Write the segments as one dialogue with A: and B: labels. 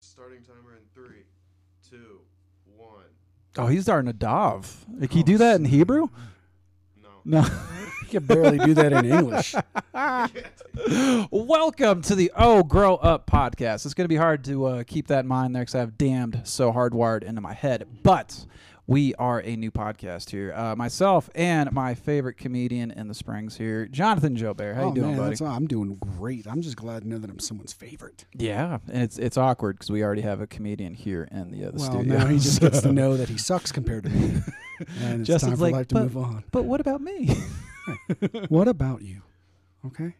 A: starting timer in three, two, one.
B: Oh, he's darting a dove. Like, Can you do that in Hebrew?
A: No.
B: No.
C: You can barely do that in English.
B: Welcome to the Oh Grow Up podcast. It's going to be hard to uh, keep that in mind there because I have damned so hardwired into my head. But we are a new podcast here. Uh, myself and my favorite comedian in the Springs here, Jonathan Jobert. How
C: oh,
B: you doing,
C: man,
B: buddy?
C: that's- I'm doing great. I'm just glad to know that I'm someone's favorite.
B: yeah, and it's it's awkward because we already have a comedian here in the, uh, the
C: well,
B: studio.
C: now he just gets to know that he sucks compared to me. And it's
B: Justin's
C: time for
B: like,
C: life to
B: "But-
C: move on.
B: but what about me?
C: What about you? Okay.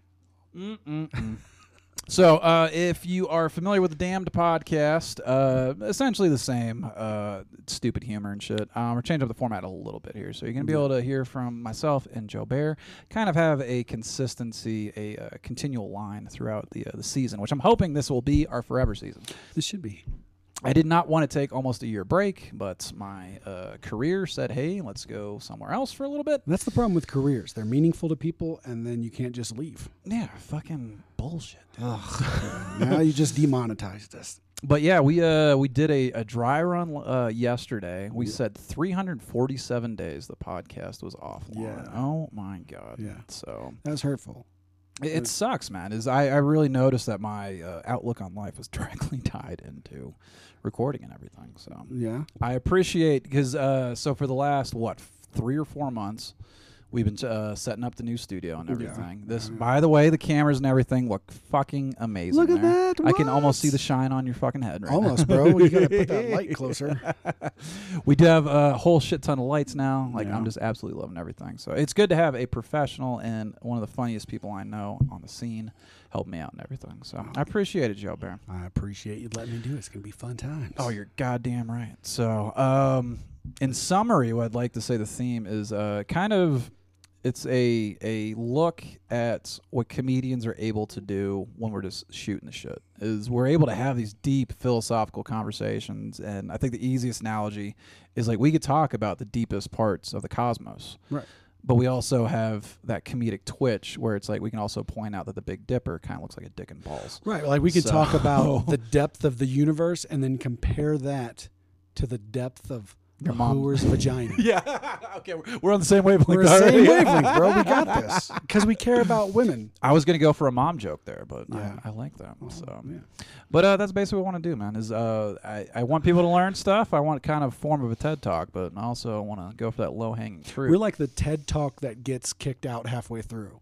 B: So, uh, if you are familiar with the Damned podcast, uh, essentially the same uh, stupid humor and shit. Um, we're changing up the format a little bit here, so you're gonna be able to hear from myself and Joe Bear. Kind of have a consistency, a uh, continual line throughout the uh, the season, which I'm hoping this will be our forever season.
C: This should be.
B: I did not want to take almost a year break, but my uh, career said, "Hey, let's go somewhere else for a little bit."
C: That's the problem with careers. They're meaningful to people, and then you can't just leave.
B: Yeah, fucking bullshit. dude.
C: now you just demonetized us.
B: But yeah, we uh we did a, a dry run uh yesterday. We said 347 days the podcast was offline.
C: Yeah.
B: Oh my god.
C: Yeah.
B: So
C: That was hurtful.
B: it, it sucks, man. Is I, I really noticed that my uh, outlook on life was directly tied into recording and everything. So
C: Yeah.
B: I appreciate because uh so for the last what three or four months. We've been uh, setting up the new studio and everything. This, by the way, the cameras and everything look fucking amazing.
C: Look at
B: there.
C: that,
B: I can almost
C: what?
B: see the shine on your fucking head right now.
C: Almost, bro. You gotta put that light closer.
B: We do have a whole shit ton of lights now. Like
C: Yeah.
B: I'm just absolutely loving everything. So it's good to have a professional and one of the funniest people I know on the scene help me out and everything. So I appreciate it, Joe Bear.
C: I appreciate you letting me do it. It's gonna be fun times.
B: Oh, you're goddamn right. So um, in summary, what I'd like to say the theme is uh, kind of it's a a look at what comedians are able to do when we're just shooting the shit. Is we're able to have these deep philosophical conversations, and I think the easiest analogy is like we could talk about the deepest parts of the cosmos
C: right.
B: but we also have that comedic twitch where it's like we can also point out that the Big Dipper kind of looks like a dick and balls.
C: Right. Like we could
B: So-
C: talk about the depth of the universe and then compare that to the depth of
B: Your
C: a
B: mom.
C: whore's vagina.
B: Yeah. okay, we're, we're on the same wavelength.
C: We're the same wavelength, bro. We got this because we care about women.
B: I was gonna go for a mom joke there, but
C: Yeah.
B: I, I like that. So,
C: yeah.
B: but uh, that's basically what I want to do, man. Is uh, I, I want people to learn stuff. I want kind of form of a TED talk, but I also want to go for that low hanging fruit.
C: We're like the TED talk that gets kicked out halfway through.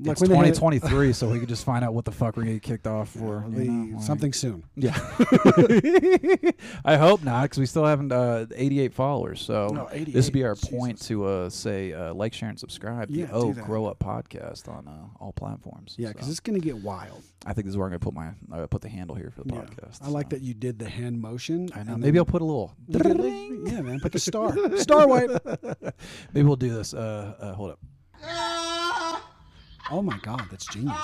C: Like
B: it's
C: when they had-
B: 2023, so we could just find out what the fuck we're gonna get kicked off for.
C: Well,
B: you
C: the-
B: know, like-
C: something soon.
B: Yeah. I hope not, because we still haven't uh, 88 followers. So
C: No,
B: Oh, this would be our
C: 88,
B: point to uh, say uh, like, share, and subscribe.
C: Yeah,
B: the
C: do
B: Oh
C: that.
B: Grow Up podcast on uh, all platforms.
C: Yeah,
B: So
C: because it's gonna get wild.
B: I think this is where I'm gonna put my uh, put the handle here for the
C: Yeah.
B: podcast.
C: I like
B: so.
C: that you did the hand motion.
B: I know.
C: and
B: Maybe
C: then
B: I'll put a little.
C: you did like- Yeah, man. Put the star. star wipe.
B: Maybe we'll do this. Uh, uh, hold up.
C: Oh my god, that's genius.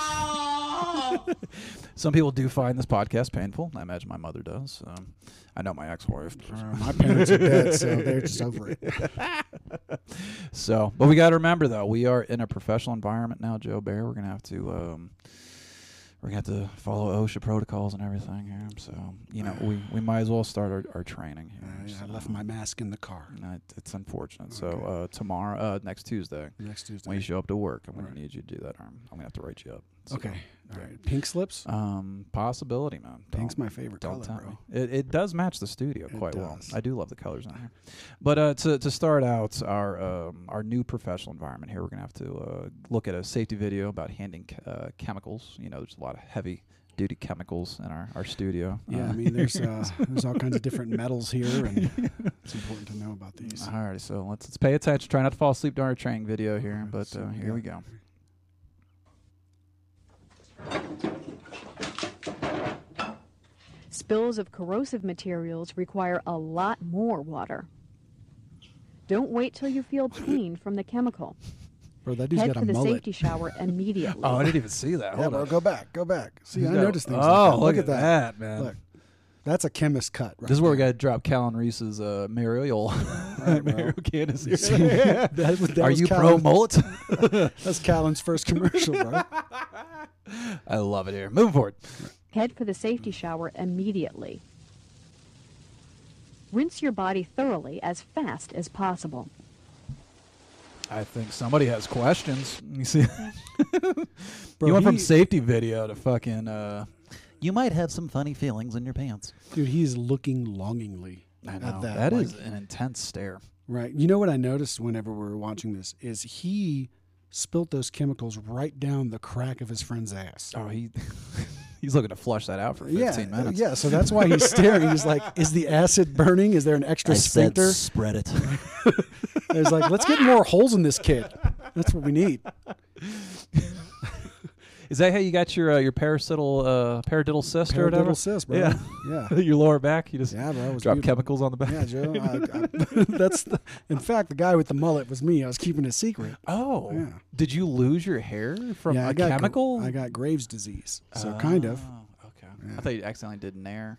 B: Some people do find this podcast painful. I imagine my mother does. Um, I know my ex-wife. does.
C: My parents are dead, so they're just over it. Uh,
B: So, but we got to remember though, we are in a professional environment now, Joe Bear. We're gonna have to, um, we're gonna have to follow OSHA protocols and everything here. So, you know, we, we might as well start our, our training here.
C: Uh, I, I
B: so.
C: left my mask in the car.
B: And it- it's unfortunate. So uh, tomorrow, uh, next Tuesday,
C: Next Tuesday.
B: when you show up to work, I'm gonna need you to do that. Arm. I'm gonna have to write you up. So,
C: okay. All right. Pink slips.
B: Um, possibility, man.
C: Pink's
B: Don't-
C: my favorite
B: don't
C: color,
B: tell
C: bro.
B: me. It, it does match the studio quite well.
C: does.
B: I do love the colors in here. But uh, to, to start out our um, our new professional environment here, we're gonna have to uh, look at a safety video about handing ch- uh, chemicals. You know, there's a lot of heavy duty chemicals in our our studio.
C: Yeah,
B: Uh,
C: I mean, there's uh, there's all kinds of different metals here, and it's important to know about these.
B: all right, so let's, let's pay attention. Try not to fall asleep during our training video here, but uh, here we go.
D: Spills of corrosive materials require a lot more water. Don't wait till you feel pain from the chemical.
C: Bro, that dude's
D: Head
C: got
D: for
C: a
D: the
C: mullet.
D: safety shower immediately.
B: Oh, I didn't even see that.
C: Yeah,
B: Hold
C: bro,
B: on.
C: go back, go back. See, I noticed things. like
B: Oh,
C: that.
B: look, at that, man.
C: Look, that's a chemist cut. Right
B: This is where we
C: there.
B: got to drop Callan Reese's uh, Mariel. Mariel Candace.
C: that, was- that
B: Are
C: was
B: you pro
C: Callan's-
B: mullet?
C: That's Callan's first commercial, bro.
B: I love it here. Moving forward.
D: Head for the safety shower immediately. Rinse your body thoroughly as fast as possible.
B: I think somebody has questions. You see,
C: Bro,
B: you went from
C: he-
B: safety video to fucking. Uh, you might have some funny feelings in your pants.
C: Dude, he's looking longingly
B: I
C: at
B: know
C: that.
B: that is
C: like-
B: an intense stare.
C: right. You know what I noticed whenever we were watching this is he spilt those chemicals right down the crack of his friend's ass.
B: Oh, he he's looking to flush that out for 15
C: yeah, uh,
B: minutes.
C: yeah. So that's why he's staring. He's like, "Is the acid burning? Is there an extra sphincter?"
E: spread it.
C: He's like, "Let's get more holes in this kid. That's what we need."
B: Is that how you got your uh, your parasital uh, paradiddle cyst or whatever?
C: Paradiddle cyst, bro.
B: Yeah.
C: yeah,
B: your lower back. You just
C: yeah, bro. It was
B: drop
C: beautiful.
B: chemicals on the back.
C: Yeah, Joe. I, I, that's the, in fact the guy with the mullet was me. I was keeping it secret.
B: Oh,
C: Yeah.
B: did you lose your hair from
C: yeah,
B: a
C: I got,
B: chemical?
C: I got Graves' disease, so kind of.
B: Oh, Okay. I thought you accidentally did nair.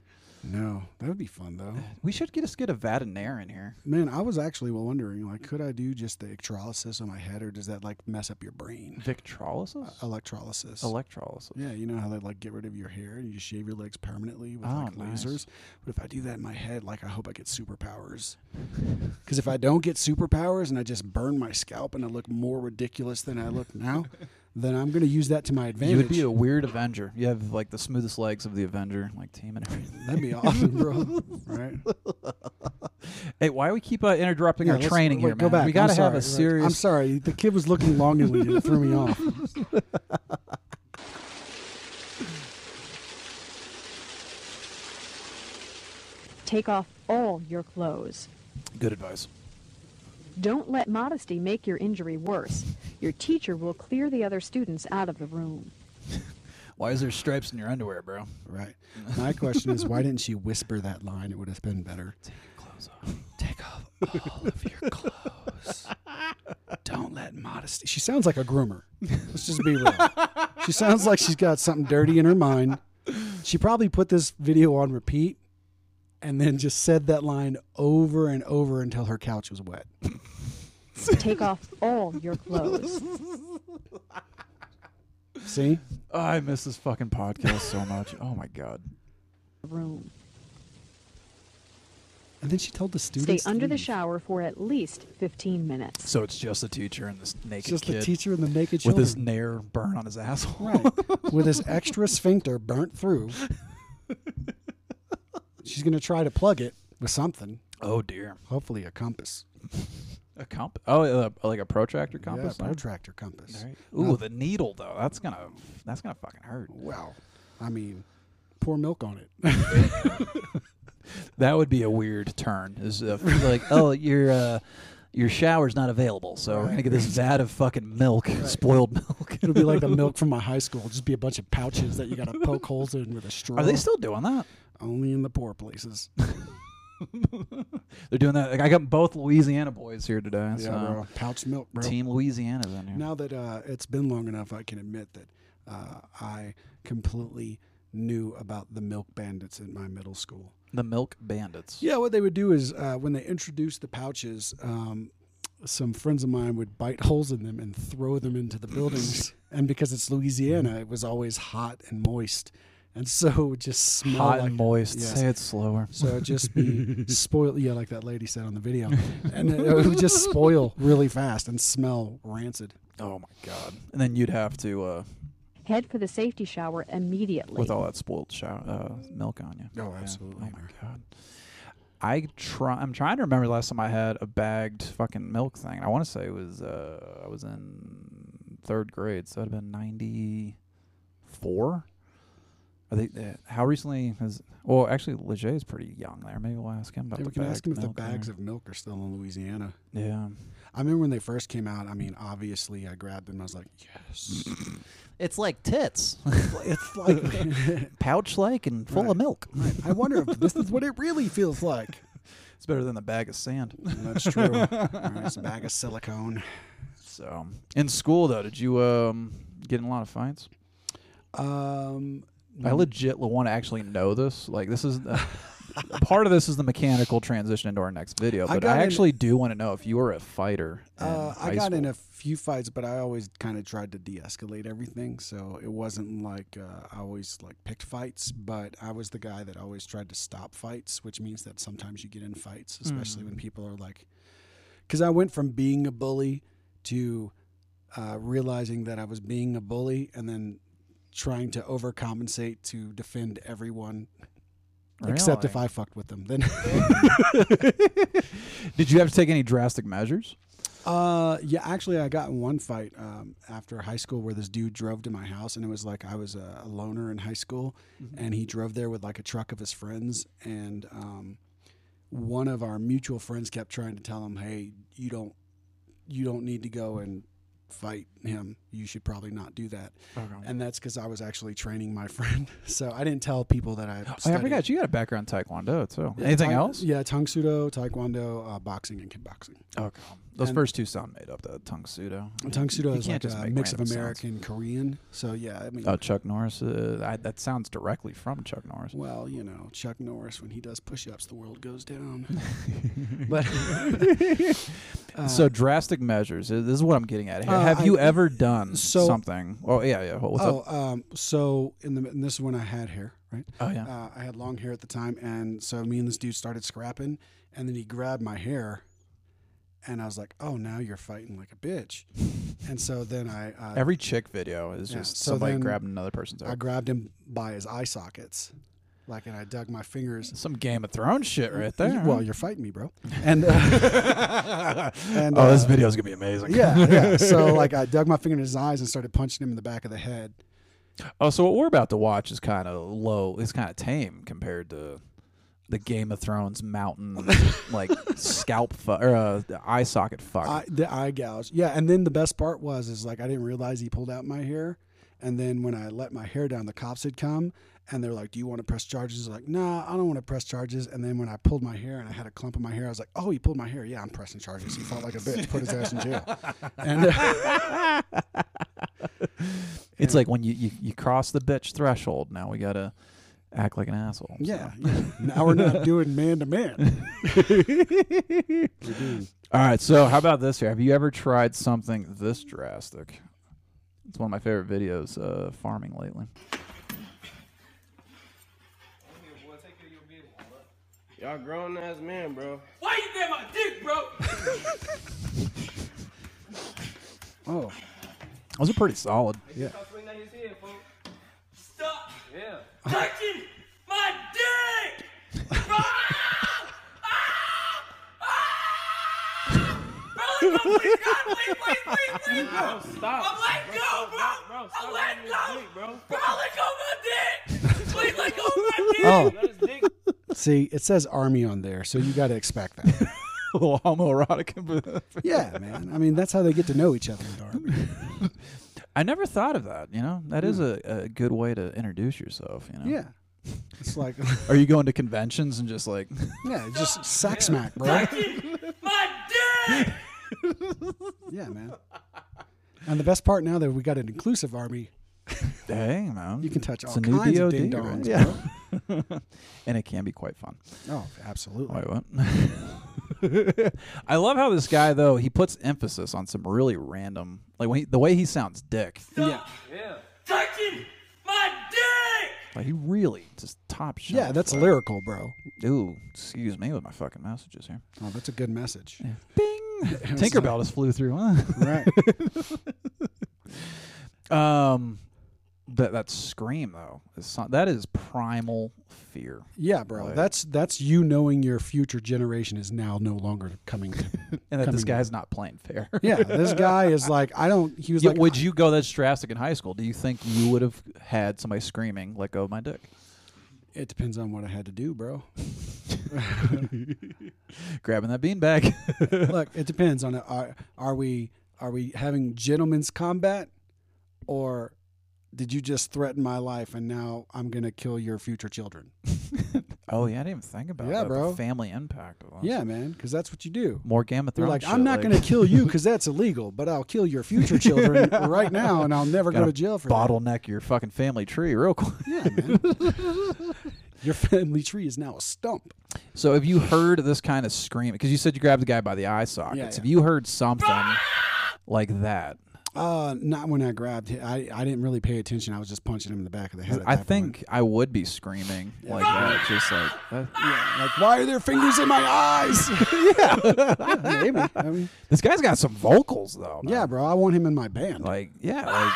C: No, that would be fun though.
B: We should get just get a vat of nair in here.
C: Man, I was actually wondering, like, could I do just the electrolysis on my head, or does that like mess up your brain? E,
B: Victrolysis?
C: Uh, Electrolysis.
B: Electrolysis.
C: yeah, you know how they like get rid of your hair and you shave your legs permanently with
B: Oh,
C: like
B: nice.
C: lasers. But if I do that in my head, like I hope I get superpowers. Because if I don't get superpowers and I just burn my scalp and I look more ridiculous than I look now, then I'm gonna use that to my advantage.
B: You would be a weird Avenger. You have like the smoothest legs of the Avenger, like team and everything.
C: That'd be awesome, bro. right?
B: Hey, why we keep uh, interrupting
C: Yeah,
B: our
C: let's-
B: training
C: wait,
B: here,
C: Go
B: man?
C: back.
B: We gotta have
C: I'm sorry.
B: a
C: Right.
B: serious.
C: I'm sorry. The kid was looking longingly and it threw me off.
D: Take off all your clothes.
B: Good advice.
D: Don't let modesty make your injury worse. Your teacher will clear the other students out of the room.
B: Why is there stripes in your underwear, bro?
C: Right. My question is, why didn't she whisper that line? It would have been better.
B: Clothes off.
C: Take off all of your clothes. Don't let modesty. She sounds like a groomer. Let's just be real. She sounds like she's got something dirty in her mind. She probably put this video on repeat and then just said that line over and over until her couch was wet.
D: Take off all your clothes.
C: See?
B: Oh, I miss this fucking podcast so much. Oh my god.
D: Room.
C: And then she told the
D: Stay
C: students. to
D: under the
C: leave.
D: shower for at least 15 minutes.
B: So it's just the teacher and this
C: It's
B: naked
C: just
B: kid
C: the teacher and the naked
B: with
C: children.
B: his nair burn on his asshole.
C: Right. With his extra sphincter burnt through. She's going to try to plug it with something,
B: Oh dear.
C: hopefully a compass.
B: A comp. Oh, uh, like a protractor compass.
C: Yeah, protractor compass.
B: All right. Ooh, the needle though. That's gonna. That's gonna fucking hurt.
C: Wow. I mean, pour milk on it.
B: That would be a weird turn. Is if, like, oh, your uh, your shower's not available, so we're gonna get this vat of fucking milk, spoiled milk.
C: It'll be like the milk from my high school. It'll just be a bunch of pouches that you got to poke holes in with a straw.
B: Are they still doing that?
C: only in the poor places?
B: They're doing that. Like, I got both Louisiana boys here today. so
C: bro. uh, Pouch milk, bro.
B: Team Louisiana's in here.
C: Now that uh, it's been long enough, I can admit that uh, I completely knew about the milk bandits in my middle school.
B: The Milk Bandits.
C: Yeah, what they would do is uh, when they introduced the pouches, um, some friends of mine would bite holes in them and throw them into the buildings. and because it's Louisiana, it was always hot and moist, and so it would just smell
B: Hot
C: like
B: and moist.
C: yes.
B: Say it slower.
C: So it'd just be spoiled. Yeah, like that lady said on the video, and it would just spoil really fast and smell rancid.
B: Oh my god! And then you'd have to uh,
D: Head for the safety shower immediately.
B: with all that spoiled shower, uh, milk on you.
C: Oh,
B: Yeah.
C: absolutely,
B: Oh my god. I try. I'm trying to remember the last time I had a bagged fucking milk thing. I want to say it was uh, I was in third grade, so it'd have been '94. Are they? Uh, how recently has? Well, actually, Leger is pretty young there. Maybe we'll ask him about
C: Yeah,
B: the
C: we can
B: bagged
C: ask them if the
B: milk there.
C: bags of milk are still in Louisiana.
B: Yeah.
C: I remember when they first came out. I mean, obviously, I grabbed them. I was like, yes,
E: It's like tits,
C: it's like
B: Pouch like and full
C: Right.
B: of milk.
C: Right. I wonder if this is what it really feels like.
B: It's better than the bag of sand.
C: That's true. It's a bag of silicone.
B: So in school though, did you um get in a lot of fights?
C: Um, Mm-hmm.
B: I legit want to actually know this. Like this is uh, part of this is the mechanical transition into our next video,
C: I
B: but
C: got
B: I,
C: in-
B: actually do want to know if you were a fighter. in
C: Uh, I
B: high
C: got in
B: school.
C: a few fights, but I always kind of tried to de-escalate everything. So it wasn't like uh, I always like picked fights, but I was the guy that always tried to stop fights, which means that sometimes you get in fights, especially
B: Hmm.
C: when people are like, because I went from being a bully to uh, realizing that I was being a bully, and then trying to overcompensate to defend everyone. Except if
B: Really?
C: I fucked with them, then
B: Did you have to take any drastic measures?
C: Uh, yeah, actually, I got in one fight um, after high school where this dude drove to my house, and it was like I was a, a loner in high school, and he drove there with like a truck of his friends, and um, one of our mutual friends kept trying to tell him, "Hey, you don't, you don't need to go and fight him. You should probably not do that." And that's because I was actually training my friend, so I didn't tell people that I.
B: Oh, yeah, I
C: studied.
B: forgot you got a background in taekwondo too. Anything
C: Tang-
B: else?
C: Yeah, Tang Sudo, Taekwondo, uh, boxing, and kickboxing.
B: Okay. Those
C: Oh, And-
B: first two sound made up. The tongue pseudo.
C: Tung Sudo
B: You
C: is
B: can't
C: like
B: just
C: a
B: make
C: mix of
B: random sounds.
C: American Korean. So yeah, I mean,
B: Oh, Chuck Norris. Uh, I, that sounds directly from Chuck Norris.
C: well, you know, Chuck Norris when he does push-ups, the world goes down. but uh,
B: so drastic measures. Uh, This is what I'm getting at here.
C: Uh,
B: Have
C: I-
B: you ever done
C: so-
B: something? Oh yeah, yeah. What's
C: oh,
B: up?
C: um, so in the and this is when I had hair, right?
B: Oh yeah.
C: Uh, I had long hair at the time, and so me and this dude started scrapping, and then he grabbed my hair, and I was like, "Oh, now you're fighting like a bitch," and so then I uh,
B: Every chick video is
C: yeah,
B: just
C: so
B: somebody
C: then
B: grabbing another person's.
C: I
B: arm.
C: grabbed him by his eye sockets, like, and I dug my fingers
B: Some Game of Thrones shit right there.
C: Well, you're fighting me, bro. And uh, and
B: oh, this
C: uh,
B: video's gonna be amazing.
C: yeah, yeah. So like, I dug my finger in his eyes and started punching him in the back of the head.
B: Oh, so what we're about to watch is kind of low. It's kind of tame compared to the Game of Thrones mountain like scalp fu- or uh, eye socket fuck.
C: I, the eye gouge. Yeah, and then the best part was is like I didn't realize he pulled out my hair, and then when I let my hair down, the cops had come. And they're like, "Do you want to press charges?" I was like, "Nah, I don't want to press charges." And then when I pulled my hair and I had a clump in my hair, I was like, "Oh, he pulled my hair. Yeah, I'm pressing charges." He fought like a bitch. Put his ass in jail. And uh,
B: it's like when you, you you cross the bitch threshold. Now we gotta act like an asshole.
C: yeah, yeah. now we're not doing man to man. We're doing
B: All right. So how about this here? Have you ever tried something this drastic? It's one of my favorite videos. Uh, farming lately.
F: Y'all grown ass men, bro.
G: Why you grab my dick, bro?
C: Oh,
B: Those are pretty solid.
F: Stop swinging out his head, folks.
G: Stop
F: Yeah.
G: touching my dick! Ah! Ah! Ah! Bro, let go, please, God, please, please, please, please, bro.
F: Bro, stop.
G: I'm let
F: Bro,
G: go,
F: stop,
G: bro.
F: Bro,
G: I'm
F: stop
G: let
F: grabbing
G: go.
F: his dick, bro.
G: Bro, let go of my dick! Please let go of my dick!
C: Oh,
F: Let his dick.
C: see, it says army on there, so you got to expect that.
B: A little homoerotic.
C: yeah, man. I mean, that's how they get to know each other in the army.
B: I never thought of that. You know, that is a, a good way to introduce yourself. You know.
C: Yeah, it's like,
B: Are you going to conventions and just like?
C: yeah, just sack smack, bro.
G: Touching my dick!
C: Yeah, man. And the best part now that we got an inclusive army,
B: Dang, man.
C: you can touch
B: It's
C: all
B: a new
C: kinds of
B: DoD,
C: ding
B: right?
C: dongs.
B: Yeah. and it can be quite fun.
C: Oh, absolutely.
B: Wait, what? I love how this guy though he puts emphasis on some really random, like when he, the way he sounds, dick.
C: Yeah,
F: Yeah.
G: Touching my dick!
B: Like he really just top shelf.
C: yeah, that's lyrical, bro.
B: Ooh, excuse me with my fucking messages here.
C: Oh, that's a good message.
B: Bing. Tinkerbell just flew through. Huh?
C: Right.
B: um, that that scream though is so, that is primal fear.
C: Yeah, bro.
B: Like-
C: That's that's you knowing your future generation is now no longer coming. To,
B: and that this
C: coming
B: guy's not playing fair.
C: yeah, this guy is like, I don't. He was
B: Yeah,
C: like, "Ah,
B: would you go that drastic in high school? Do you think you would have had somebody screaming, "Let go of my dick"?
C: It depends on what I had to do, bro.
B: Grabbing that beanbag.
C: Look, it depends on uh, are are we are we having gentlemen's combat, or did you just threaten my life and now I'm gonna kill your future children?
B: Oh yeah, I didn't even think about
C: Yeah,
B: that. the
C: bro.
B: family impact of that.
C: Yeah, man, because that's what you do.
B: More Game of
C: You're
B: Thrones.
C: like,
B: shit,
C: I'm not going to kill you because that's illegal, but I'll kill your future children right now, and I'll never go
B: Gotta
C: to jail for that.
B: bottleneck your fucking family tree real quick.
C: Yeah, man. your family tree is now a stump.
B: So have you heard this kind of scream? Because you said you grabbed the guy by the eye sockets.
C: Yeah, yeah.
B: Have you heard something like that?
C: Uh, not when I grabbed him. I, I didn't really pay attention. I was just punching him in the back of the head. at
B: I
C: that
B: think
C: point.
B: I would be screaming like that. Just like uh,
C: Yeah, like, why are there fingers in my eyes? yeah, maybe. I mean,
B: uh, this guy's got some vocals though. man.
C: yeah, bro. I want him in my band.
B: Like yeah, like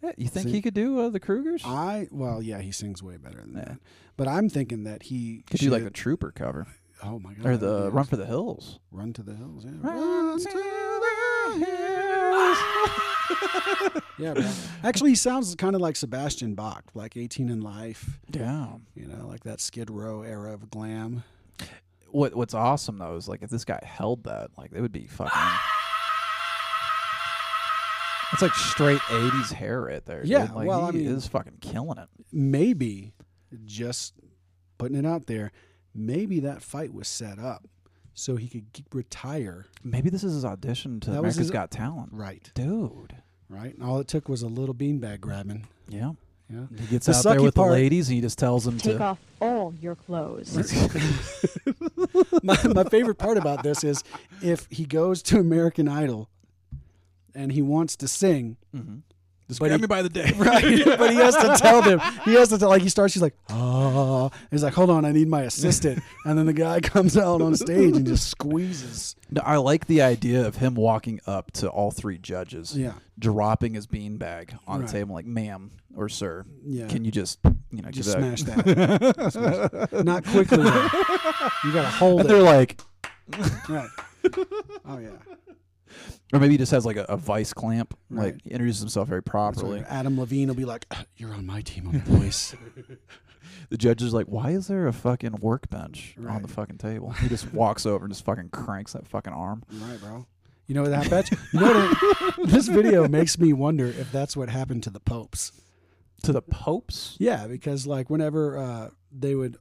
B: yeah, you think he could do uh, the Krugers?
C: I well, yeah, he sings way better than that. But I'm thinking that he
B: could do like the
C: should-
B: Trooper cover
C: oh my god
B: or
C: that
B: the
C: would be
B: Run for the Hills.
C: awesome. run to the hills. Yeah,
B: Run to the hills.
C: yeah. Bro. Actually, he sounds kind of like Sebastian Bach, like 18 in Life.
B: Damn.
C: You know, like that Skid Row era of glam.
B: what what's awesome though is like if this guy held that, like it would be fucking. It's like straight '80s hair right there. dude.
C: Yeah,
B: like,
C: well, I
B: he
C: mean-
B: is fucking killing it.
C: maybe just putting it out there maybe that fight was set up so he could g retire
B: Maybe this is his audition to
C: That
B: America's
C: was his-
B: Got Talent,
C: right
B: dude.
C: right and all it took was a little beanbag grabbing
B: Yeah,
C: yeah
B: he gets
C: The
B: out there
C: sucky
B: with
C: part-
B: the ladies and he just tells them
D: Take
B: to.
D: off all your clothes.
C: my, my favorite part about this is if he goes to american idol and he wants to sing
B: Mm-hmm. Just
C: But
B: grab
C: he-
B: me by the day.
C: right but he has to tell them he has to tell like he starts he's like oh he's like hold on i need my assistant and then the guy comes out on stage and just squeezes
B: No, I like the idea of him walking up to all three judges,
C: Yeah.
B: dropping his beanbag on
C: Right.
B: the table, like "Ma'am" or "Sir,
C: Yeah.
B: can you just you know
C: just
B: give
C: smash that not quickly though. you gotta hold
B: And
C: it
B: they're like,
C: Right. Oh yeah.
B: Or maybe he just has like a, a vice clamp,
C: Right.
B: like he introduces himself very properly.
C: So Adam Levine will be like, "Uh, "You're on my team, on the voice."
B: The judge is like, "Why is there a fucking workbench on the fucking table?" He just walks over and just fucking cranks that fucking arm.
C: right, bro. You know what that bet? You know what? it- this video makes me wonder if that's what happened to the popes.
B: To the popes?
C: Yeah, because like whenever uh, they would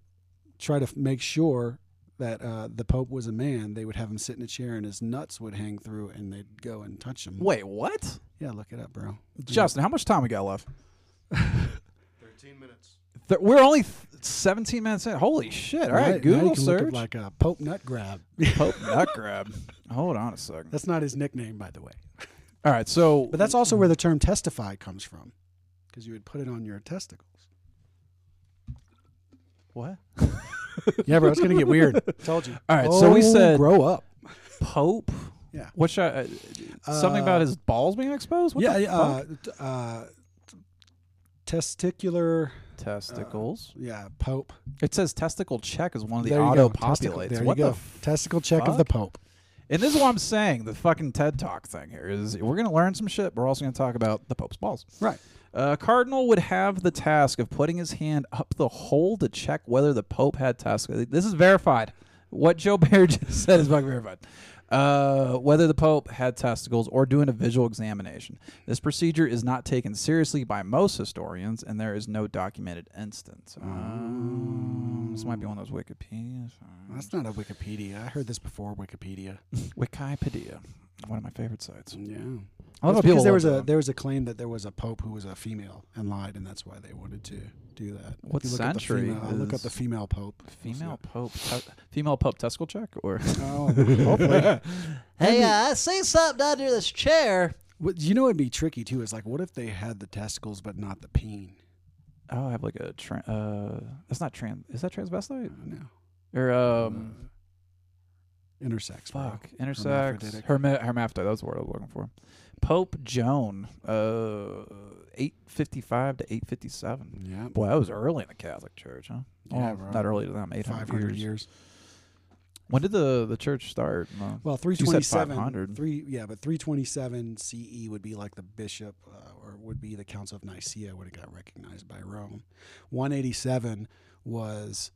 C: try to f- make sure that uh, the pope was a man, they would have him sit in a chair and his nuts would hang through, and they'd go and touch him.
B: Wait, what?
C: Yeah, look it up, bro.
B: Justin, how much time we got left?
A: 13 minutes.
B: Th- we're only th- 17 minutes in. Holy shit. All right,
C: now you
B: Google
C: can look up,
B: search.
C: like a pope nut grab.
B: Pope nut grab. Hold on a second.
C: That's not his nickname, by the way.
B: All right, so
C: But that's also where the term testify comes from, because you would put it on your testicles.
B: what?
C: Yeah, bro, it's gonna get weird. Told you.
B: All right, so we
C: Oh,
B: said
C: grow up.
B: Pope.
C: Yeah.
B: What should I, uh, something
C: Uh,
B: about his balls being exposed? What
C: yeah,
B: the
C: yeah,
B: fuck?
C: uh, t- uh, testicular.
B: testicles.
C: Yeah, Pope.
B: It says testicle check is one of the
C: There you
B: auto
C: go.
B: populates.
C: Testicle- There
B: What
C: you
B: the
C: go.
B: f-
C: Testicle check of the
B: fuck?
C: Pope.
B: and this is what I'm saying. The fucking TED Talk thing here is we're gonna learn some shit. but We're also gonna talk about the Pope's balls.
C: Right.
B: Uh, Cardinal would have the task of putting his hand up the hole to check whether the Pope had testicles. This is verified. What Joe Baer just said is fucking verified. Uh, whether the Pope had testicles or doing a visual examination. This procedure is not taken seriously by most historians, and there is no documented instance. Um,
C: Mm.
B: this might be one of those Wikipedia.
C: That's not a Wikipedia. I heard this before Wikipedia.
B: Wikipedia, one of my favorite sites.
C: Yeah.
B: I love how
C: That's
B: people
C: because there
B: love
C: was
B: that
C: a
B: one.
C: there was a claim that there was a pope who was a female and lied, and that's why they wanted to do that. If
B: What
C: you look up the
B: century
C: female- I'll look up
B: is-
C: the female pope.
B: female Pope, te- female Pope testicle check, or
C: Oh, hopefully.
E: Hey, uh, I see something under this chair.
C: What, you know, it'd be tricky too. Is like, what if they had the testicles but not the peen?
B: oh, I have like a tra- uh, that's not trans. Is that transvestite
C: I don't know.
B: or
C: Mm,
B: um?
C: Intersex. bro.
B: Fuck, intersex,
C: Hermaphroditic.
B: herma- hermaphrodite. That's the word I was looking for. Pope Joan, uh, eight fifty-five to eight fifty-seven.
C: Yeah.
B: Boy, that was early in the Catholic Church, huh?
C: Yeah,
B: Well,
C: bro.
B: not early to them. Eight
C: Five hundred
B: hundred years.
C: years.
B: When did the the church start? Uh,
C: Well, three
B: said
C: twenty-seven.
B: 500.
C: Three. Yeah, but three twenty-seven CE would be like the bishop, uh, or would be the Council of Nicaea would have got recognized by Rome. One eighty-seven was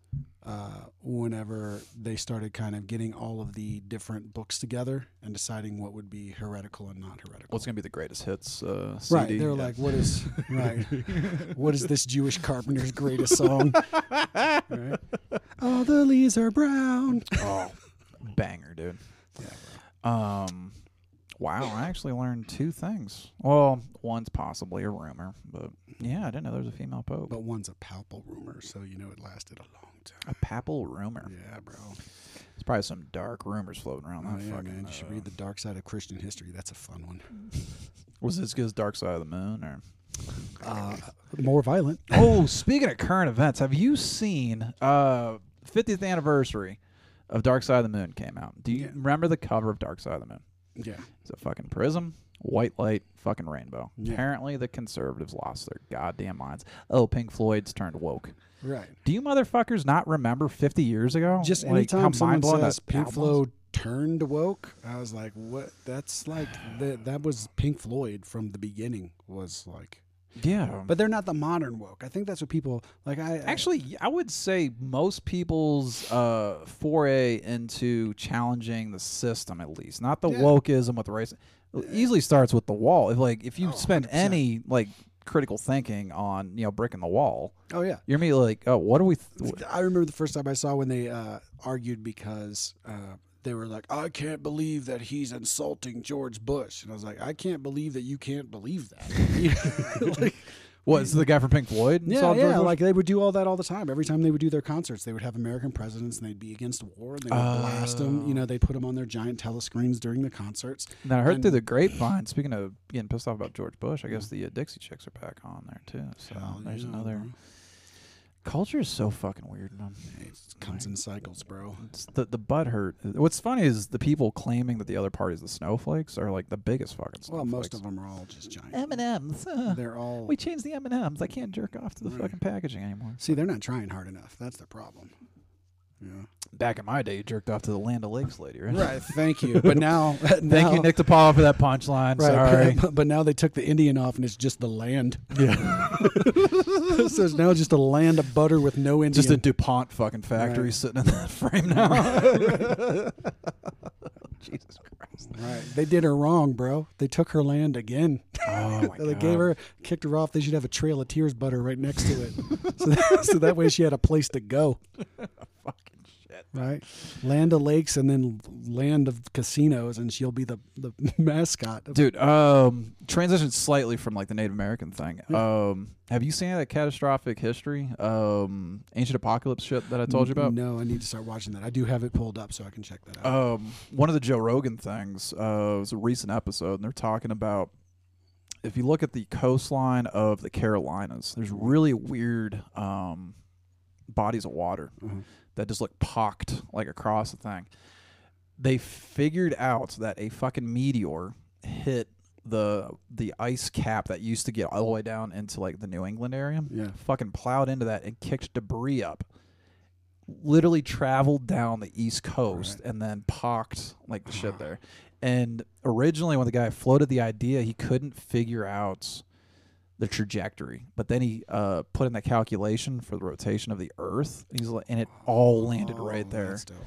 C: uh, whenever they started kind of getting all of the different books together and deciding what would be heretical and not heretical.
B: What's gonna be the greatest hits? Uh, CD?
C: right? They're like, what is right? what is this Jewish carpenter's greatest song? Right? All the leaves are brown.
B: oh, banger, dude. Um, wow, I actually learned two things. Well, one's possibly a rumor, but yeah, I didn't know there was a female pope.
C: But one's a palpable rumor, so you know it lasted a long time.
B: A papal rumor.
C: Yeah, bro.
B: It's probably some dark rumors floating around.
C: Oh,
B: that
C: yeah,
B: fucking,
C: man. You should
B: uh,
C: read the Dark Side of Christian History. That's a fun one.
B: Was it as good as Dark Side of the Moon? Or
C: Uh, more violent.
B: oh, speaking of current events, have you seen uh 50th anniversary of Dark Side of the Moon came out? Do you
C: Yeah.
B: remember the cover of Dark Side of the Moon?
C: Yeah.
B: It's a fucking prism, white light, fucking rainbow.
C: Yeah.
B: Apparently, the conservatives lost their goddamn minds. Oh, Pink Floyd's turned woke.
C: Right.
B: Do you motherfuckers not remember 50 years ago?
C: Just
B: Like, how
C: anytime someone
B: mind-blowing
C: says
B: that
C: Pink
B: album was?
C: Floyd turned woke, I was like, what? That's like, that, that was Pink Floyd from the beginning, was like.
B: Yeah.
C: But they're not the modern woke. I think that's what people, like, I. I-
B: Actually, I would say most people's uh, foray into challenging the system, at least, not the
C: Yeah.
B: wokeism with race, easily starts with the wall. If like if you
C: Oh,
B: spend any like critical thinking on you know bricking the wall,
C: oh, yeah.
B: you're immediately like, oh, what are we? Th-
C: I remember the first time I saw when they uh, argued because uh, they were like, "I can't believe that he's insulting George Bush," and I was like, "I can't believe that you can't believe that." Like,
B: what is the guy from Pink Floyd? and
C: yeah,
B: saw George
C: yeah.
B: Bush?
C: Like they would do all that all the time. Every time they would do their concerts, they would have American presidents, and they'd be against war, and they would blast them. You
B: Oh.
C: know, they put them on their giant telescreens during the concerts.
B: And I heard through the grapevine. Speaking of getting pissed off about George Bush, I guess the uh, Dixie Chicks are back on there too. So
C: Hell
B: there's
C: yeah,
B: another.
C: bro.
B: Culture is so fucking weird, man.
C: It comes in cycles, bro.
B: It's the the butt hurt. What's funny is the people claiming that the other party is the snowflakes are like the biggest fucking.
C: Well,
B: Snowflakes.
C: most of them are all just giant.
B: M and M's. Uh,
C: They're all.
B: we changed the M and M's. I can't jerk off to the fucking packaging anymore.
C: See, they're not trying hard enough. That's the problem. Yeah.
B: Back in my day, you jerked off to the Land of Lakes lady, right?
C: Right. Thank you. But now,
B: Thank you, Nick DePaul, for that punchline. Sorry.
C: But, but now they took the Indian off, and it's just the land. Yeah. so it's now just a land of butter with no Indian.
B: Just a DuPont fucking factory
C: Right.
B: sitting in that frame now. Jesus Christ.
C: right. They did her wrong, bro. They took her land again.
B: Oh my
C: they gave her, kicked her off. They should have a trail of tears butter right next to it, so, that, so that way she had a place to go.
B: fucking shit.
C: Right. Land of lakes, and then land of casinos, and she'll be the the mascot. Of,
B: Dude, um transition slightly from like the Native American thing. Um have you seen that catastrophic history? Um ancient apocalypse shit that I told you about?
C: No, I need to start watching that. I do have it pulled up, so I can check that out.
B: um, one of the Joe Rogan things uh, it was a recent episode, and they're talking about if you look at the coastline of the Carolinas, there's really weird um, bodies of water that just look pocked like across the thing. They figured out that a fucking meteor hit the the ice cap that used to get all the way down into like the New England area.
C: Yeah.
B: Fucking plowed into that and kicked debris up literally traveled down the east coast and then pocked like the shit there. And originally when the guy floated the idea, he couldn't figure out the trajectory. But then he uh, put in the calculation for the rotation of the earth. and He's like, and it all landed right
C: Oh,
B: there.
C: that's dope.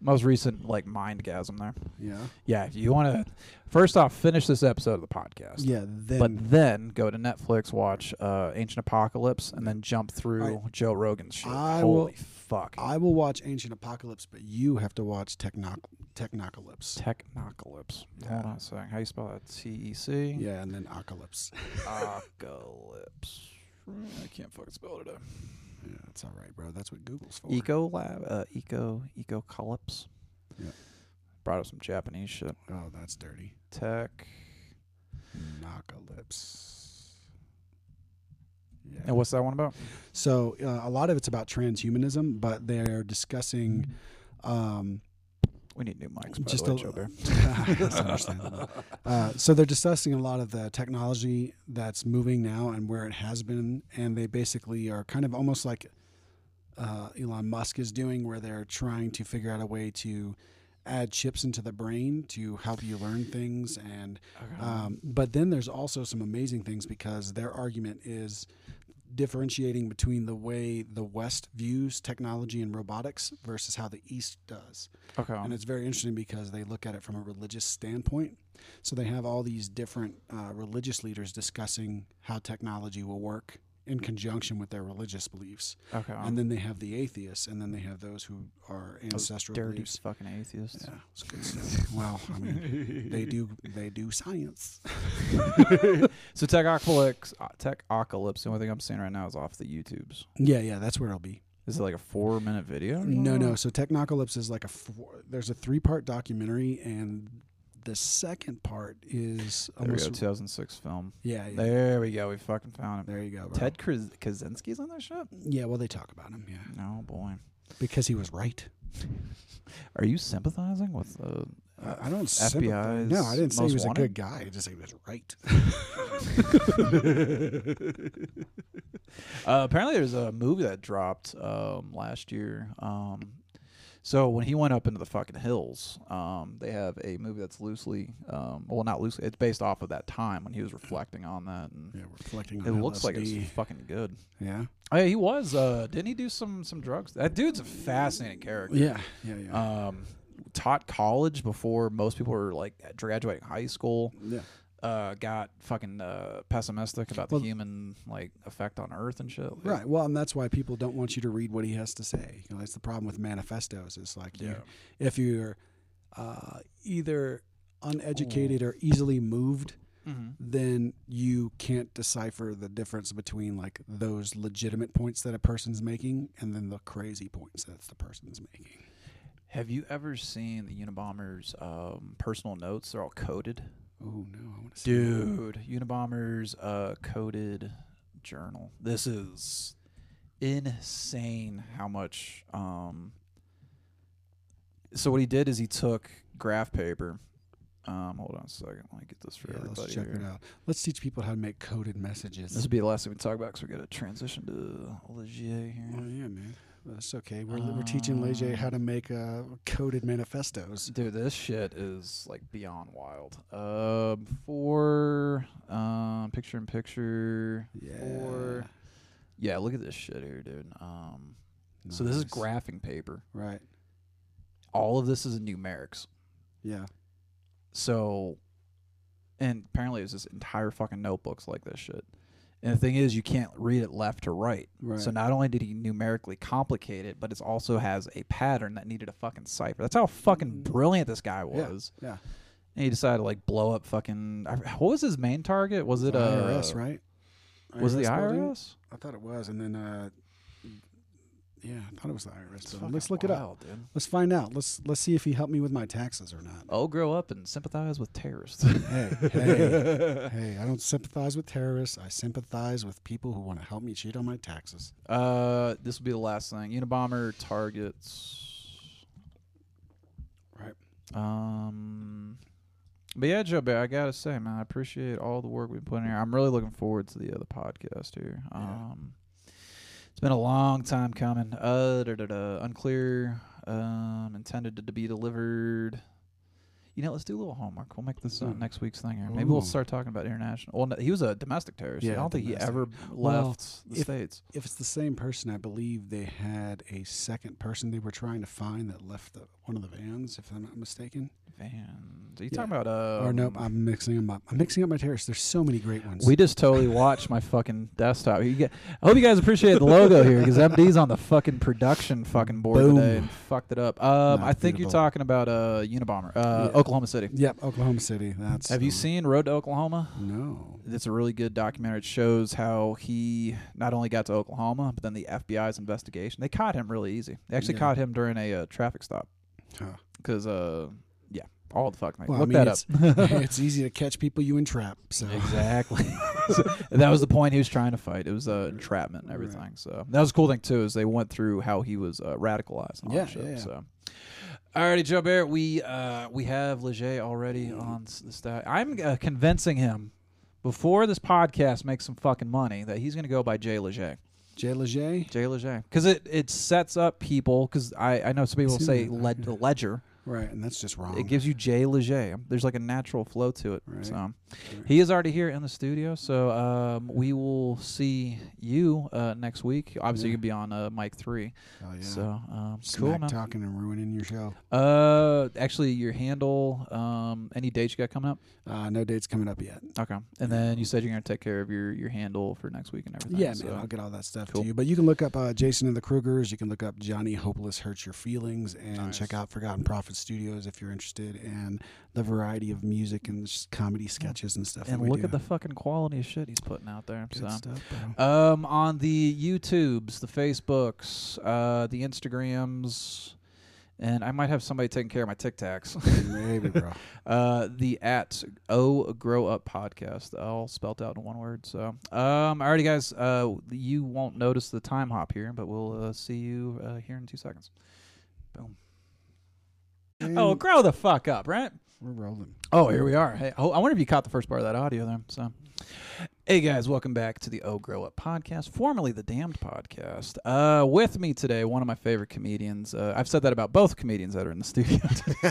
B: Most recent like mindgasm there.
C: Yeah.
B: Yeah, if you want to first off finish this episode of the podcast.
C: Yeah. Then.
B: But then go to Netflix, watch uh, Ancient Apocalypse, and then jump through Joe Rogan's shit.
C: I
B: Holy
C: will-
B: fuck.
C: I will watch Ancient Apocalypse, but you have to watch Techno- Technocalypse.
B: Technocalypse. Hold on a second. How you spell that? T E C.
C: Yeah, and then Apocalypse.
B: Apocalypse. I can't fucking spell it. Today.
C: yeah, that's all right, bro. That's what Google's for.
B: Eco lab. Uh, eco. Ecocalypse.
C: Yeah.
B: Brought up some Japanese shit.
C: Oh, that's dirty.
B: Tech.
C: Apocalypse. Yeah.
B: And what's that one about?
C: So uh, a lot of it's about transhumanism, but they're discussing. Um,
B: We need new mics. By
C: Just
B: the way,
C: a-
B: Joe Bear.
C: That's understandable. Uh, so they're discussing a lot of the technology that's moving now and where it has been, and they basically are kind of almost like uh, Elon Musk is doing, where they're trying to figure out a way to add chips into the brain to help you learn things and um, but then there's also some amazing things because their argument is differentiating between the way the West views technology and robotics versus how the East does.
B: Okay.
C: And it's very interesting because they look at it from a religious standpoint. So they have all these different uh, religious leaders discussing how technology will work in conjunction with their religious beliefs.
B: Okay.
C: And then they have the atheists, and then they have those who are ancestral
B: dirty
C: beliefs.
B: fucking atheists.
C: Yeah, it's good stuff. well, I mean, they do they do science.
B: So Techocalypse, uh, Techocalypse. The only thing I'm seeing right now is off the YouTubes.
C: Yeah, yeah, that's where it'll be.
B: Is it like a four minute video?
C: No, no. So Technocalypse is like a four, there's a three part documentary, and the second part is
B: There we go.
C: almost
B: 2006 film.
C: yeah, yeah.
B: There we go. We fucking found it.
C: There you go. Bro.
B: Ted Kras- Kaczynski's on that shit.
C: Yeah, well, they talk about him. Yeah,
B: Oh boy.
C: because he was right.
B: Are you sympathizing with the?
C: Uh, I don't.
B: FBI's
C: sympathize- No, I didn't say he
B: most
C: was a
B: wanted?
C: good guy. I just say he was right.
B: Uh, apparently, there's a movie that dropped um, last year. Um, so when he went up into the fucking hills, um, they have a movie that's loosely, um, well, not loosely. It's based off of that time when he was reflecting on that, and
C: Yeah, we're reflecting.
B: it
C: on
B: looks like it's
C: LSD.
B: fucking good.
C: yeah,
B: Oh, yeah, he was. Uh, didn't he do some some drugs? That dude's a fascinating character.
C: yeah, yeah, yeah.
B: Um, taught college before most people were like graduating high school.
C: yeah.
B: Uh, got fucking uh, pessimistic about the
C: Well-
B: human like effect on Earth and shit. Like,
C: Right. Well, and that's why people don't want you to read what he has to say. You know, that's the problem with manifestos. It's like you, if you're uh, either uneducated or easily moved,
B: Mm-hmm.
C: then you can't decipher the difference between like those legitimate points that a person's making and then the crazy points that the person's making.
B: Have you ever seen the Unabomber's um, personal notes? They're all coded.
C: Oh no, I want to see.
B: Dude, Unabomber's uh, coded journal. This is insane how much. Um, so, what he did is he took graph paper. Um, hold on a second. Let me get this for
C: Yeah,
B: everybody.
C: let's check
B: here.
C: it out. Let's teach people how to make coded messages.
B: This would be the last thing we talk about because we're going to transition to Olivier
C: Oh
B: here.
C: yeah, man. That's okay. We're, we're teaching Leje how to make uh, coded manifestos.
B: Dude, this shit is like beyond wild. Um, for um, picture in picture. For yeah, look at this shit here, dude. Um, so this is
C: Nice.
B: graphing paper.
C: Right.
B: All of this is in numerics.
C: Yeah.
B: So, and apparently it's this entire fucking notebooks like this shit. And the thing is, you can't read it left to right.
C: Right.
B: So not only did he numerically complicate it, but it also has a pattern that needed a fucking cipher. That's how fucking brilliant this guy
C: Mm. Yeah.
B: was.
C: Yeah.
B: And he decided to like blow up fucking. I- What was his main target? Was it uh,
C: IRS, right?
B: Was it the
C: building?
B: IRS?
C: I thought it was, and then uh, yeah, I thought it was the IRS. building.
B: Fucking
C: Let's look it up.
B: wild, dude.
C: Let's find out. Let's let's see if he helped me with my taxes or not.
B: Oh, grow up and sympathize with terrorists.
C: Hey, hey, hey! I don't sympathize with terrorists. I sympathize with people who want to help me cheat on my taxes.
B: uh, this will be the last thing. Unabomber targets.
C: Right.
B: Um, but yeah, Joe Bear, I gotta say, man, I appreciate all the work we put in here. I'm really looking forward to the other podcast here. Um, it's been a long time coming. Uh, da, da, da, unclear. Um, intended to, to be delivered. You know, let's do a little homework. We'll make this uh,
C: Hmm.
B: next week's thing here. Maybe we'll
C: Ooh.
B: start talking about international. Well, no, he was a domestic terrorist. I
C: Yeah,
B: don't think he
C: domestic.
B: ever
C: Well,
B: left the
C: if-
B: states.
C: If it's the same person, I believe they had a second person they were trying to find that left the, one of the vans, if I'm not mistaken.
B: Vans. Are you
C: Yeah.
B: talking about? Uh,
C: or nope, I'm mixing them up. I'm mixing up my terrorists. There's so many great ones.
B: We just totally watched my fucking desktop. You get, I hope you guys appreciate the logo here because MD's on the fucking production fucking board
C: Boom.
B: today and fucked it up. Um,
C: Nah,
B: I think
C: beautiful.
B: you're talking about uh, Unabomber, uh,
C: Yeah.
B: Oklahoma City.
C: Yep, Oklahoma City. That's uh,
B: Have you seen Road to Oklahoma?
C: No.
B: It's a really good documentary. It shows how he not only got to Oklahoma, but then the FBI's investigation. They caught him really easy. They actually
C: Yeah.
B: caught him during a uh, traffic stop
C: Huh.
B: because, uh, yeah, all the fuck, man.
C: Well,
B: Look
C: I mean,
B: that up.
C: it's, it's easy to catch people you entrap. So
B: Exactly. So, that was the point he was trying to fight. It was uh, entrapment and everything. So that was a cool thing too, is they went through how he was uh, radicalized. And all
C: Yeah,
B: that shit,
C: yeah, yeah.
B: So. Alrighty, Joe Barrett. We uh, we have Leger already on s- the stack. I'm uh, convincing him before this podcast makes some fucking money that he's going to go by Jay Leger.
C: Jay Leger.
B: Jay Leger, because it, it sets up people. Because I, I know some people
C: Seen
B: say
C: that,
B: led, ledger,
C: Right, and that's just wrong.
B: It gives you Jay Leger. There's like a natural flow to it.
C: Right.
B: So he is already here in the studio. So um, we will see you uh, next week. Obviously, you'll be on uh, mic three.
C: oh, yeah.
B: So um, cool,
C: Smack
B: man.
C: talking and ruining your show.
B: Uh, actually, your handle. Um, any dates you got coming up?
C: Uh, no dates coming up yet.
B: Okay, and then you said you're gonna take care of your your handle for next week and everything.
C: Yeah,
B: so.
C: man, I'll get all that stuff
B: Cool.
C: to you. But you can look up uh, Jason and the Krugers. You can look up Johnny Hopeless Hurts Your Feelings and check out Forgotten Prophet Studios if you're interested in the variety of music and s- comedy sketches and stuff. that
B: and
C: we
B: look
C: do.
B: at the fucking quality of shit he's putting out there.
C: Good
B: so.
C: stuff, bro.
B: Um, on the YouTubes, the Facebooks, uh, the Instagrams, and I might have somebody taking care of my Tic Tacs.
C: Maybe, bro.
B: uh, the at O Grow Up Podcast, all spelt out in one word. So, um, alrighty, guys, uh, you won't notice the time hop here, but we'll uh, see you uh, here in two seconds. Boom. Oh, grow the fuck up, right?
C: We're rolling.
B: Oh, here we are. Hey, oh, I wonder if you caught the first part of that audio there. So, hey guys, welcome back to the Oh Grow Up podcast, formerly the Damned podcast. Uh, with me today, one of my favorite comedians. Uh, I've said that about both comedians that are in the studio.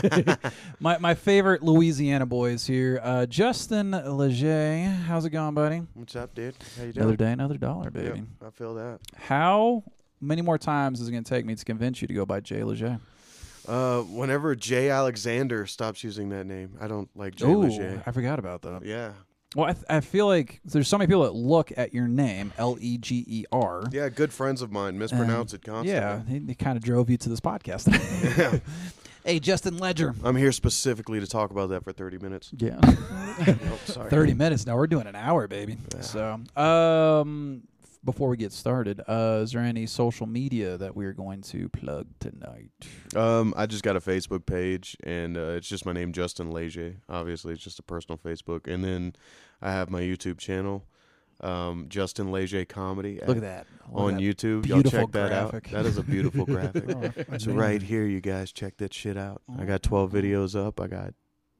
B: today. my my favorite Louisiana boys here, uh, Justin Leger. How's it going, buddy?
A: What's up, dude? How you doing?
B: Another day, another dollar, baby.
A: Yeah, I feel that.
B: How many more times is it going to take me to convince you to go by Jay Leger?
A: Uh, whenever Jay Alexander stops using that name, I don't like Jay
B: Ooh,
A: Leger.
B: I forgot about that.
A: Yeah,
B: Well, I, th- I feel like there's so many people that look at your name, L E G E R.
A: yeah. Good friends of mine mispronounce it constantly.
B: Um, Yeah, he, kind of drove you to this podcast. hey, Justin Ledger.
A: I'm here specifically to talk about that for 30 minutes.
B: Yeah,
A: Oh, sorry.
B: 30 minutes. No, we're doing an hour, baby. So, um, f- before we get started, uh, is there any social media that we're going to plug tonight?
A: Um, I just got a Facebook page, and uh, it's just my name, Justin Leger. Obviously, it's just a personal Facebook, and then I have my YouTube channel, um, Justin Leger Comedy.
B: Look at that. Look at
A: on
B: that.
A: YouTube. Y'all
B: beautiful
A: check that
B: graphic. Oh,
A: out. That is a beautiful graphic. It's right here, you guys. Check that shit out. I got 12 videos up. I got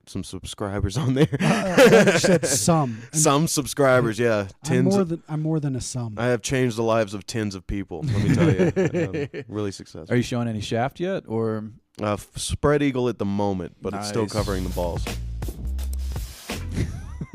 A: some subscribers on there.
B: Uh,
C: I said some. And
A: some subscribers, yeah.
C: I'm
A: Tens.
C: more than I'm more than a sum.
A: I have changed the lives of tens of people. Let me tell you, And I'm really
B: Are
A: successful.
B: you showing any shaft yet? Or
A: Uh, f- spread eagle at the moment, but it's still
B: Nice.
A: covering the balls.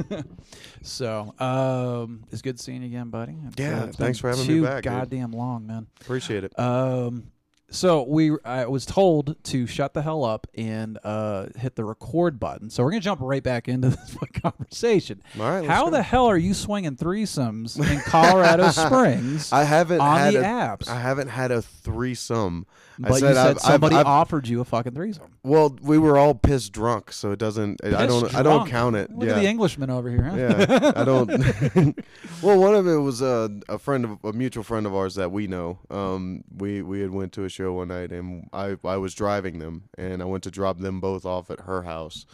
B: so, um, it's good seeing you again, buddy. It's,
A: Yeah,
B: it's
A: thanks
B: been
A: for having me
B: too
A: back, dude.
B: Goddamn long, man.
A: Appreciate it.
B: Um, so we I was told to shut the hell up and uh, hit the record button. So we're gonna jump right back into this fucking conversation.
A: All right, let's
B: How
A: go.
B: the hell are you swinging threesomes in Colorado Springs?
A: I haven't
B: on
A: had
B: the
A: a,
B: apps.
A: I haven't had a threesome.
B: but you
A: I said,
B: said
A: I've- I've-
B: somebody
A: I've-
B: offered you a fucking threesome.
A: Well, we were all pissed drunk, so it doesn't. I don't.
B: Piss
A: I don't
B: drunk.
A: count it.
B: Look
A: yeah.
B: at the Englishman over here. Huh?
A: yeah, I don't. well, one of it was uh, a friend of a mutual friend of ours that we know. Um, we we had went to a show one night, and I I was driving them, and I went to drop them both off at her house,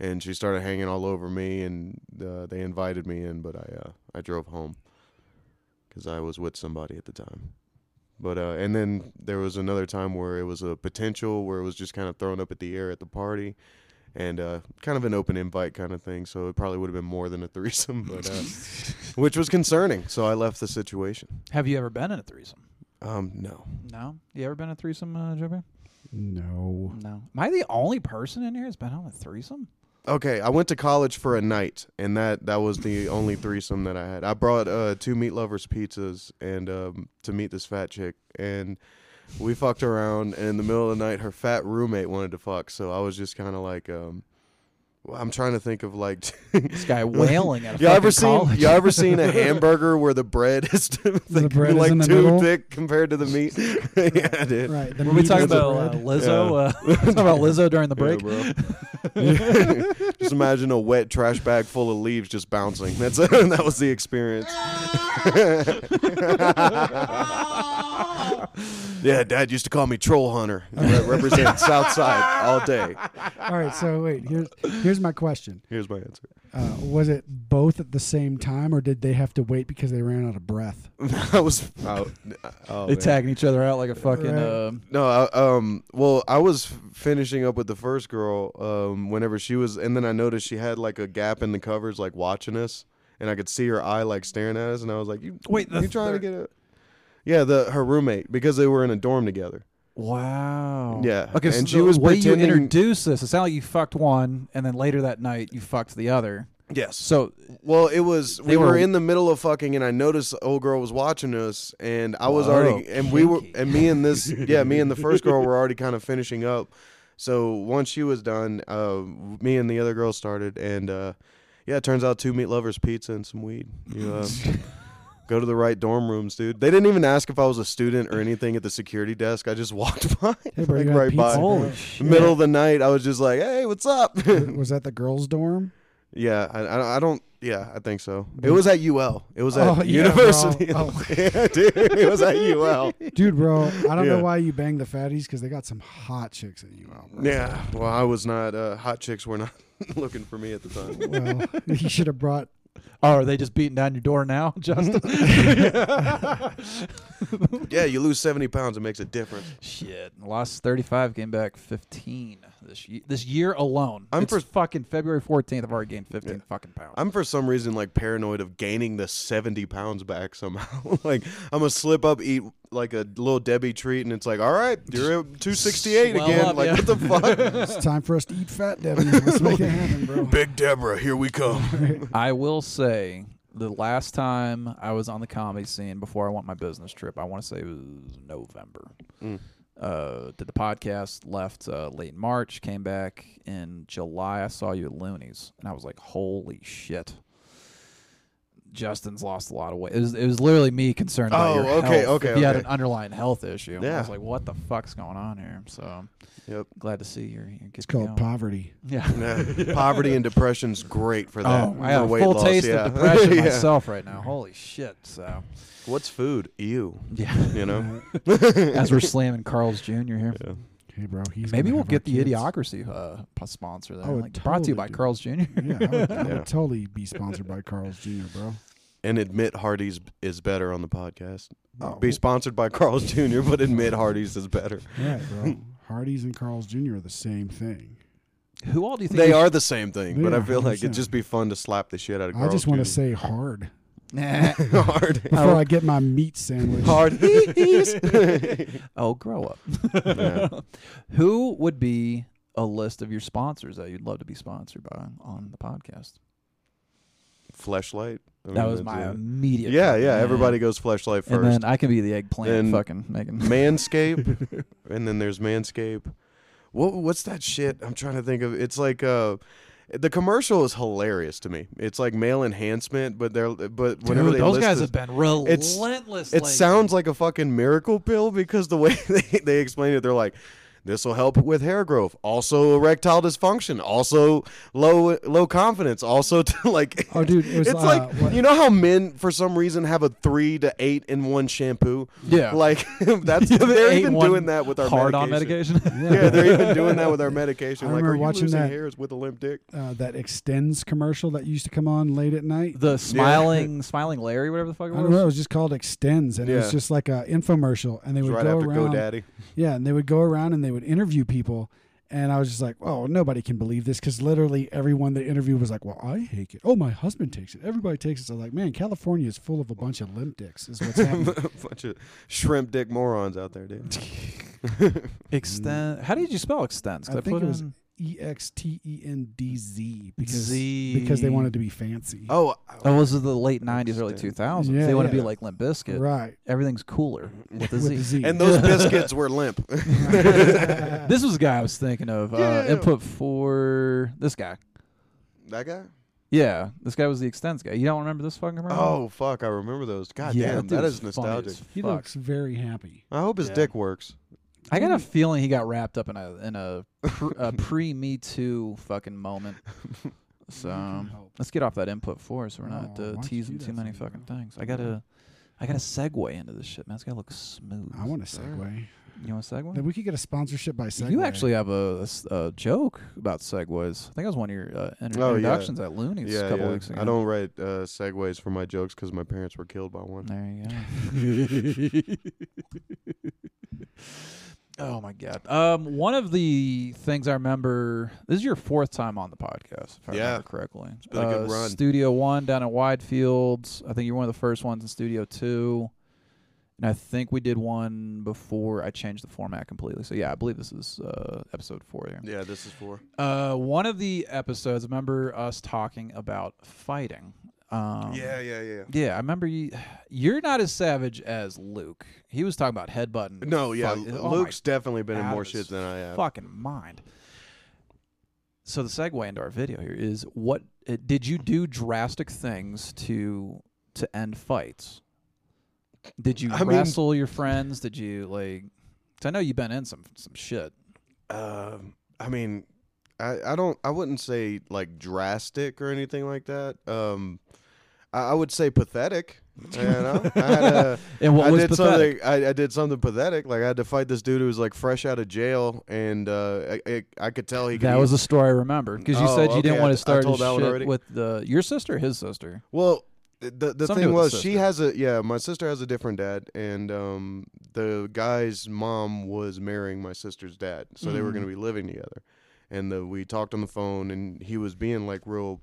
A: and she started hanging all over me, and uh, they invited me in, but I uh, I drove home because I was with somebody at the time. But uh, and then there was another time where it was a potential where it was just kind of thrown up at the air at the party, and uh, kind of an open invite kind of thing. So it probably would have been more than a threesome, but uh, which was concerning. So I left the situation.
B: Have you ever been in a threesome?
A: Um, no,
B: No. You ever been in a threesome, uh, Joe Bear?
C: No.
B: No. Am I the only person in here that's been on a threesome?
A: okay. I went to college for a night, and that that was the only threesome that I had. I brought uh, two meat lovers pizzas and um, to meet this fat chick, and we fucked around. And in the middle of the night, her fat roommate wanted to fuck, so I was just kind of like, um, well, I'm trying to think of like.
B: This guy wailing at a
A: Y'all
B: fucking
A: ever seen
B: college.
A: y'all ever seen a hamburger where the bread is too- like,
C: bread is
A: like
C: in the
A: too
C: middle?
A: thick compared to the meat? yeah, dude.
C: Right. the
B: Were we
C: meat
B: talking
C: is the
B: about uh,
C: bread.
B: Lizzo? Uh, we're talking about Lizzo during the break.
A: Yeah, bro. just imagine a wet trash bag full of leaves just bouncing. That's that was the experience. yeah, Dad used to call me troll hunter. I represent Southside all day.
C: All right. So wait. Here's here's my question.
A: Here's my answer.
C: Uh, was it both at the same time, or did they have to wait because they ran out of breath?
A: I was oh, oh,
B: They're
A: man.
B: tagging each other out like a fucking.
C: Right.
B: um
A: No, I, um, well, I was f- finishing up with the first girl, um, whenever she was, and then I noticed she had like a gap in the covers, like watching us, and I could see her eye like staring at us, and I was like, "You
B: Wait, the
A: you trying
B: third-
A: to get a?" Yeah, the her roommate because they were in a dorm together.
B: Wow.
A: Yeah,
B: Okay.
A: and
B: so
A: she
B: the
A: was
B: way you
A: pretending-
B: introduced this. It sounded like you fucked one, and then later that night you fucked the other.
A: Yes.
B: So
A: Well, it was we
B: They
A: were,
B: were-
A: in the middle of fucking, and I noticed the old girl was watching us, and I was already, and we were, and me and this, yeah, me and the first girl were already kind of finishing up. So once she was done, uh, me and the other girl started, and uh, yeah, it turns out two meat lovers, pizza, and some weed. You, uh, go to the right dorm rooms, dude. They didn't even ask if I was a student or anything at the security desk. I just walked by,
C: bro,
A: like,
C: you got
A: right
C: pizza,
A: by.
C: bro?
B: holy shit.
A: Middle of the night, I was just like, "Hey, what's up?"
C: Was that the girls' dorm?
A: Yeah, I, I, I don't. Yeah, I think so.
B: Mm.
A: It was at UL. It was at
C: Oh, yeah,
A: University.
C: bro.
B: Oh.
A: yeah, dude, it was at UL.
C: Dude, bro, I don't
A: Yeah.
C: know why you bang the fatties because they got some hot chicks at you. Bro.
A: Yeah. Well, I was not. Uh, hot chicks were not looking for me at the time.
C: Well, you should have brought.
B: Oh, are they just beating down your door now, Justin?
A: yeah, you lose seventy pounds, it makes a difference.
B: Shit, lost thirty-five, came back fifteen this year. This year alone,
A: I'm
B: it's
A: for-
B: fucking February fourteenth. I've already gained fifteen fucking pounds.
A: I'm for some reason like paranoid of gaining the seventy pounds back somehow. like I'm gonna slip up, eat like a little Debbie treat, and it's like, all right, you're at two sixty eight
B: Swell
A: again.
B: up,
A: like
B: yeah.
A: what the fuck?
C: It's time for us to eat fat, Devin. Let's make it happen, bro.
A: Big Deborah, here we come.
B: I will say the last time I was on the comedy scene before I went my business trip, I want to say it was November.
A: Mm.
B: Uh, did the podcast, left uh, late in March, came back in July. I saw you at Looney's, and I was like, holy shit. Justin's lost a lot of weight. It was, it was literally me concerned about
A: Oh,
B: your
A: okay,
B: health.
A: okay,
B: If you had
A: okay.
B: an underlying health issue. I
A: Yeah.
B: was like, what the fuck's going on here? So
A: yep.
B: glad to see you're, you're
C: It's called poverty.
B: Yeah.
A: Yeah. Poverty and depression's great for that.
B: Oh, I
A: for
B: have a
A: weight
B: full
A: loss,
B: taste
A: yeah.
B: of depression
A: Yeah.
B: myself right now. Holy shit! So,
A: What's food? Ew.
B: yeah.
A: You
C: Mm-hmm.
A: know?
B: As we're slamming Carl's Jr. here,
C: Hey, bro. He's
B: maybe
C: gonna
B: we'll
C: have our
B: get the
C: kids.
B: Idiocracy uh, p- sponsor there.
C: I would
B: Like, brought to you
C: totally
B: by
C: do.
B: Carl's Jr.
C: Yeah, I would, I would
A: Yeah.
C: totally be sponsored by Carl's Jr., bro.
A: and admit Hardee's is better on the podcast.
C: Oh.
A: Be sponsored by Carl's Jr., but admit Hardee's is better.
C: Yeah, bro. Hardee's and Carl's Jr. are the same thing.
B: Who all do you think
A: They
B: you
A: are the same thing, but I
C: Yeah,
A: feel like it'd
C: 100%.
A: just be fun to slap the shit out of
C: I
A: Carl's
C: just want to
A: Jr.
C: say hard
B: Nah.
A: hard.
C: before I get my meat sandwich.
A: Hardee's.
B: oh, grow up.
A: Yeah.
B: Who would be a list of your sponsors that you'd love to be sponsored by on the podcast?
A: Fleshlight. I mean,
B: That was
A: that's
B: my
A: it.
B: immediate.
A: Yeah,
B: pick.
A: yeah. Everybody goes fleshlight
B: And
A: first.
B: then I can be the eggplant
A: And-
B: fucking making.
A: Manscape, and then there's Manscape. What what's that shit? I'm trying to think of. It's like uh, the commercial is hilarious to me. It's like male enhancement, but they're but whenever
B: Dude,
A: they
B: those
A: list
B: guys
A: this-
B: have been
A: it's-
B: relentless.
A: it
B: lately.
A: sounds like a fucking miracle pill because the way they, they explain it, they're like, this will help with hair growth, also erectile dysfunction, also low low confidence, also to like.
C: Oh, dude, it was,
A: it's
C: uh,
A: like
C: what-
A: you know how men for some reason have a three to eight in one shampoo.
B: Yeah.
A: like that's they're even doing that with our
B: hard on
A: medication.
B: medication.
A: Yeah, they're even doing that with our medication.
C: I
A: like, are
C: remember
A: you
C: watching
A: losing
C: that.
A: hairs with a limp dick?
C: uh, that extends commercial that used to come on late at night.
B: the smiling, smiling Larry, whatever the fuck it
C: I don't know. It
B: was.
C: was just called extends, and it
A: Yeah.
C: was just like a infomercial, and they
A: It's
C: would
A: right
C: go
A: after
C: around.
A: GoDaddy.
C: Yeah, and they would go around and they would interview people. And I was just like, oh, nobody can believe this because literally everyone they interviewed was like, well, I hate it. Oh, my husband takes it. Everybody takes it. So, like, man, California is full of a bunch of limp dicks, is what's happening.
A: bunch of shrimp dick morons out there, dude.
B: Extend. How did you spell extends? 'Cause
C: I think
B: put
C: it was
B: in-
C: E X T E N D Z because
B: Z.
C: because they wanted to be fancy.
A: Oh,
B: Oh, this is the late '90s, early 2000s.
C: Yeah,
B: they want to be
C: yeah.
B: like Limp Bizkit.
C: right.
B: Everything's cooler with a
C: With
B: Z.
C: the Z.
A: and those biscuits were limp.
B: This was the guy I was thinking of. Uh, input for this guy.
A: that guy?
B: Yeah, this guy was the extends guy. You don't remember this fucking commercial?
A: Oh fuck, I remember those. God
B: yeah,
A: damn,
B: dude
A: that
B: was
A: is
B: funny as
A: nostalgic.
C: he
B: fuck.
C: looks very happy.
A: I hope his dick works.
B: I got a feeling he got wrapped up in a in a, pr- a pre Me Too fucking moment. So um,
C: hope.
B: let's get off that input for so we're not
C: Oh, why
B: uh,
C: don't you
B: teasing
C: do
B: too
C: that
B: many
C: to me,
B: fucking
C: bro?
B: things. I gotta, I gotta segue into this shit, man. It's gotta look smooth.
C: I want to segue.
B: you want to segue?
C: Then we could get a sponsorship by segue.
B: You actually have a, a s- a joke about segues. I think that was one of your uh, inter-
A: Oh, yeah.
B: introductions at Looney's a
A: Yeah,
B: couple
A: yeah.
B: weeks ago.
A: I don't write uh, segues for my jokes because my parents were killed by one.
B: There you go. oh my god. Um, one of the things I remember. This is your fourth time on the podcast, if I
A: Yeah.
B: remember correctly. Uh, It's
A: been a good run.
B: Studio One down at Wide Fields. I think you're one of the first ones in Studio Two, And I think we did one before I changed the format completely. So yeah, I believe this is uh, episode four here.
A: Yeah, this is for.
B: Uh, one of the episodes, remember us talking about fighting. Um,
A: Yeah, yeah, yeah.
B: Yeah, I remember you. You're not as savage as Luke. He was talking about headbutting.
A: No, yeah.
B: Fuck-
A: L-
B: oh my
A: Luke's definitely been in
B: out
A: more
B: of
A: shit
B: his
A: than I have.
B: Fucking mind. So the segue into our video here is what uh, did you do drastic things to to end fights? Did you
A: I mean-
B: wrestle your friends? Did you like? 'cause I know you've been in some some shit.
A: Um, I mean, I, I don't. I wouldn't say like drastic or anything like that. Um, I, I would say pathetic. You know, I had a.
B: And what
A: I
B: was
A: did
B: pathetic?
A: something. I, I did something pathetic. Like I had to fight this dude who was like fresh out of jail, and uh, I, I, I could tell he. Could
B: That
A: eat-
B: was a story I remember because you
A: Oh,
B: said you
A: okay,
B: didn't
A: I-
B: want
A: I
B: to start
A: told
B: his
A: that one
B: shit
A: already.
B: with the your sister, his sister.
A: Well, the the
B: Something to
A: thing
B: do with
A: was,
B: the
A: she
B: sister.
A: has a yeah. My sister has a different dad, and um, the guy's mom was marrying my sister's dad, so they were
B: Mm.
A: going to be living together. And the, we talked on the phone, and he was being like real.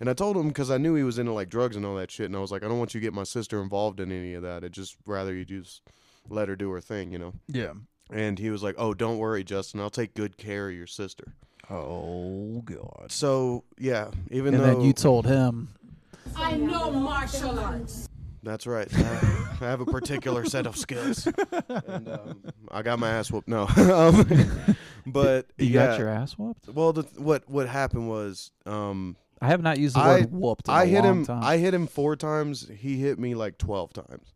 A: And I told him because I knew he was into like drugs and all that shit, and I was like, I don't want you to get my sister involved in any of that. I just rather you just let her do her thing, you know.
B: Yeah.
A: And he was like, Oh, don't worry, Justin. I'll take good care of your sister.
B: Oh god.
A: So yeah, even
B: And
A: though
B: then you told him
H: I know martial arts.
A: That's right. I, I have a particular set of skills. And, um, I got my ass whooped. No, um, but
B: you
A: yeah.
B: got your ass whooped.
A: well, the, what what happened was um,
B: I have not used the
A: I
B: word whooped. In
A: I
B: a
A: hit
B: long
A: him.
B: Time.
A: I hit him four times. He hit me like twelve times.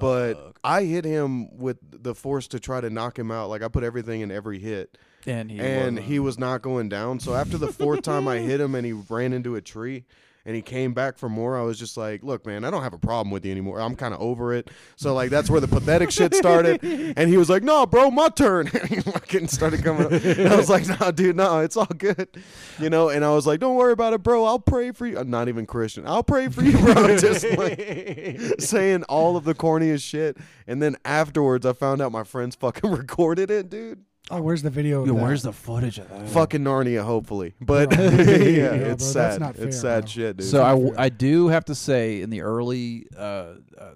A: But I hit him with the force to try to knock him out. Like I put everything in every hit,
B: and he
A: and
B: wasn't.
A: he was not going down. So after the fourth time I hit him and he ran into a tree and he came back for more, I was just like, look, man, I don't have a problem with you anymore. I'm kind of over it. So, like, that's where the pathetic shit started. And he was like, no, bro, my turn. And he fucking started coming up. And I was like, no, dude, no, it's all good. You know, and I was like, don't worry about it, bro. I'll pray for you. I'm not even Christian. I'll pray for you, bro. just like saying all of the corniest shit. And then afterwards, I found out my friends fucking recorded it, dude
C: Oh, where's the video? Of
B: Yo,
C: that?
B: where's the footage of that?
A: fucking Narnia, hopefully. But yeah,
C: bro,
A: it's
C: that's
A: sad.
C: not
A: it's
C: fair,
A: sad
C: bro.
A: shit, dude.
B: So I, w- I do have to say in the early uh, uh,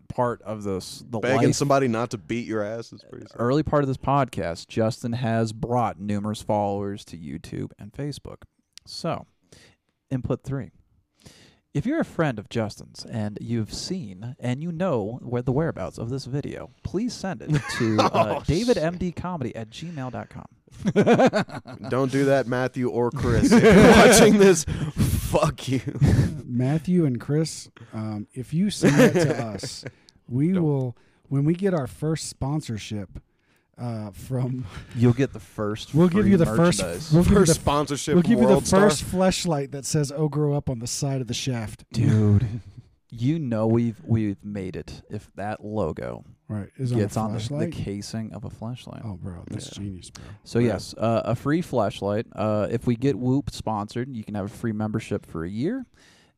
B: part of this the
A: begging
B: life-
A: somebody not to beat your ass is pretty. Sad.
B: early part of this podcast, Justin has brought numerous followers to YouTube and Facebook. So, input three. If you're a friend of Justin's and you've seen and you know where the whereabouts of this video, please send it to
A: Oh,
B: uh, davidmdcomedy at gmail.com.
A: Don't do that, Matthew or Chris. If you're watching this, fuck you.
C: Matthew and Chris, um, if you send that to us, we will when we get our first sponsorship uh, from
B: You'll get the first.
C: we'll give
B: free
C: you the first
B: merchandise.
C: we'll give you
A: First
C: the,
A: sponsorship.
C: we'll
A: from
C: give you the
A: World Star.
C: first flashlight that says "Oh, grow up" on the side of the shaft.
B: dude. You know we've we've made it if that logo
C: Right, is on
B: gets
C: a
B: on the, the
C: flashlight.
B: casing of a flashlight.
C: oh, bro, that's genius, bro.
B: So yes, uh, a free flashlight. Uh, if we get Whoop sponsored, you can have a free membership for a year,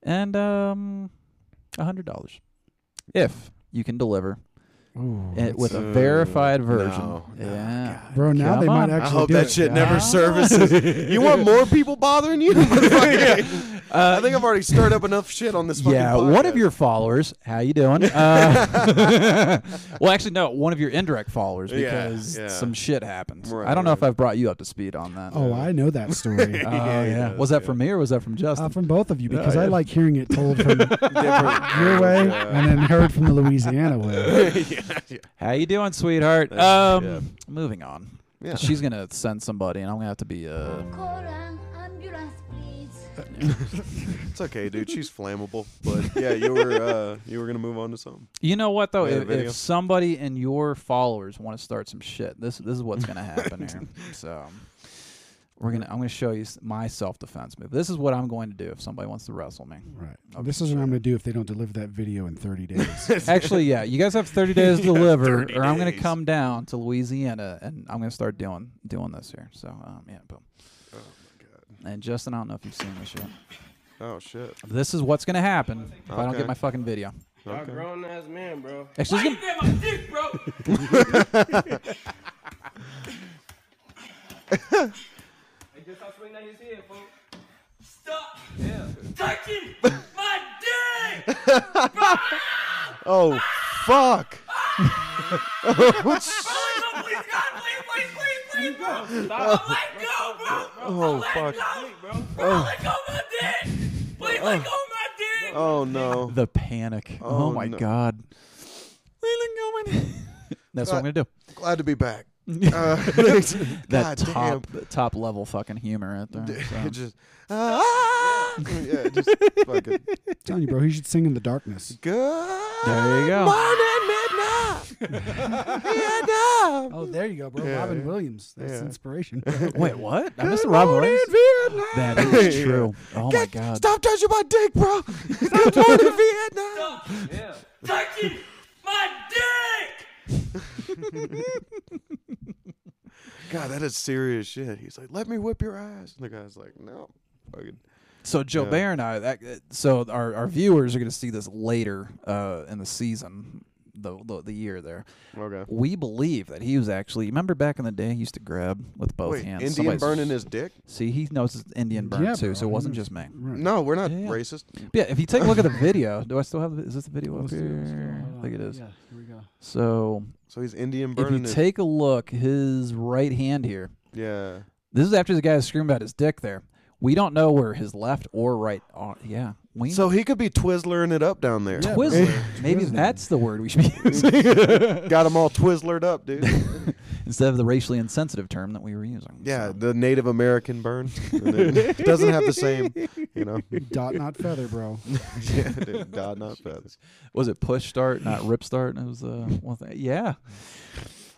B: and um, a hundred dollars if you can deliver
C: Ooh,
B: it with a
A: that's-
B: verified
A: Uh,
B: version.
A: no, no,
B: yeah,
C: bro, now
B: Come
C: they
B: on.
C: might
B: I
A: I
C: actually.
A: hope
C: do
A: that
C: it,
A: shit
C: yeah.
A: never services. You want more people bothering you? Motherfucker.
C: Uh,
A: I think I've already stirred up enough shit on this. fucking
B: yeah. One
A: podcast.
B: of your followers. How you doing? Uh, well, actually, no. One of your indirect followers
A: Yeah,
B: because
A: yeah.
B: some shit happened.
A: Right,
B: I don't know if
A: right.
B: I've brought you up to speed on that.
C: Oh, I Uh, know that story.
B: Oh,
C: Uh,
B: yeah.
A: yeah,
B: Was that from me or was that from Justin?
C: from both of you because I
B: yeah.
C: like hearing it told from
A: different
C: your way
A: Yeah.
C: and then heard from the Louisiana way.
B: How you doing, sweetheart? Um, moving on.
A: Yeah.
B: She's gonna send somebody, and I'm gonna have to be. Uh,
H: Call an ambulance, please.
A: It's okay, dude. She's flammable, but yeah, you were uh, you were gonna move on to something.
B: you know what though?
A: Yeah,
B: If,
A: video.
B: if somebody in your followers want to start some shit, this this is what's gonna happen here. So we're gonna. I'm gonna show you s- my self defense move. This is what I'm going to do if somebody wants to wrestle me.
C: Right. This is what I'm going to do if they don't deliver that video in 30 days.
B: Actually, yeah, you guys have 30 days to deliver, or I'm gonna come down to Louisiana and I'm gonna start doing doing this here. So um, yeah, boom. And Justin, I don't know if you've seen this yet.
A: Oh shit.
B: This is what's gonna happen if I don't
A: Okay.
B: get my fucking video.
F: Y'all grown ass men, bro.
B: Actually, it's
G: You
B: gonna-
G: get my dick, bro.
F: I guess I'll swing down his head, folks.
G: Stop touching my dick.
A: Oh fuck.
G: Please, please, God, please, please, please, please, bro.
F: Stop.
G: Don't let go, Oh, bro.
A: Oh,
G: Don't let
A: fuck.
G: go.
F: Bro.
G: Don't let go of my dick. Please let go of my dick.
A: Oh no.
B: The panic. Oh,
A: Oh,
B: my
A: no.
B: god. That's what I'm gonna do.
A: Glad to be back. Uh, God
B: That
A: damn.
B: top top level fucking humor right there. so.
A: It just, ah, yeah, just fucking.
C: telling you, bro, he should sing in the darkness.
A: Good
B: There you go.
A: morning, midnight. Vietnam.
C: Oh, there you go, bro.
A: Yeah,
C: Robin
A: yeah.
C: Williams. That's
A: Yeah.
C: inspiration.
B: Wait, what? I missed
A: Good
B: the Rob
A: morning,
B: Williams.
A: Vietnam.
B: That is
A: Yeah.
B: true. Oh my
A: Get-
B: god.
A: Stop touching my dick, bro. Good morning, Vietnam.
F: Yeah.
G: Touching my dick.
A: God, that is serious shit. He's like, let me whip your ass. And the guy's like, no. Fucking.
B: So Joe
A: Yeah.
B: Bear and I, that, so our, our viewers are going to see this later uh, in the season, the, the the year there.
A: Okay.
B: We believe that he was actually. Remember back in the day, he used to grab with both
A: Wait,
B: hands.
A: Indian
B: Somebody's-
A: burning his dick?
B: See, he knows it's Indian burn
C: Yeah,
B: too, so
C: bro.
B: it wasn't just me.
A: No, we're not
B: Hmm. Yeah, yeah.
A: racist.
B: But yeah, if you take a look at the video, do I still have? the- Is this the video up here? I think it is.
C: Yeah, here we go.
B: So
A: So he's Indian
B: if you
A: burning his.
B: take a look, his right hand here.
A: yeah.
B: This is after the guy screamed about his dick. There, we don't know where his left or right. Are. Yeah, we
A: So he could be Twizzlering it up down there.
B: Twizzler. Maybe that's the word we should be using
A: Got them all Twizzlered up, dude.
B: instead of the racially insensitive term that we were using.
A: Yeah,
B: So-
A: the Native American burn And it doesn't have the same, you know.
C: Dot not feather, bro.
A: yeah, dude, dot not feathers.
B: Was it push start, not rip start? It was uh, one thing. Yeah.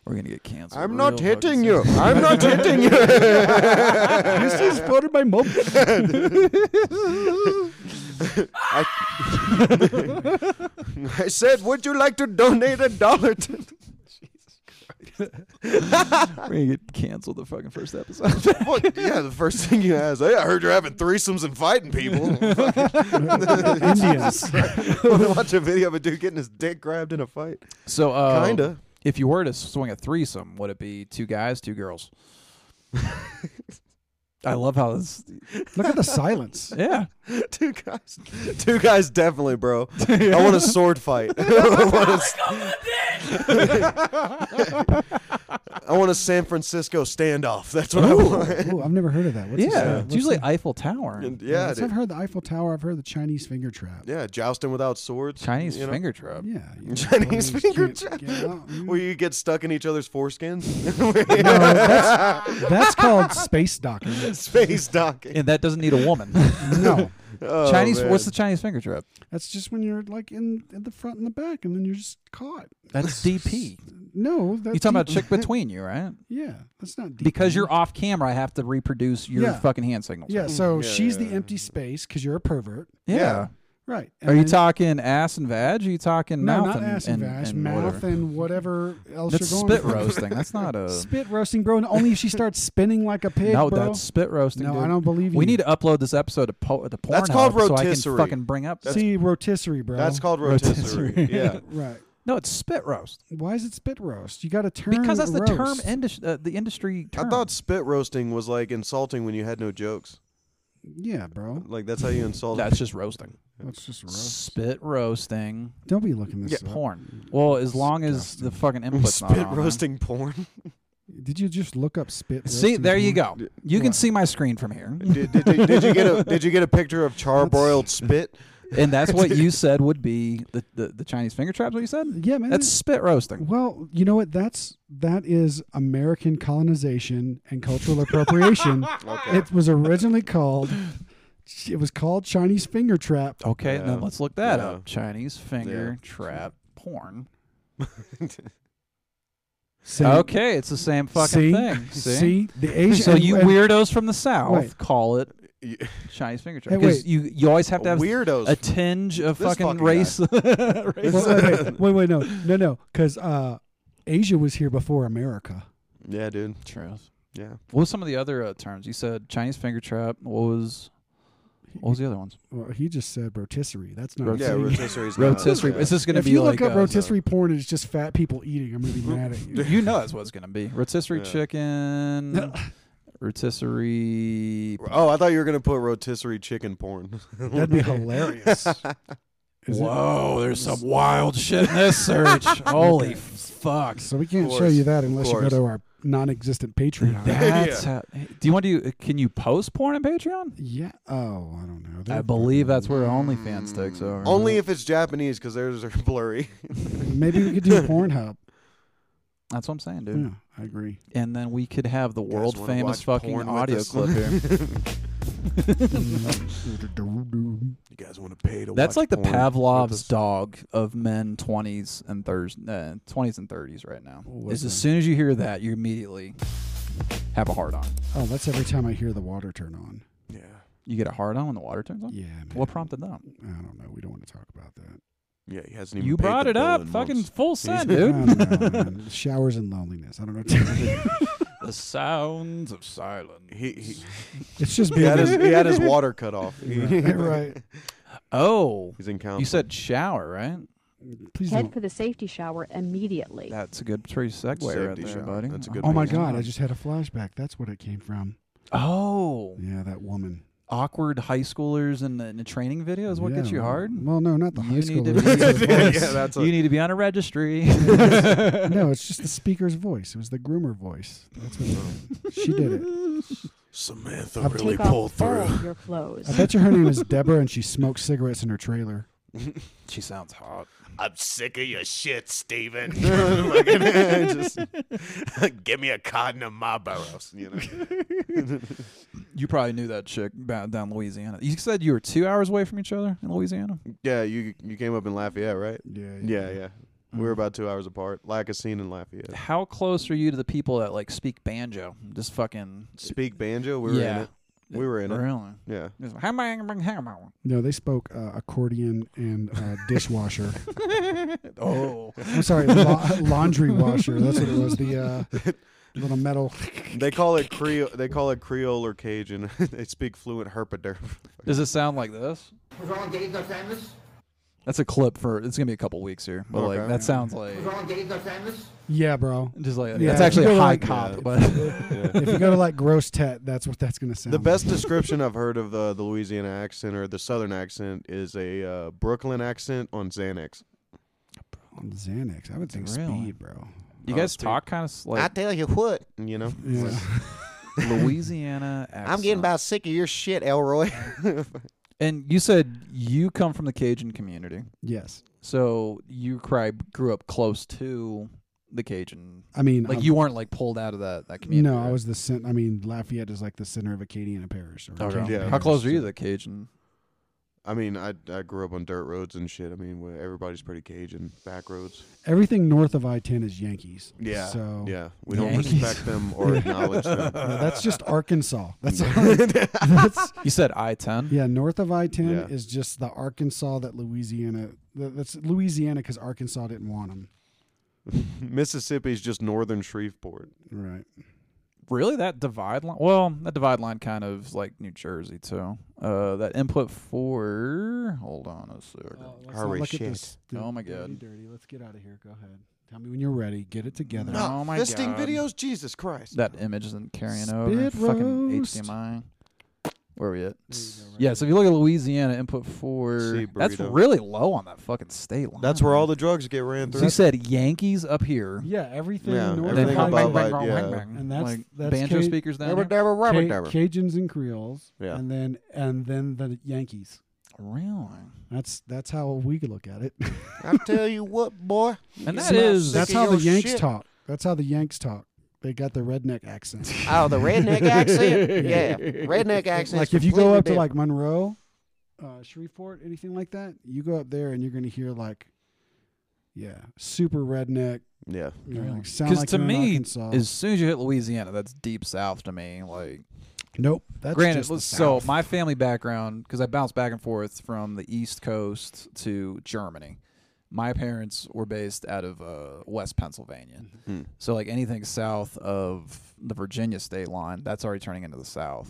B: We're gonna get canceled.
A: I'm
B: real
A: not
B: fucking
A: hitting
B: soon.
A: you. I'm not hitting you.
C: this is voted by Mob.
A: I, I said, would you like to donate a dollar to?
B: We're gonna get canceled the fucking first episode.
A: Well, yeah, the first thing you ask. Hey, I heard you're having threesomes and fighting people.
C: Indians.
A: Want to watch a video of a dude getting his dick grabbed in a fight?
B: so uh,
A: Kinda.
B: If you were to swing a threesome, would it be two guys, two girls? I love how this.
C: Look at the silence.
B: Yeah.
A: two guys, two guys, definitely, bro. I want a sword fight. I, want a s- I want a San Francisco standoff. That's what I want.
C: Ooh, I've never heard of that. What's this, uh,
B: Yeah.
C: what's
B: It's usually
C: that?
B: Eiffel Tower.
A: And
C: Yeah,
A: yeah,
C: that's- I've
A: dude.
C: heard the Eiffel Tower. I've heard the Chinese finger trap.
A: yeah, jousting without swords.
B: Chinese
A: you know?
B: finger trap.
C: Yeah, you know,
A: Chinese
C: Chinese
A: finger
C: can't
A: trap.
C: get out. Mm.
A: Where you get stuck in each other's foreskins.
C: No, that's, that's called space docking.
A: Space docking.
B: And that doesn't need a woman.
C: No,
A: Oh,
B: Chinese.
A: man.
B: What's the Chinese finger trap?
C: that's just when you're like in at the front and the back, and then you're just caught.
B: That's DP.
C: No, that's
B: You talking about
C: deep-
B: chick between you, right?
C: Yeah, that's not deep.
B: Because you're off camera, I have to reproduce your
C: Yeah.
B: fucking hand signals.
C: Yeah, so
A: Mm-hmm. Yeah,
C: she's
A: yeah.
C: the empty space because you're a pervert,
B: Yeah.
A: Yeah.
C: right?
B: Are you
C: and-
B: talking ass and vag? Are you talking
C: No,
B: mouth
C: not
B: and,
C: ass and,
B: and,
C: vash,
B: and
C: mouth
B: whatever?
C: and whatever else
B: That's
C: you're going
B: spit
C: for.
B: roasting. That's not a.
C: Spit roasting, bro. And only if she starts spinning like a pig,
B: no,
C: bro.
B: that's spit roasting.
C: no,
B: dude.
C: I don't believe you.
B: We need to upload this episode to, po- to Pornhub
A: That's called
B: so I
A: rotisserie.
B: can fucking bring up.
C: see rotisserie, bro.
A: That's called rotisserie.
B: Rotisserie.
A: yeah.
C: right.
B: no, it's spit roast
C: Why is it spit roast? You got to turn
B: because that's the term
C: roast.
B: industry. Uh, the industry term.
A: I thought spit roasting was like insulting when you had no jokes.
C: Yeah, bro.
A: Like that's how you insult.
B: that's just roasting.
C: That's just roast.
B: Spit roasting
C: Don't be looking this up.
B: porn. Well, as long as the fucking input's not
A: spit
B: on, man.
A: roasting porn.
C: Did you just look up spit?
B: See,
C: roasting
B: there you
C: porn?
B: go. You can
C: What?
B: see my screen from here.
A: Did, did, did, did you get a Did you get a picture of charbroiled spit?
B: And that's what you said would be the, the, the Chinese finger traps, what you said?
C: Yeah, man.
B: That's spit roasting.
C: Well, you know what? That's that is American colonization and cultural appropriation. It was originally called. It was called Chinese finger trap.
B: Okay,
A: Yeah.
B: then let's look that
A: Yeah.
B: up. Chinese finger trap porn.
C: Same-
B: okay, it's the same fucking
C: see,
B: thing. See?
C: see, the Asian.
B: So
C: and-
B: you
C: and-
B: weirdos from the South
C: Wait.
B: call it
A: Y-
B: Chinese finger
C: Hey,
B: trap. Because
C: wait.
B: you, you always have to have
A: Weirdos.
B: a tinge of
A: This
B: fucking,
A: fucking guy.
B: race. race.
C: Well, wait, wait, wait, wait, no, no, no, because uh, Asia was here before America.
A: yeah, dude.
B: Truth.
A: Yeah.
B: What was some of the other uh, terms? You said Chinese finger trap. What was what was the other ones?
C: Well, he just said rotisserie. That's not.
A: Yeah.
C: see,
A: Rotisserie's not-
B: Rotisserie.
A: yeah.
B: Is this going to
C: if
B: be
C: you
B: like
C: look up
B: uh,
C: rotisserie porn, it's just fat people eating. I'm gonna be mad at you.
B: you know that's what it's gonna be. Rotisserie
A: Yeah.
B: chicken. rotisserie.
A: Oh, I thought you were gonna put rotisserie chicken porn.
C: That'd be hilarious. Is it?
B: Whoa, there's some wild shit in this search. Holy fuck.
C: So we can't show
A: course,
C: you that unless you go
A: course.
C: to our non-existent Patreon.
B: That's how- do you want to do? uh, Can you post porn on Patreon?
C: yeah. Oh, I don't know.
B: I
C: They're-
B: believe that's where OnlyFans takes over.
A: Only if it's Japanese, because theirs are blurry.
C: Maybe we could do Pornhub.
B: that's what I'm saying, dude.
C: Yeah, I agree.
B: And then we could have the world
A: wanna
B: famous
A: watch
B: fucking
A: porn with
B: audio
A: us?
B: clip here.
A: You guys want to pay to
B: That's
A: watch
B: like the
A: porn?
B: Pavlov's dog of men 20s and thirties, uh, 20s and 30s right now.
C: What
B: Is
C: was
B: as
C: that?
B: soon as you hear that, you immediately have a hard on.
C: Oh, that's every time I hear the water turn on.
A: Yeah.
B: You get a hard on when the water turns on.
C: Yeah. Man.
B: What prompted that?
C: I don't know. We don't want to talk about that.
A: Yeah, he hasn't even
B: You
A: paid
B: brought
A: the
B: it
A: bill
B: up,
A: in
B: fucking
A: months.
B: full send,
C: I
B: dude.
C: don't know, man. Showers and loneliness. I don't know. What to tell you.
B: The sounds of silence.
A: He, he,
C: it's just
A: he,
C: being
A: had his, he had his water cut off.
C: right. right.
B: Oh,
A: He's in counseling.
B: you said shower, right?
C: Please
D: Head
C: don't.
D: for the safety shower immediately.
B: That's a good tree segue right
A: Safety
B: there,
A: shower.
B: buddy.
A: That's a good
C: Oh my
A: reason.
C: God! I just had a flashback. That's what it came from.
B: Oh,
C: Yeah, that woman.
B: awkward high schoolers in the, in the training video is what gets
C: Yeah,
B: you
C: well-
B: hard.
C: Well, no, not the high
B: You need to
C: schoolers. It's the
B: be.
C: voice.
A: yeah, that's
B: you
A: a,
B: need to be on a registry.
C: no, it's just the speaker's voice. It was the groomer voice. That's what she did it.
A: Samantha
C: I'll
A: really
D: Take off
A: pulled
D: all
A: through.
D: of your clothes.
C: I bet you her name is Deborah, and she smokes cigarettes in her trailer.
B: she sounds hot.
I: I'm sick of your shit, Steven. Just, give me a carton of Marlboros, you know.
B: You probably knew that chick ba- down Louisiana. You said you were two hours away from each other in Louisiana.
A: Yeah, you you came up in Lafayette, right?
C: Yeah,
A: Yeah, yeah. We
B: Mm-hmm.
A: were about two hours apart. Lacassine and Lafayette.
B: How close are you to the people that like speak banjo? Just fucking
A: Speak banjo. We were in
B: Yeah.
A: it. We were in it.
B: really.
A: Yeah.
B: Just, "Hang on, hang on, hang on."
C: No, they spoke uh, accordion and uh, dishwasher.
B: Oh,
C: I'm sorry, la- laundry washer. That's what it was. The uh, little metal.
A: They call it Creole. They call it Creole or Cajun. they speak fluent herpaderp.
B: does it sound like this? That's a clip for. It's gonna be a couple weeks here, but like
A: Okay.
B: that sounds like
C: Yeah, bro.
B: just like
C: Yeah,
B: that's actually a
C: it's really
B: high
C: like-
B: cop,
A: Yeah.
B: but
C: If you go to like gross tet, that's what that's gonna sound.
A: The
B: Oh,
A: best description I've heard of the the Louisiana accent or the Southern accent is a uh, Brooklyn accent on Xanax.
C: like. On Xanax. I would think
B: Really?
C: speed, bro.
B: you
A: Oh,
B: guys
A: dude.
B: talk kind of like
I: tell you what,
A: You know,
C: Yeah.
B: Louisiana. Accent.
I: sick of your shit, Elroy.
B: And you said you come from the Cajun community,
C: yes.
B: so you cry, grew up close to the Cajun.
C: I mean, um,
B: Like
C: I'm-
B: you weren't like pulled out of that that community.
C: No, I
B: right?
C: was the cent. I mean, Lafayette is like the center of Acadiana Parish. Or
B: Okay.
C: Acadiana
A: Yeah.
B: How
C: Parish,
B: close are you to
C: so-
B: the Cajun?
A: I mean, I I grew up on dirt roads and shit. I mean, where everybody's pretty Cajun. Back roads.
C: Everything north of I ten is Yankees.
A: Yeah.
C: So
A: Yeah, we don't
B: Oh. Yankees.
A: respect them or acknowledge them.
C: Uh, that's just Arkansas. That's
B: You said I ten.
C: yeah. North of I ten
A: Yeah.
C: is just the Arkansas that Louisiana. that- That's Louisiana because Arkansas didn't want them.
A: Mississippi's just northern Shreveport.
C: Right.
B: Really, that divide line? Well, that divide line kind of is like New Jersey too. Uh, that input four. Hold on a second.
C: let's
A: not Hurry, look at shit. this.
B: Oh, my God.
C: Let's get out of here. Go ahead. Tell me when you're ready. Get it together.
B: No. Oh my
A: Fisting
B: God.
A: videos, Jesus Christ!
B: That image isn't carrying over.
C: Spit
B: Fucking
C: roast.
B: HDMI. Where are we at?
C: go, right
B: yeah, so if you look at Louisiana input four,
A: See,
B: that's
A: burrito.
B: really low on that fucking state line.
A: That's where all
B: man.
A: the drugs get ran
B: You
A: through.
B: Oh, said Yankees up here.
C: Yeah. Everything.
A: Yeah,
C: north
A: everything
C: of I
A: above I- yeah.
C: And that's-
B: like
C: that's
B: banjo
C: Ca-
B: speakers down
A: Dabba
B: there.
A: dabba rabba
C: Ca-
A: dabba.
C: Cajuns and Creoles.
A: Yeah.
C: And then and then the Yankees.
B: Really?
C: That's that's how we could look at it.
I: I tell you what, boy.
B: And
I: You
B: that
I: smell
B: is-
I: sick
C: That's
I: of
C: how the
I: your
C: Yanks
I: shit.
C: talk. That's how the Yanks talk. They got their redneck accent.
I: Oh, the redneck accent. Yeah, redneck accent.
C: like if you go up to like Monroe, uh, Shreveport, anything like that, you go up there and you're gonna hear like, yeah, super redneck.
A: Yeah,
C: You know,
B: Really?
C: like sound like
B: to
C: you're in
B: me,
C: Arkansas.
B: as soon as you hit Louisiana, that's deep south to me. Like,
C: nope. That's
B: granted,
C: just the
B: let's- so
C: South.
B: my family background, because I bounced back and forth from the East Coast to Germany. My parents were based out of uh, West Pennsylvania,
A: Hmm.
B: so like anything south of the Virginia state line, that's already turning into the south.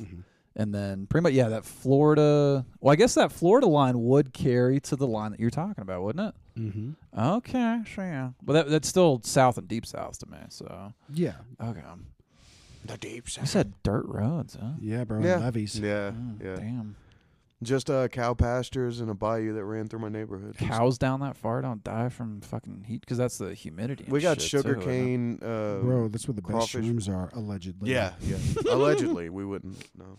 B: And then pretty much, yeah, that Florida. Well, I guess that Florida line would carry to the line that you're talking about, wouldn't it?
C: Mhm.
B: Okay, sure. Yeah. But that, that's still south and deep south to me. So
C: yeah,
B: okay,
I: the deep
B: you said dirt roads, huh?
C: yeah, bro,
A: yeah,
C: levees.
A: yeah, yeah.
B: Damn.
A: Just uh, cow pastures and a bayou that ran through my neighborhood.
B: Cows down that far don't die from fucking heat because that's the humidity. and
A: We got
B: shit, too,
A: sugar
B: isn't it?
A: cane. Uh,
C: Bro, that's where the best
A: crawfish.
C: rooms are, allegedly.
A: Yeah, yeah. Allegedly, we wouldn't. No.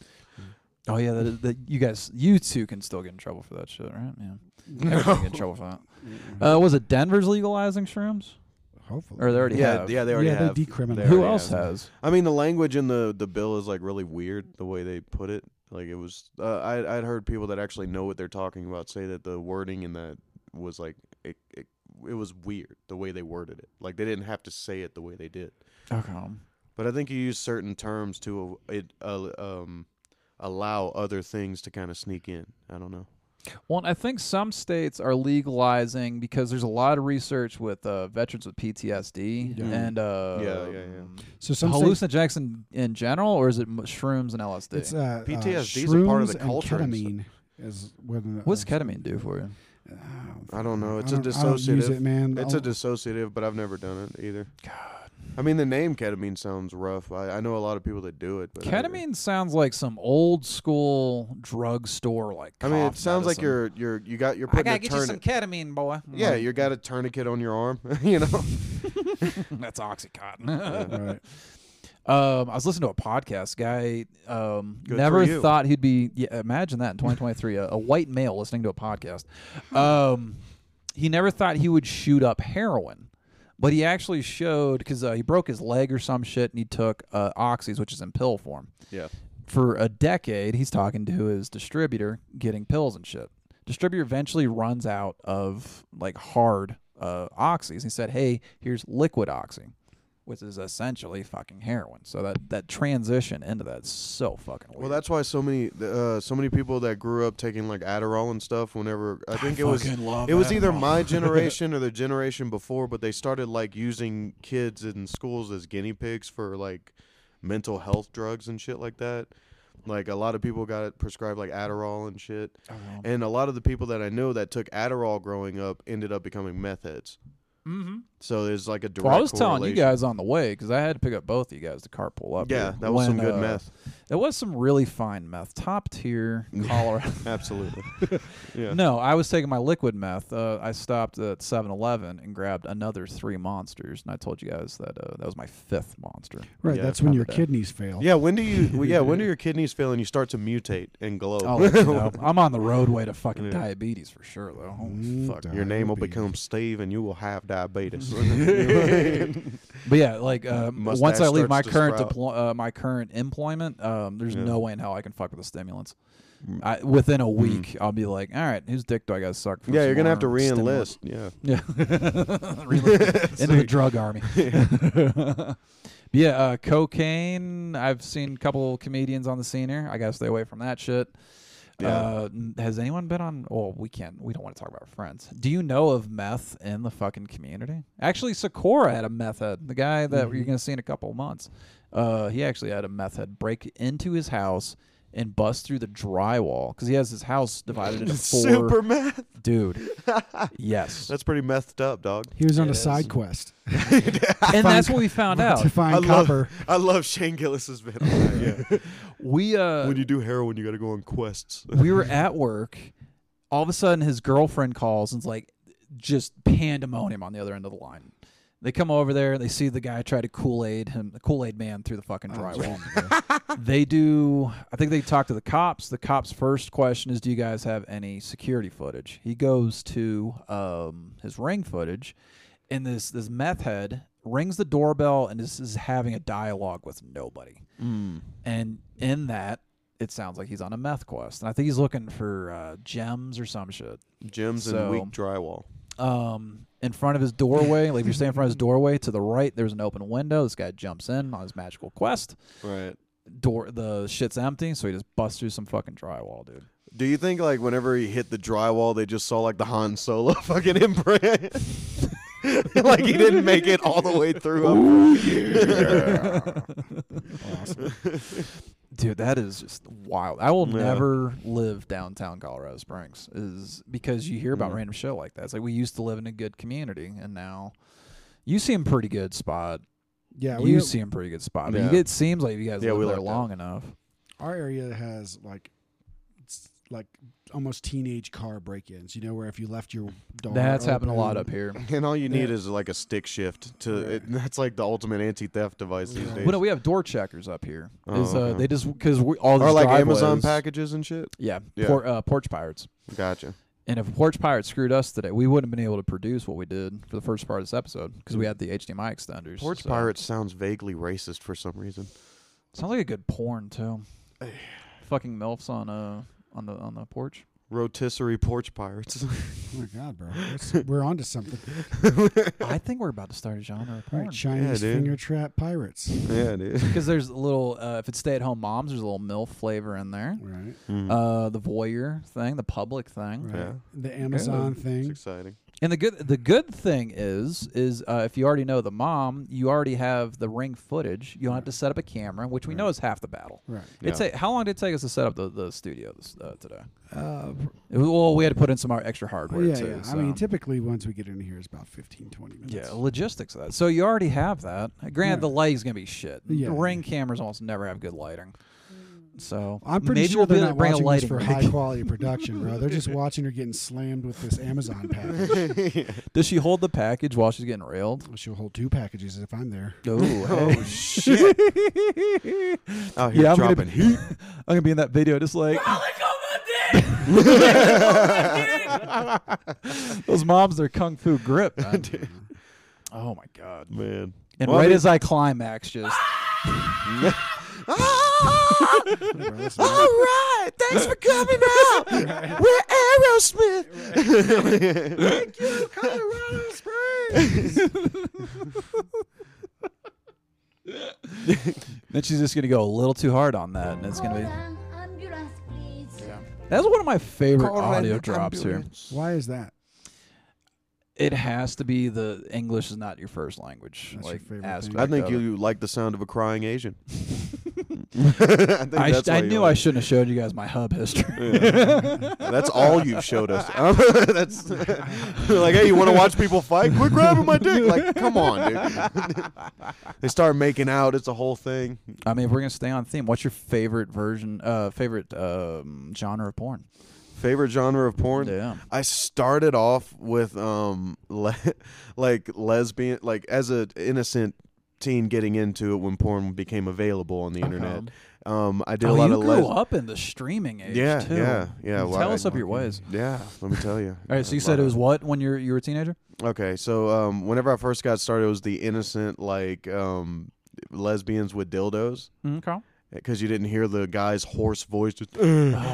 B: Oh yeah, that, is- that you guys, you two can still get in trouble for that shit, right? Yeah, everyone can get in trouble for that. Uh, was it Denver's legalizing shrooms,
C: Hopefully.
B: or they already
A: yeah,
B: have?
A: yeah. They already
C: Yeah, they
A: have.
C: decriminalized.
A: they
C: Who
B: Who
A: already
B: else
A: have.
B: has?
A: I mean, the language in the the bill is like really weird. The way they put it, like it was. Uh, I I'd heard people that actually know what they're talking about say that the wording in that was like it. it it was weird the way they worded it. Like they didn't have to say it the way they did.
B: Okay.
A: But I think you use certain terms to uh, it uh, um allow other things to kind of sneak in. I don't know.
B: Well, and I think some states are legalizing because there's a lot of research with uh, veterans with PTSD and uh,
A: Yeah, yeah, yeah.
C: So some states,
B: hallucinogenics in, in general, or is it m- shrooms and LSD?
C: it's uh,
A: PTSD
C: uh,
A: is a part of
C: shrooms
A: the
C: and
A: culture and s-
C: Ketamine is when, uh,
B: What's ketamine do for you?
A: I don't know. It's a
C: I don't- I don't
A: dissociative.
C: use it, man.
A: It's a
C: I'll-
A: dissociative, but I've never done it either. God. I mean, the name ketamine sounds rough. I, I know a lot of people that do it. But I never-
B: Ketamine sounds like some old school drugstore like.
A: I mean, it
B: cough
A: sounds like
B: medicine.
A: you're you're you got you're
B: I
A: putting
B: gotta
A: a
B: get you some
A: tourniquet.
B: ketamine, boy.
A: Yeah, you got a tourniquet on your arm. you know.
B: that's oxycontin.
C: Right.
B: um, I was listening to a podcast. Guy um,
A: Good
B: never
A: for you.
B: thought he'd be. Yeah, imagine that in 2023, a, a white male listening to a podcast. Um, he never thought he would shoot up heroin, but he actually showed because uh, he broke his leg or some shit, and he took uh, oxys, which is in pill form.
A: Yeah.
B: for a decade, he's talking to his distributor, getting pills and shit. Distributor eventually runs out of like hard uh, oxys. He said, "Hey, here's liquid oxy, which is essentially fucking heroin." So that that transition into that is so fucking weird.
A: Well, that's why so many uh, so many people that grew up taking like Adderall and stuff. Whenever I think it was
B: fucking love
A: it was either
B: Adderall.
A: my generation or the generation before, but they started like using kids in schools as guinea pigs for like mental health drugs and shit like that. Like a lot of people got it prescribed like Adderall and shit, and a lot of the people that I know that took Adderall growing up ended up becoming meth heads.
B: Mm-hmm.
A: So there's like a direct.
B: Well, I was telling you
A: correlation.
B: guys on the way because I had to pick up both of you guys to carpool up.
A: Yeah,
B: here
A: that was some
B: when,
A: good
B: uh,
A: meth.
B: That was some really fine meth, top tier Colorado.
A: Absolutely. Yeah.
B: No, I was taking my liquid meth. Uh, I stopped at 7-Eleven and grabbed another three monsters, and I told you guys that uh, that was my fifth monster.
C: Right,
A: Yeah,
C: that's when your
B: probably.
C: kidneys fail.
A: Yeah, when do you? Well, yeah, when do your kidneys fail and you start to mutate and glow?
B: I'll let you know. I'm on the roadway to fucking diabetes for sure, though. Holy
A: Mm-hmm.
C: Mm,
B: fuck.
A: Your name will
C: diabetes.
A: become Steve, and you will have diabetes.
B: But yeah, like um,
A: Mustache
B: once I leave my
A: starts to
B: current
A: sprout.
B: deplo- uh, my current employment, um, there's
A: Yeah. Mm.
B: no way in hell I can fuck with the stimulants. I, within a week, I'll be like, all right, whose dick do I got to suck? For
A: yeah,
B: some
A: you're gonna have to
B: more stimulant?"
A: re-enlist. Yeah,
B: Yeah. Re-enlisted into the drug army. But yeah, uh, cocaine. I've seen a couple comedians on the scene here. I gotta stay away from that shit.
A: Yeah.
B: Uh, n- has anyone been on? Well, we can't. We don't want to talk about our friends. Do you know of meth in the fucking community? Actually, Sakura had a meth head. The guy that you're gonna see in a couple of months. Uh, he actually had a meth head break into his house and bust through the drywall because he has his house divided into four.
A: super meth.
B: dude. yes.
A: That's pretty methed up, dog.
C: He was on a side quest
B: and
C: find
B: that's
C: co-
B: what we found out.
C: to find copper.
A: love, I love Shane Gillis's bit. on that, yeah.
B: We uh
A: when you do heroin, you got to go on quests.
B: we were at work. All of a sudden, his girlfriend calls and's like, just pandemonium on the other end of the line. They come over there. They see the guy try to Kool Aid him, the Kool Aid man, through the fucking drywall. they do. I think they talk to the cops. The cops' first question is, "Do you guys have any security footage?" He goes to um, his ring footage, and this this meth head rings the doorbell and is, is having a dialogue with nobody. And in that, it sounds like he's on a meth quest, and I think he's looking for uh, gems or some shit.
A: Gems
B: So-
A: and weak drywall.
B: Um, in front of his doorway, like if you're standing in front of his doorway to the right, there's an open window. This guy jumps in on his magical quest.
A: Right.
B: Door, the shit's empty, so he just busts through some fucking drywall, dude.
A: Do you think like whenever he hit the drywall, they just saw like the Han Solo fucking imprint? like he didn't make it all the way through.
B: Dude, that is just wild. I will
A: Yeah.
B: never live downtown Colorado Springs is because you hear about random shit like that. It's like we used to live in a good community, and now you seem pretty good spot.
C: Yeah,
B: you
C: we,
B: seem pretty good spot. But
A: Yeah.
B: you- it seems like you guys
A: Yeah,
B: live
A: we
B: there
A: lucked
B: long enough.
C: our area has like s- like almost teenage car break-ins. You know, where if you left your door,
B: That's happened a lot
C: open-
B: up here.
A: And all you need is like a stick shift to. It, that's like the ultimate anti-theft device these days.
B: Well, no, we have door checkers up here. Is,
A: Oh,
B: uh,
A: okay.
B: They just because we all
A: or
B: these
A: like Amazon
B: driveways-
A: packages and shit.
B: Yeah,
A: Yeah.
B: Por- uh, porch pirates.
A: Gotcha.
B: And if porch pirates screwed us today, we wouldn't have been able to produce what we did for the first part of this episode because we had the HDMI extenders.
A: Porch
B: so-
A: pirates sounds vaguely racist for some reason.
B: sounds like a good porn too. Fucking milfs on uh on the on the porch.
A: Rotisserie porch pirates.
C: Oh my god, bro, That's- we're onto something.
B: I think we're about to start a genre of
C: All
B: porn.
C: right, Chinese
A: dude.
C: finger trap pirates.
A: yeah, dude.
B: Because there's a little, uh, if it's stay at home moms, there's a little MILF flavor in there.
C: Right,
A: Mm.
B: Uh, the voyeur thing, the public thing.
C: right.
A: Yeah.
C: The Amazon
A: It's
C: thing.
A: exciting.
B: And the good the good thing is is uh, if you already know the mom, you already have the ring footage. You don't have to set up a camera, which we know is half the battle.
C: Right.
B: It ta- how long did it take us to set up the the studio this, uh, today? It was- well, we had to put in some our extra hardware
C: yeah,
B: too.
C: yeah. I
B: so-
A: um,
C: mean, typically once we get in here, it's about 15, 20 minutes.
B: yeah, logistics of that. So you already have that. Granted, the lighting's gonna be shit.
C: Yeah.
B: Ring cameras almost never have good lighting. So
C: I'm pretty
B: maybe
C: sure
B: we'll be
C: they're
B: able to
C: not
B: bring a
C: watching this
B: lighting
C: for
B: rig.
C: high quality production, bro. They're just watching her getting slammed with this Amazon package.
B: Does she hold the package while she's getting railed?
C: Well, She'll hold two packages if I'm there.
B: Oh,
A: Oh shit! Out here
B: Yeah, I'm gonna
A: dropping
B: be-
A: heat.
B: I'm gonna be in that video just like
G: Lick on my dick!
B: Those moms are kung fu grip. man. oh my god!
A: Man.
B: And
A: Well, I
B: right
A: mean-
B: as I climax, just
A: All right, thanks for coming out. We're Aerosmith. Thank you, Colorado Springs.
B: then she's just gonna go a little too hard on that, and it's
H: Call
B: gonna
H: an ambulance, please.
B: be. That's one of my favorite
A: Call an
B: audio drops here.
C: Why is that?
B: It has to be the English is not your first language.
C: That's your
B: like
C: favorite thing.
B: aspect
A: I think
B: of
A: you,
B: it.
A: you like the sound of a crying Asian. I, think
B: I, sh-
A: that's why
B: I
A: you
B: knew
A: like
B: I
A: it.
B: shouldn't have showed you guys my hub history.
A: That's all you've showed us. that's like, hey, you want to watch people fight? Quit grabbing my dick! Like, come on, dude. they start making out. It's a whole thing.
B: I mean, if we're gonna stay on theme, what's your favorite version? Uh, favorite um, genre of porn?
A: Favorite genre of porn?
B: Yeah.
A: I started off with um le- like lesbian like as a innocent teen getting into it when porn became available on the internet. Um I did
B: Uh-huh.
A: a
B: Oh,
A: lot
B: you
A: of
B: grew
A: les-
B: up in the streaming age.
A: Yeah,
B: too.
A: yeah, yeah.
B: Tell
A: Well, I-
B: us up your ways.
A: Yeah, let me tell you.
B: All right, so you said it was what when you're you were a teenager?
A: Okay, so um whenever I first got started it was the innocent like um lesbians with dildos
B: Okay.
A: because you didn't hear the guy's hoarse voice just
B: Oh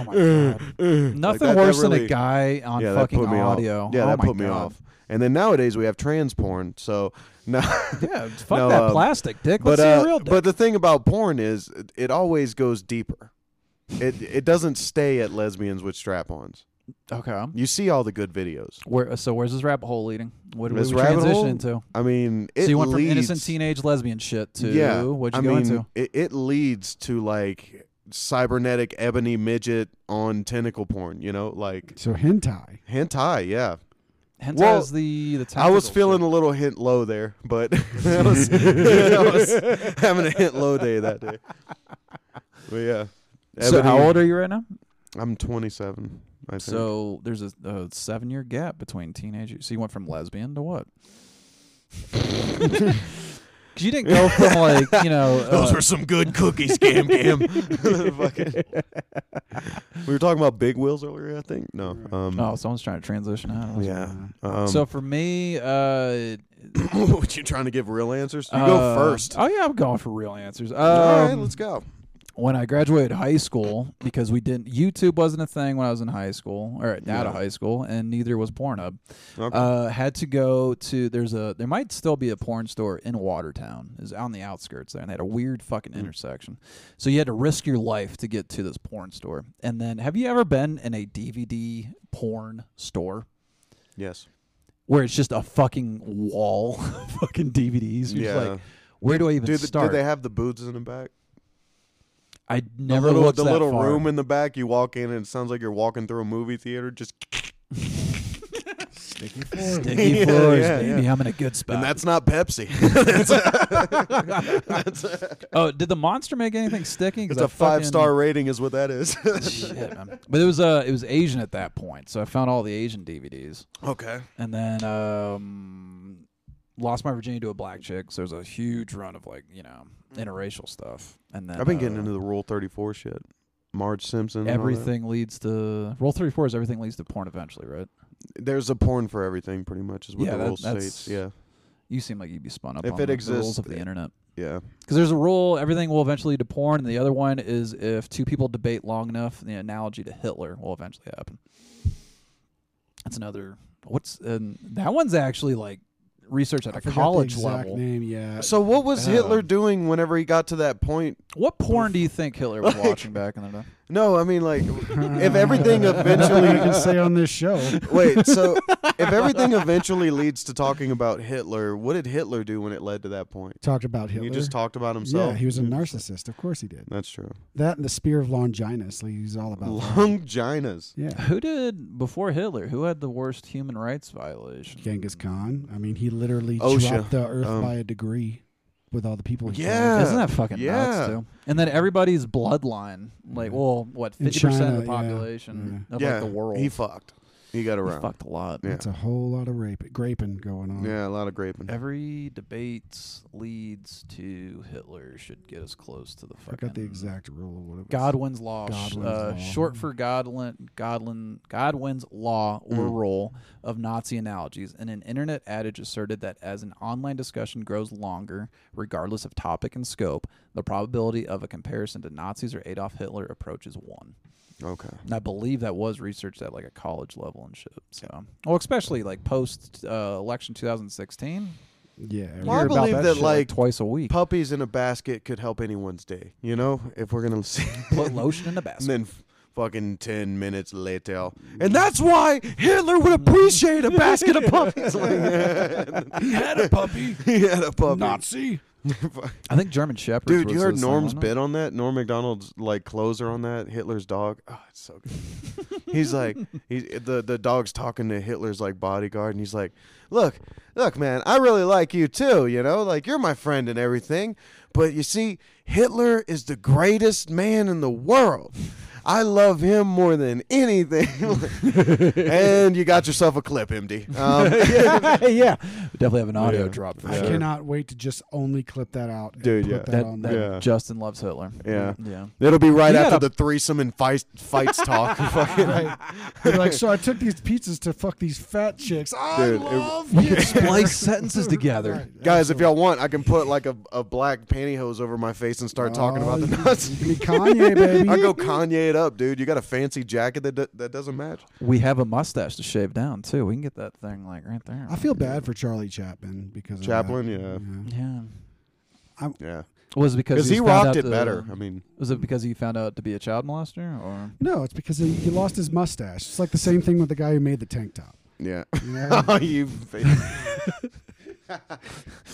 B: my god. Nothing
A: that- that
B: worse than a
A: really-
B: guy on
A: yeah,
B: fucking
A: that put me
B: audio.
A: Off. Yeah,
B: Oh
A: that
B: my
A: put me
B: God.
A: off. And then nowadays we have trans porn, so no.
B: Yeah, fuck
A: No,
B: that
A: um,
B: plastic dick.
A: but
B: Let's see
A: uh,
B: a real dick.
A: but the thing about porn is it- it always goes deeper. It it doesn't stay at lesbians with strap-ons.
B: okay.
A: You see all the good videos.
B: Where so where's this rabbit hole leading? What did we
A: This rabbit
B: transition
A: hole?
B: into?
A: I mean, it
B: so you went
A: leads,
B: from innocent teenage lesbian shit to
A: yeah.
B: what'd you
A: I
B: go
A: mean,
B: into?
A: It, it leads to like cybernetic ebony midget on tentacle porn. You know, like
C: So hentai.
A: hentai. Yeah,
B: Hence
A: well,
B: as the the
A: I was
B: tentacle
A: feeling
B: shit.
A: a little hint low there, but I, was, I was having a hint low day that day. But yeah.
B: So
A: Ebony-
B: how old are you right now?
A: I'm 27. I think.
B: So there's a, a seven year gap between teenage. So you went from lesbian to what? Because you didn't go from like you know
I: Those
B: uh,
I: were some good cookies, Gam Gam.
A: Fucking- we were talking about big wheels earlier, I think. No. Um,
B: Oh, someone's trying to transition out. of this.
A: Yeah. Um,
B: Oh, so for me, uh,
A: what you trying to give real answers? You go
B: uh,
A: first.
B: Oh yeah, I'm going for real answers. Um,
A: All right, let's go.
B: When I graduated high school, because we didn't, YouTube wasn't a thing when I was in high school, or out of high school, and neither was Pornhub.
A: Okay.
B: Uh, had to go to there's a there might still be a porn store in Watertown. Is on the outskirts there, and they had a weird fucking
A: Hmm.
B: intersection. So you had to risk your life to get to this porn store. And then, have you ever been in a DVD porn store?
A: Yes.
B: where it's just a fucking wall of fucking DVDs. You're just like,
A: Yeah.
B: where do I even
A: Do, the, do
B: start?
A: they have the booths in the back?
B: I
A: the
B: never
A: little,
B: looked
A: the
B: that
A: little
B: far.
A: room in the back. You walk in and it sounds like you're walking through a movie theater. Just
C: Sticky floor.
B: Sticky
A: Yeah,
B: floors,
A: yeah,
B: baby.
A: yeah.
B: I'm in a good spot.
A: And that's not Pepsi.
B: oh, did the monster make anything sticky? 'Cause
A: it's
B: I
A: a five star
B: fucking-
A: rating, is what that is.
B: Shit, man. But it was uh, it was Asian at that point, so I found all the Asian DVDs,
A: okay.
B: and then um, lost my virginity to a black chick. So there's a huge run of like you know interracial stuff, and then
A: I've been getting
B: uh,
A: into the Rule 34 shit. Marge Simpson. and all that.
B: everything leads to roll thirty four is everything leads to porn eventually, right?
A: There's a porn for everything, pretty much, is what
B: Yeah,
A: the
B: that-
A: rule
B: that's-
A: states. Yeah.
B: You seem like you'd be spun up
A: If
B: on
A: it
B: the, the rules
A: exists,
B: of the
A: it-
B: internet.
A: Yeah.
B: Because there's a rule, everything will eventually lead to porn, and the other one is if two people debate long enough, the analogy to Hitler will eventually happen. That's another. What's and that one's actually like research at
C: I
B: a
C: forgot the
B: college
C: exact
B: level.
C: Name, yeah.
A: So, what was
B: Uh,
A: Hitler doing whenever he got to that point?
B: What porn do you think Hitler was watching back in the day?
A: No, I mean, like, if everything
C: Nothing you
A: eventually.
C: can say on this show.
A: Wait, so if everything eventually leads to talking about Hitler, what did Hitler do when it led to that point?
C: Talked about Hitler.
A: He just talked about himself.
C: Yeah, he was a narcissist. Of course he did.
A: That's true.
C: That and the spear of Longinus. like, He's all about. that.
A: Longinus.
C: Yeah.
B: Who did before Hitler? Who had the worst human rights violation?
C: Genghis Khan. I I mean, he literally
A: OSHA,
C: dropped the earth
A: um,
C: by a degree with all the people. He
A: Yeah.
B: Isn't that fucking
A: Yeah.
B: nuts too? And then everybody's bloodline, like, well, what
C: Mm. In
B: fifty percent
C: China,
B: of the
C: yeah, Mm.
B: population of
A: yeah,
B: like the world.
A: He fucked. He got
B: He
A: around.
B: fucked a lot.
A: Yeah.
C: It's a whole lot of rape, graping going on.
A: Yeah, a lot of graping.
B: Every debate leads to Hitler should get us close to the
C: I
B: fucking
C: forgot the exact rule. Of what it was.
B: Godwin's law, sh-
C: Godwin's
B: uh,
C: law.
B: short for Godwin, Godwin, Godwin's law or
C: Mm.
B: rule of Nazi analogies, and an internet adage asserted that as an online discussion grows longer, regardless of topic and scope, the probability of a comparison to Nazis or Adolf Hitler approaches one.
A: Okay.
B: And I believe that was researched at like a college level and shit. So, well, especially like post uh, election 2016,
C: Yeah. every-
A: Well, I believe that,
B: shit,
A: like,
B: twice a week.
A: Puppies in a basket could help anyone's day. You know, if we're gonna see.
B: Put lotion in the
A: and
B: basket.
A: then f- fucking ten minutes later, and that's why Hitler would appreciate a basket of puppies. he had a puppy. He had a puppy.
C: Nazi.
B: I think German Shepherds.
A: Dude,
B: was
A: you heard
B: the same
A: Norm's
B: one.
A: bit on that? Norm McDonald's like closer on that Hitler's dog. Oh, it's so good. he's like, he's the the dog's talking to Hitler's like bodyguard, and he's like, "Look, look, man, I really like you too. You know, like you're my friend and everything. But you see, Hitler is the greatest man in the world." I love him more than anything. and you got yourself a clip, MD. Um,
B: yeah, we definitely have an audio drop for
C: I
B: sure.
C: cannot wait to just only clip that out. and
A: Dude,
C: put
A: yeah.
C: That, on
B: That, that
C: there.
A: Yeah.
B: Justin loves Hitler.
A: Yeah.
B: yeah.
A: It'll be right
B: You
A: after
B: gotta-
A: the threesome and fight, fights talk. Fucking-
C: You're like, so I took these pizzas to fuck these fat chicks. I
A: Dude, it-
C: love
B: You
C: you.
B: splice sentences together.
A: Guys, if y'all want, I can put like a, a black pantyhose over my face and start talking about the Nazis.
C: Give me Oh, Kanye, baby.
A: I go Kanye it up, dude. You got a fancy jacket that do- that doesn't match.
B: We have a mustache to shave down too. We can get that thing like right there.
C: I feel bad for Charlie Chaplin because of that.
A: Chaplin, yeah.
B: Yeah.
A: Yeah,
B: Was it because
A: because he
B: was found
A: rocked
B: out
A: it
B: to-
A: better. I mean,
B: Was it because he found out to be a child molester or?
C: No, it's because he, he lost his mustache. It's like the same thing with the guy who made the tank top.
A: yeah.
C: You know,
A: Oh, you fa-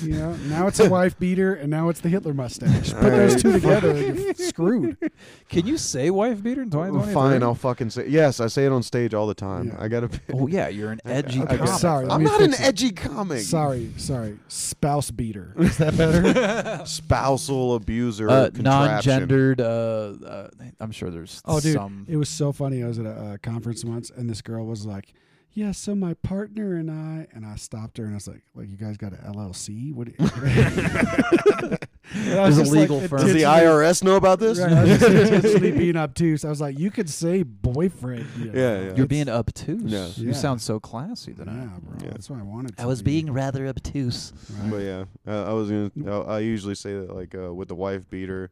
C: You know? now it's a wife beater, and now it's the Hitler mustache. Put those two together, you're screwed.
B: Can you say wife beater in 2020?
A: fine. I'll fucking say yes. I say it on stage all the time.
C: Yeah.
A: I gotta. Be-
B: Oh yeah, you're an edgy.
C: Okay,
B: comic.
C: sorry. let
A: I'm
C: me
A: not an
C: fix it.
A: edgy comic.
C: Sorry, sorry. Spouse beater. Is that better?
A: Spousal abuser.
B: Uh,
A: contraption.
B: non-gendered. Uh, uh, I'm sure there's
C: oh, dude,
B: some.
C: it was so funny. I was at a, uh conference once, and this girl was like, "Yeah, so my partner and I," and I stopped her, and I was like, "Like, you guys got an LLC? What?" do you-" And I
B: There's
C: was
B: a
C: just like,
B: legal firm.
A: Does the
C: intentionally-
A: IRS know about this?
C: Right, I was just intentionally being obtuse. I was like, "You could say boyfriend." you know.
A: Yeah, yeah.
B: You're being obtuse.
A: Yeah.
B: You
C: Yeah.
B: sound so classy tonight.
C: Yeah, bro.
A: Yeah.
C: That's what I wanted.
E: I
C: to
E: was
C: be.
E: being rather obtuse.
C: Right.
A: But yeah, uh, I was gonna. I I usually say that like uh, with the wife beater,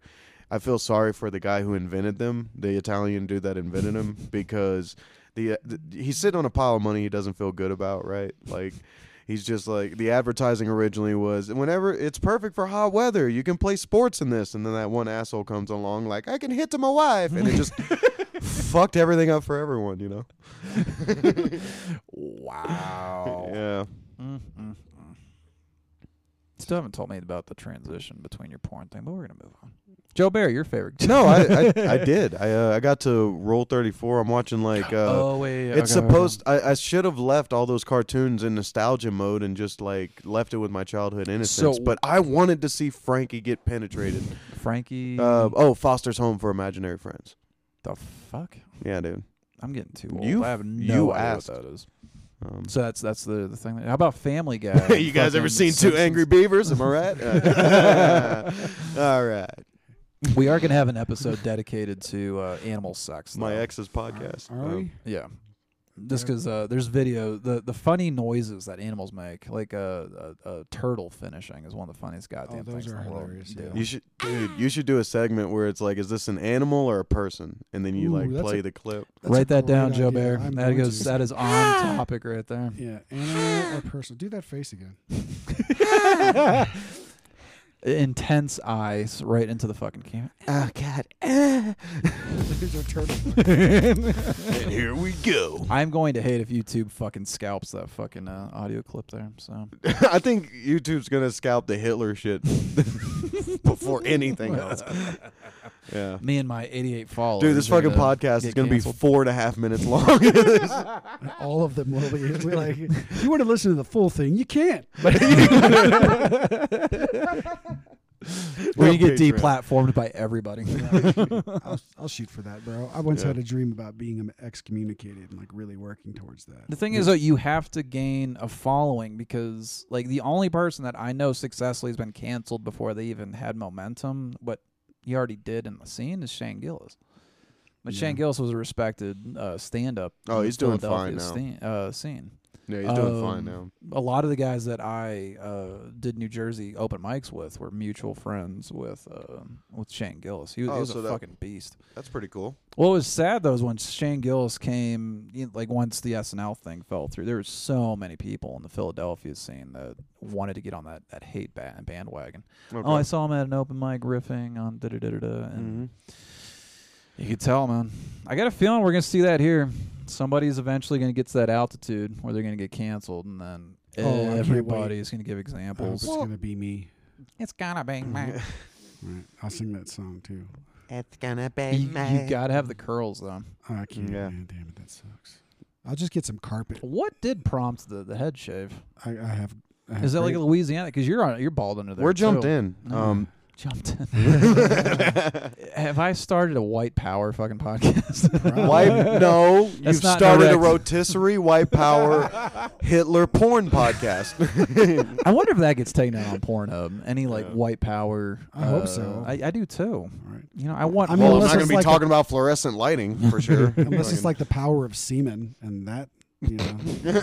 A: I feel sorry for the guy who invented them, the Italian dude that invented them, because the, uh, th he's sitting on a pile of money he doesn't feel good about, right? Like. He's just like the advertising originally was. Whenever it's perfect for hot weather, you can play sports in this, and then that one asshole comes along like, "I can hit to my wife," and it just fucked everything up for everyone, you know?
B: Wow.
A: Yeah,
B: Mm, mm, mm. still haven't told me about the transition between your porn thing, but we're gonna move on. Joe Barry, your favorite? Uh,
A: No, I, I, I did. I uh, I got to roll thirty four. I'm watching like uh,
B: oh wait,
A: it's supposed. I, I should have left all those cartoons in nostalgia mode and just like left it with my childhood innocence.
B: So-
A: but I wanted to see Frankie get penetrated.
C: Mm.
B: Frankie.
A: uh, oh, Foster's Home for Imaginary Friends.
B: the fuck?
A: Yeah, dude.
B: I'm getting too old.
A: You-
B: I have no
A: you
B: idea
A: asked.
B: what that is.
A: Um,
B: So that's that's the the thing. How about Family Guy?
A: you guys ever
B: Fucking
A: seen Two
B: Simpsons?
A: Angry Beavers? Am I right? all right.
B: We are gonna have an episode dedicated to uh, animal sex.
A: My
B: though.
A: ex's podcast.
C: Are
A: Um,
C: we?
B: Yeah. Just because uh, there's video, the the funny noises that animals make, like a, a, a turtle finishing, is one of the funniest goddamn
C: Oh, those
B: things in
C: are
B: the world.
C: hilarious,
B: dude.
C: yeah.
A: You should, dude. You should do a segment where it's like, is this an animal or a person? And then you
C: Ooh,
A: like
C: that's
A: play
C: a-
A: the clip.
C: That's
B: Write
C: a
B: that down,
C: great
B: Joe
C: idea.
B: Bear.
C: I'm
B: That
C: going
B: goes.
C: to.
B: That is on topic right there.
C: Yeah, animal or person. Do that face again.
B: Intense eyes right into the fucking camera.
A: Oh God.
C: There's our turtle.
I: And here we go.
B: I'm going to hate if YouTube fucking scalps that fucking uh, audio clip there. So
A: I think YouTube's gonna scalp the Hitler shit before anything else. Yeah.
B: me and my 88 followers.
A: Dude, this
B: are
A: fucking
B: gonna
A: podcast is
B: get
A: gonna
B: canceled.
A: be four and a half minutes long.
C: All of them will be. We're like, you want to listen to the full thing? You can't.
B: We're gonna get
A: Patreon.
B: deplatformed by everybody.
C: I'll, I'll shoot for that, bro. I once
A: Yeah.
C: had a dream about being um, excommunicated and like really working towards that.
B: The thing is that you have to gain a following because like the only person that I know successfully has been canceled before they even had momentum, what he already did in the scene is Shane Gillis. But Shane Gillis was a respected uh, stand up.
A: Oh, he's doing fine now.
B: uh, scene.
A: yeah, he's doing fine
B: Um,
A: now.
B: A lot of the guys that I uh, did New Jersey open mics with were mutual friends with uh, with Shane Gillis. He was, he
A: Oh,
B: was
A: so
B: a
A: that-
B: fucking beast.
A: That's pretty cool.
B: What was sad though is when Shane Gillis came, you know, like once the SNL thing fell through, there were so many people in the Philadelphia scene that wanted to get on that, that hate ba- bandwagon. Oh, I saw him at an open mic riffing on da da da da da, and
C: Mm-hmm.
B: you could tell, man. I got a feeling we're gonna see that here. Somebody's eventually gonna get to that altitude where they're gonna get canceled, and then
C: Oh, I can't wait.
B: everybody's gonna give
C: I hope
B: examples.
C: it's gonna be me.
B: it's gonna be me.
C: Right. I'll sing that song too.
E: It's gonna be
B: you, you gotta have the curls though.
C: Oh, I can't.
A: Yeah.
C: man, damn it, that sucks. I'll just get some carpet.
B: What did prompt the the head shave?
C: I, I have. I have
B: Is that like
C: great-
B: Louisiana? Because you're on, you're bald under there.
A: We're jumped
B: too.
A: in.
C: Mm-hmm.
A: Um,
B: Jumped in. Have I started a white power fucking podcast?
A: White no, you've
B: That's not
A: started a
B: direct.
A: rotisserie white power Hitler porn podcast.
B: I wonder if that gets taken out on Pornhub. Any like white power?
C: I hope
B: uh,
C: so.
B: I, I do too.
C: Right.
B: You know, I want.
C: I mean,
A: well, I'm
C: unless
A: not gonna
C: it's
A: be
C: like a-
A: talking about fluorescent lighting for sure.
C: Unless it's like the power of semen, and that you know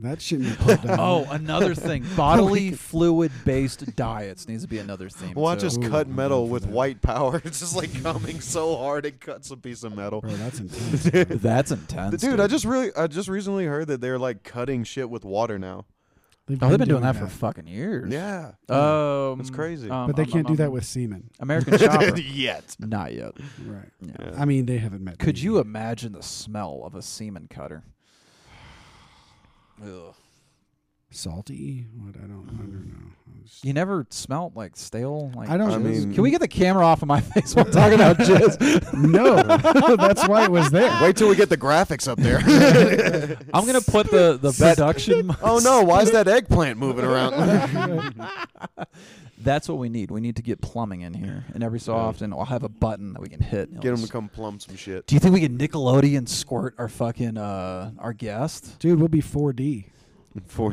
C: that shouldn't be put down.
B: oh, another thing. Bodily fluid based diets needs to be another theme.
A: Watch
B: too.
A: us
C: Ooh,
A: cut
C: I'm
A: metal
C: down for
A: with
C: that.
A: white power. It's just like coming so hard it cuts a piece of metal.
C: bro, that's intense. bro.
B: That's intense,
A: Dude, I just really, I just recently heard that they're like cutting shit with water now.
B: Oh, they've been doing that for fucking years.
A: Yeah,
B: Um,
A: That's crazy.
B: um,
C: but they
B: um,
C: can't
B: um,
C: do that with semen,
B: American Chopper.
I: Yet.
B: Not yet.
C: right?
B: Yeah.
C: I mean, they haven't met.
B: Could
C: me
B: you
C: yet.
B: imagine the smell of a semen cutter?
C: salty? What I don't, I don't know. I'm just-
B: You never smelled like stale. Like
C: I don't.
A: I mean-
B: Can we get the camera off of my face while I'm talking about jizz?
C: no. that's why it was there.
A: wait till we get the graphics up there.
B: I'm gonna put the the production.
A: oh no, why is that eggplant moving around?
B: That's what we need. We need to get plumbing in here, and every so often I'll have a button that we can hit. and
A: get them
B: it'll
A: to
B: just-
A: come plumb some shit.
B: Do you think we can Nickelodeon squirt our fucking uh our guest?
C: Dude, we'll be 4D.
A: Four.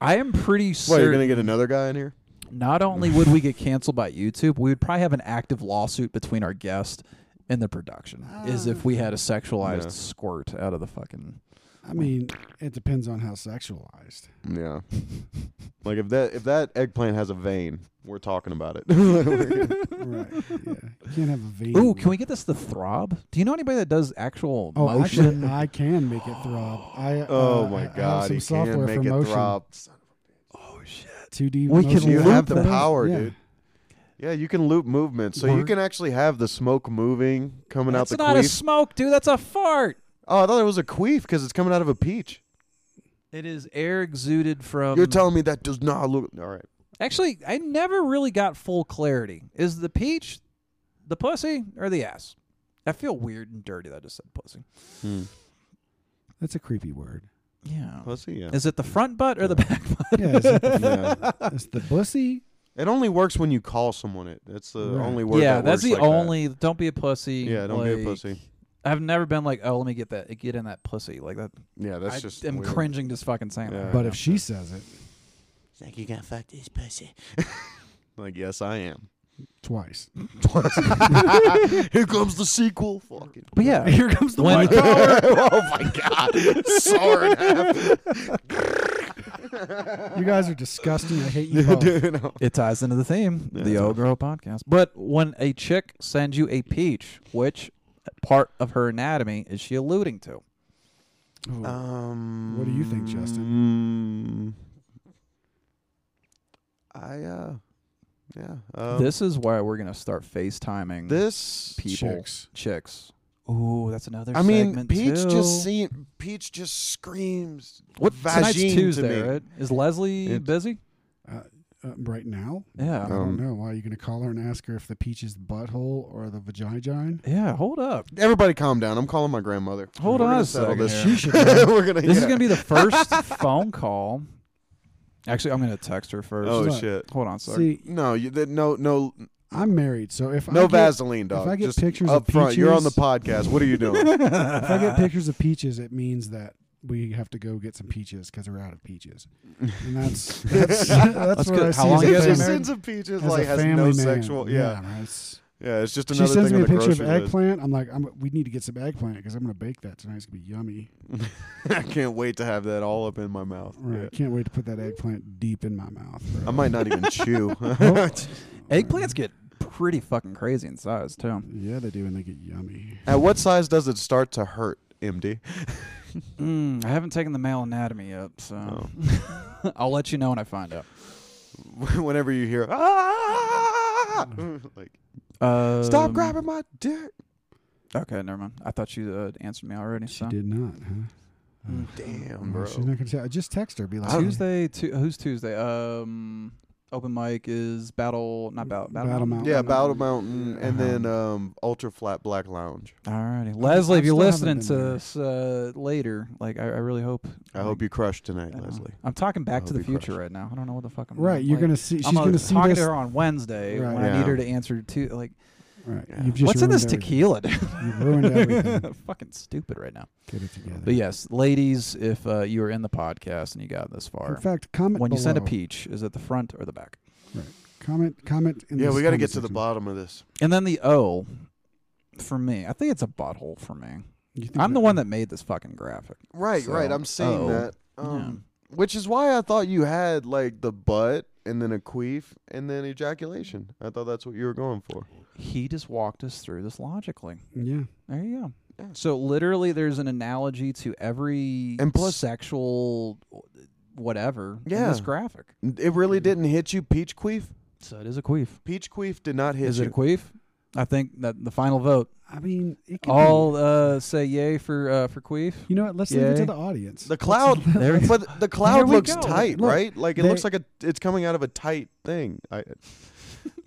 B: I am pretty
A: Wait,
B: certain.
A: you're gonna get another guy in here?
B: not only would we get canceled by YouTube, we would probably have an active lawsuit between our guest and the production, is if we had a sexualized
A: Yeah.
B: squirt out of the fucking.
C: I mean, it depends on how sexualized.
A: Yeah. Like if that if that eggplant has a vein, we're talking about it.
C: Right. Yeah. You can't have a vein.
A: Mm-hmm.
B: Ooh, can we get this the throb? Do you know anybody that does actual
C: Oh,
B: motion?
C: actually, I can make it throb. I uh,
A: oh
C: I
A: my
C: have
A: god,
C: some
A: he
C: software
A: can make
C: for
A: it
C: motion,
A: throb.
B: We
C: 2D. motion.
B: can
A: You
B: loop
A: have the
B: that.
A: power,
C: Yeah.
A: dude. Yeah, you can loop movement, so you
C: Work.
A: can actually have the smoke moving coming
B: That's
A: out the
B: not
A: queef.
B: a smoke, dude. That's a fart.
A: oh, I thought it was a queef because it's coming out of a peach.
B: It is air exuded from.
A: You're telling me that does not look all right.
B: Actually, I never really got full clarity. Is the peach the pussy or the ass? I feel weird and dirty that I just said pussy.
C: That's a creepy word.
B: Yeah.
A: Pussy, yeah.
B: Is it the front butt or the back butt?
C: Yeah, is it the,
A: yeah.
C: is the bussy?
A: It only works when you call someone it. That's the
C: Right.
A: only word.
B: yeah,
A: that
B: that's
A: works
B: the
A: like that.
B: only. Don't be a pussy.
A: Yeah, don't be a
B: like,
A: pussy.
B: I've never been like, oh, let me get that, get in that pussy. Like that.
A: Yeah, that's
B: I
A: just.
B: am
A: weird.
B: cringing just fucking saying
A: Yeah.
B: that.
C: But if she says it
I: like you got fucked this pussy.
A: Like, yes, I am.
C: twice,
A: Here comes the sequel. Fuck it.
B: But yeah, here comes the when,
A: oh my god, sword.
C: you guys are disgusting. I hate you both.
B: It ties into the theme, the old girl podcast. But when a chick sends you a peach, which part of her anatomy is she alluding to?
A: Um,
C: What do you think, Justin?
A: Mm, I uh, yeah. Um,
B: this is why we're gonna start FaceTiming
A: this
B: people,
C: Chicks.
B: chicks. Ooh, that's another.
A: I mean,
B: segment,
A: Peach
B: too.
A: just seen Peach just screams.
B: What tonight's
A: vagine to
B: Tuesday,
A: me.
B: right? Is Leslie
A: It's-
B: busy?
C: Uh, uh, right now,
B: Yeah.
C: I
A: Um,
C: don't know. Why are you going to call her and ask her if the peach is the butthole or the vagina?
B: yeah, hold up.
A: Everybody, calm down. I'm calling my grandmother.
B: Hold
A: We're
B: on
A: gonna
B: a
A: settle
B: second
A: This.
B: here.
A: We're gonna.
B: This is
A: yeah.
B: gonna be the first phone call. Actually, I'm gonna text her first.
A: Oh
C: not-
A: shit.
B: Hold on, sorry.
C: See,
A: No, you that no no
C: I'm married, so if I
A: no
C: get,
A: Vaseline, dog.
C: If I get
A: Just
C: pictures
A: up
C: of
A: front, you're on the
C: peaches-
A: podcast. What are you doing?
C: if I get pictures of peaches, it means that we have to go get some peaches because we're out of peaches. And that's that's, that's
B: That's
C: what
B: good. How
C: I see
B: long you guys
C: as a
A: she
B: been
C: family-
B: married?
A: sends a peaches
C: as
A: like
C: a
A: has
C: family
A: no
C: man.
A: sexual. Yeah,
C: man, it's-
A: yeah. It's just
C: She
A: another
C: sends
A: thing
C: me
A: on
C: a
A: the
C: picture of
A: grocery list.
C: eggplant. I'm like, I'm, we need to get some eggplant because I'm going to bake that tonight. It's going to be yummy.
A: I can't wait to have that all up in my mouth.
C: Right.
A: Yeah.
C: Can't wait to put that eggplant deep in my mouth.
A: I
C: bro.
A: might not even chew. uh,
B: Eggplants get pretty fucking crazy in size too.
C: Yeah, they do, and they get yummy.
A: At what size does it start to hurt, MD?
B: Mm, I haven't taken the male anatomy yet, so I'll let you know when I find out.
A: Whenever you hear ah, like
B: Uh,
A: stop grabbing my dick.
B: Okay, never mind. I thought you uh, answered me already.
C: She
B: so Mm,
C: did not, huh?
A: Damn,
C: Oh,
A: bro.
C: She's not going to tell. I just text her. Be like,
B: Oh. Tuesday, tu- who's Tuesday? Um, open mic is battle, not battle, battle,
C: Battle
B: Mountain?
A: Yeah,
C: Mountain.
A: Battle Mountain, and then
B: Uh-huh.
A: um, Ultra Flat Black Lounge.
B: Alrighty, Leslie, if
C: I
B: you're
C: still
B: listening
C: haven't been
B: to
C: there.
B: this uh, later, like I, I really hope.
A: I hope you crush tonight,
B: I don't know.
A: Leslie.
B: I'm talking back
A: I
B: to
A: hope
B: the
A: you
B: future
A: crush.
B: right now. I don't know what the fuck I'm.
C: Right, you're
B: like,
C: gonna see. She's
B: I'm uh,
C: gonna see
B: talking
C: this.
B: to her on Wednesday
C: Right.
B: when I
A: Yeah.
B: need her to answer to like
C: Right,
A: Yeah.
C: you've just
B: what's in
C: ruined
B: this
C: everything.
B: tequila.
C: You've ruined everything.
B: fucking stupid right now.
C: Get it together.
B: But yes, ladies, if uh, you are in the podcast and you got this
C: In
B: far,
C: fact, comment
B: when you send a
C: below.
B: peach, is it the front or the back?
C: Comment, comment. In
A: Yeah,
C: this
A: we got to
C: comment
A: get to the
C: section.
A: bottom of this.
B: And then the O, for me, I think it's a butthole for me.
C: You think
B: I'm the one that made this fucking graphic.
A: Right, right.
B: So,
A: I'm seeing
B: oh,
A: that.
B: yeah.
A: Um, Which is why I thought you had like the butt and then a queef and then ejaculation. I thought that's what you were going for.
B: He just walked us through this logically.
C: Yeah,
B: There you go.
A: Yeah.
B: So literally, there's an analogy to every
A: And plus-
B: sexual whatever in
A: Yeah.
B: this graphic.
A: It really didn't hit you, peach queef.
B: So it is a queef.
A: Peach queef did not hit
B: Is
A: you.
B: it a queef? I think that the final vote.
C: I mean, it could
B: All uh, say yay for uh, for queef.
C: Be, you know what? Let's leave it
B: Yay.
C: to the audience.
A: The cloud,
B: There we-
A: but the cloud
B: we
A: looks
B: go.
A: tight,
C: Look,
A: right? Like it
C: they-
A: looks like a, it's coming out of a tight thing. I,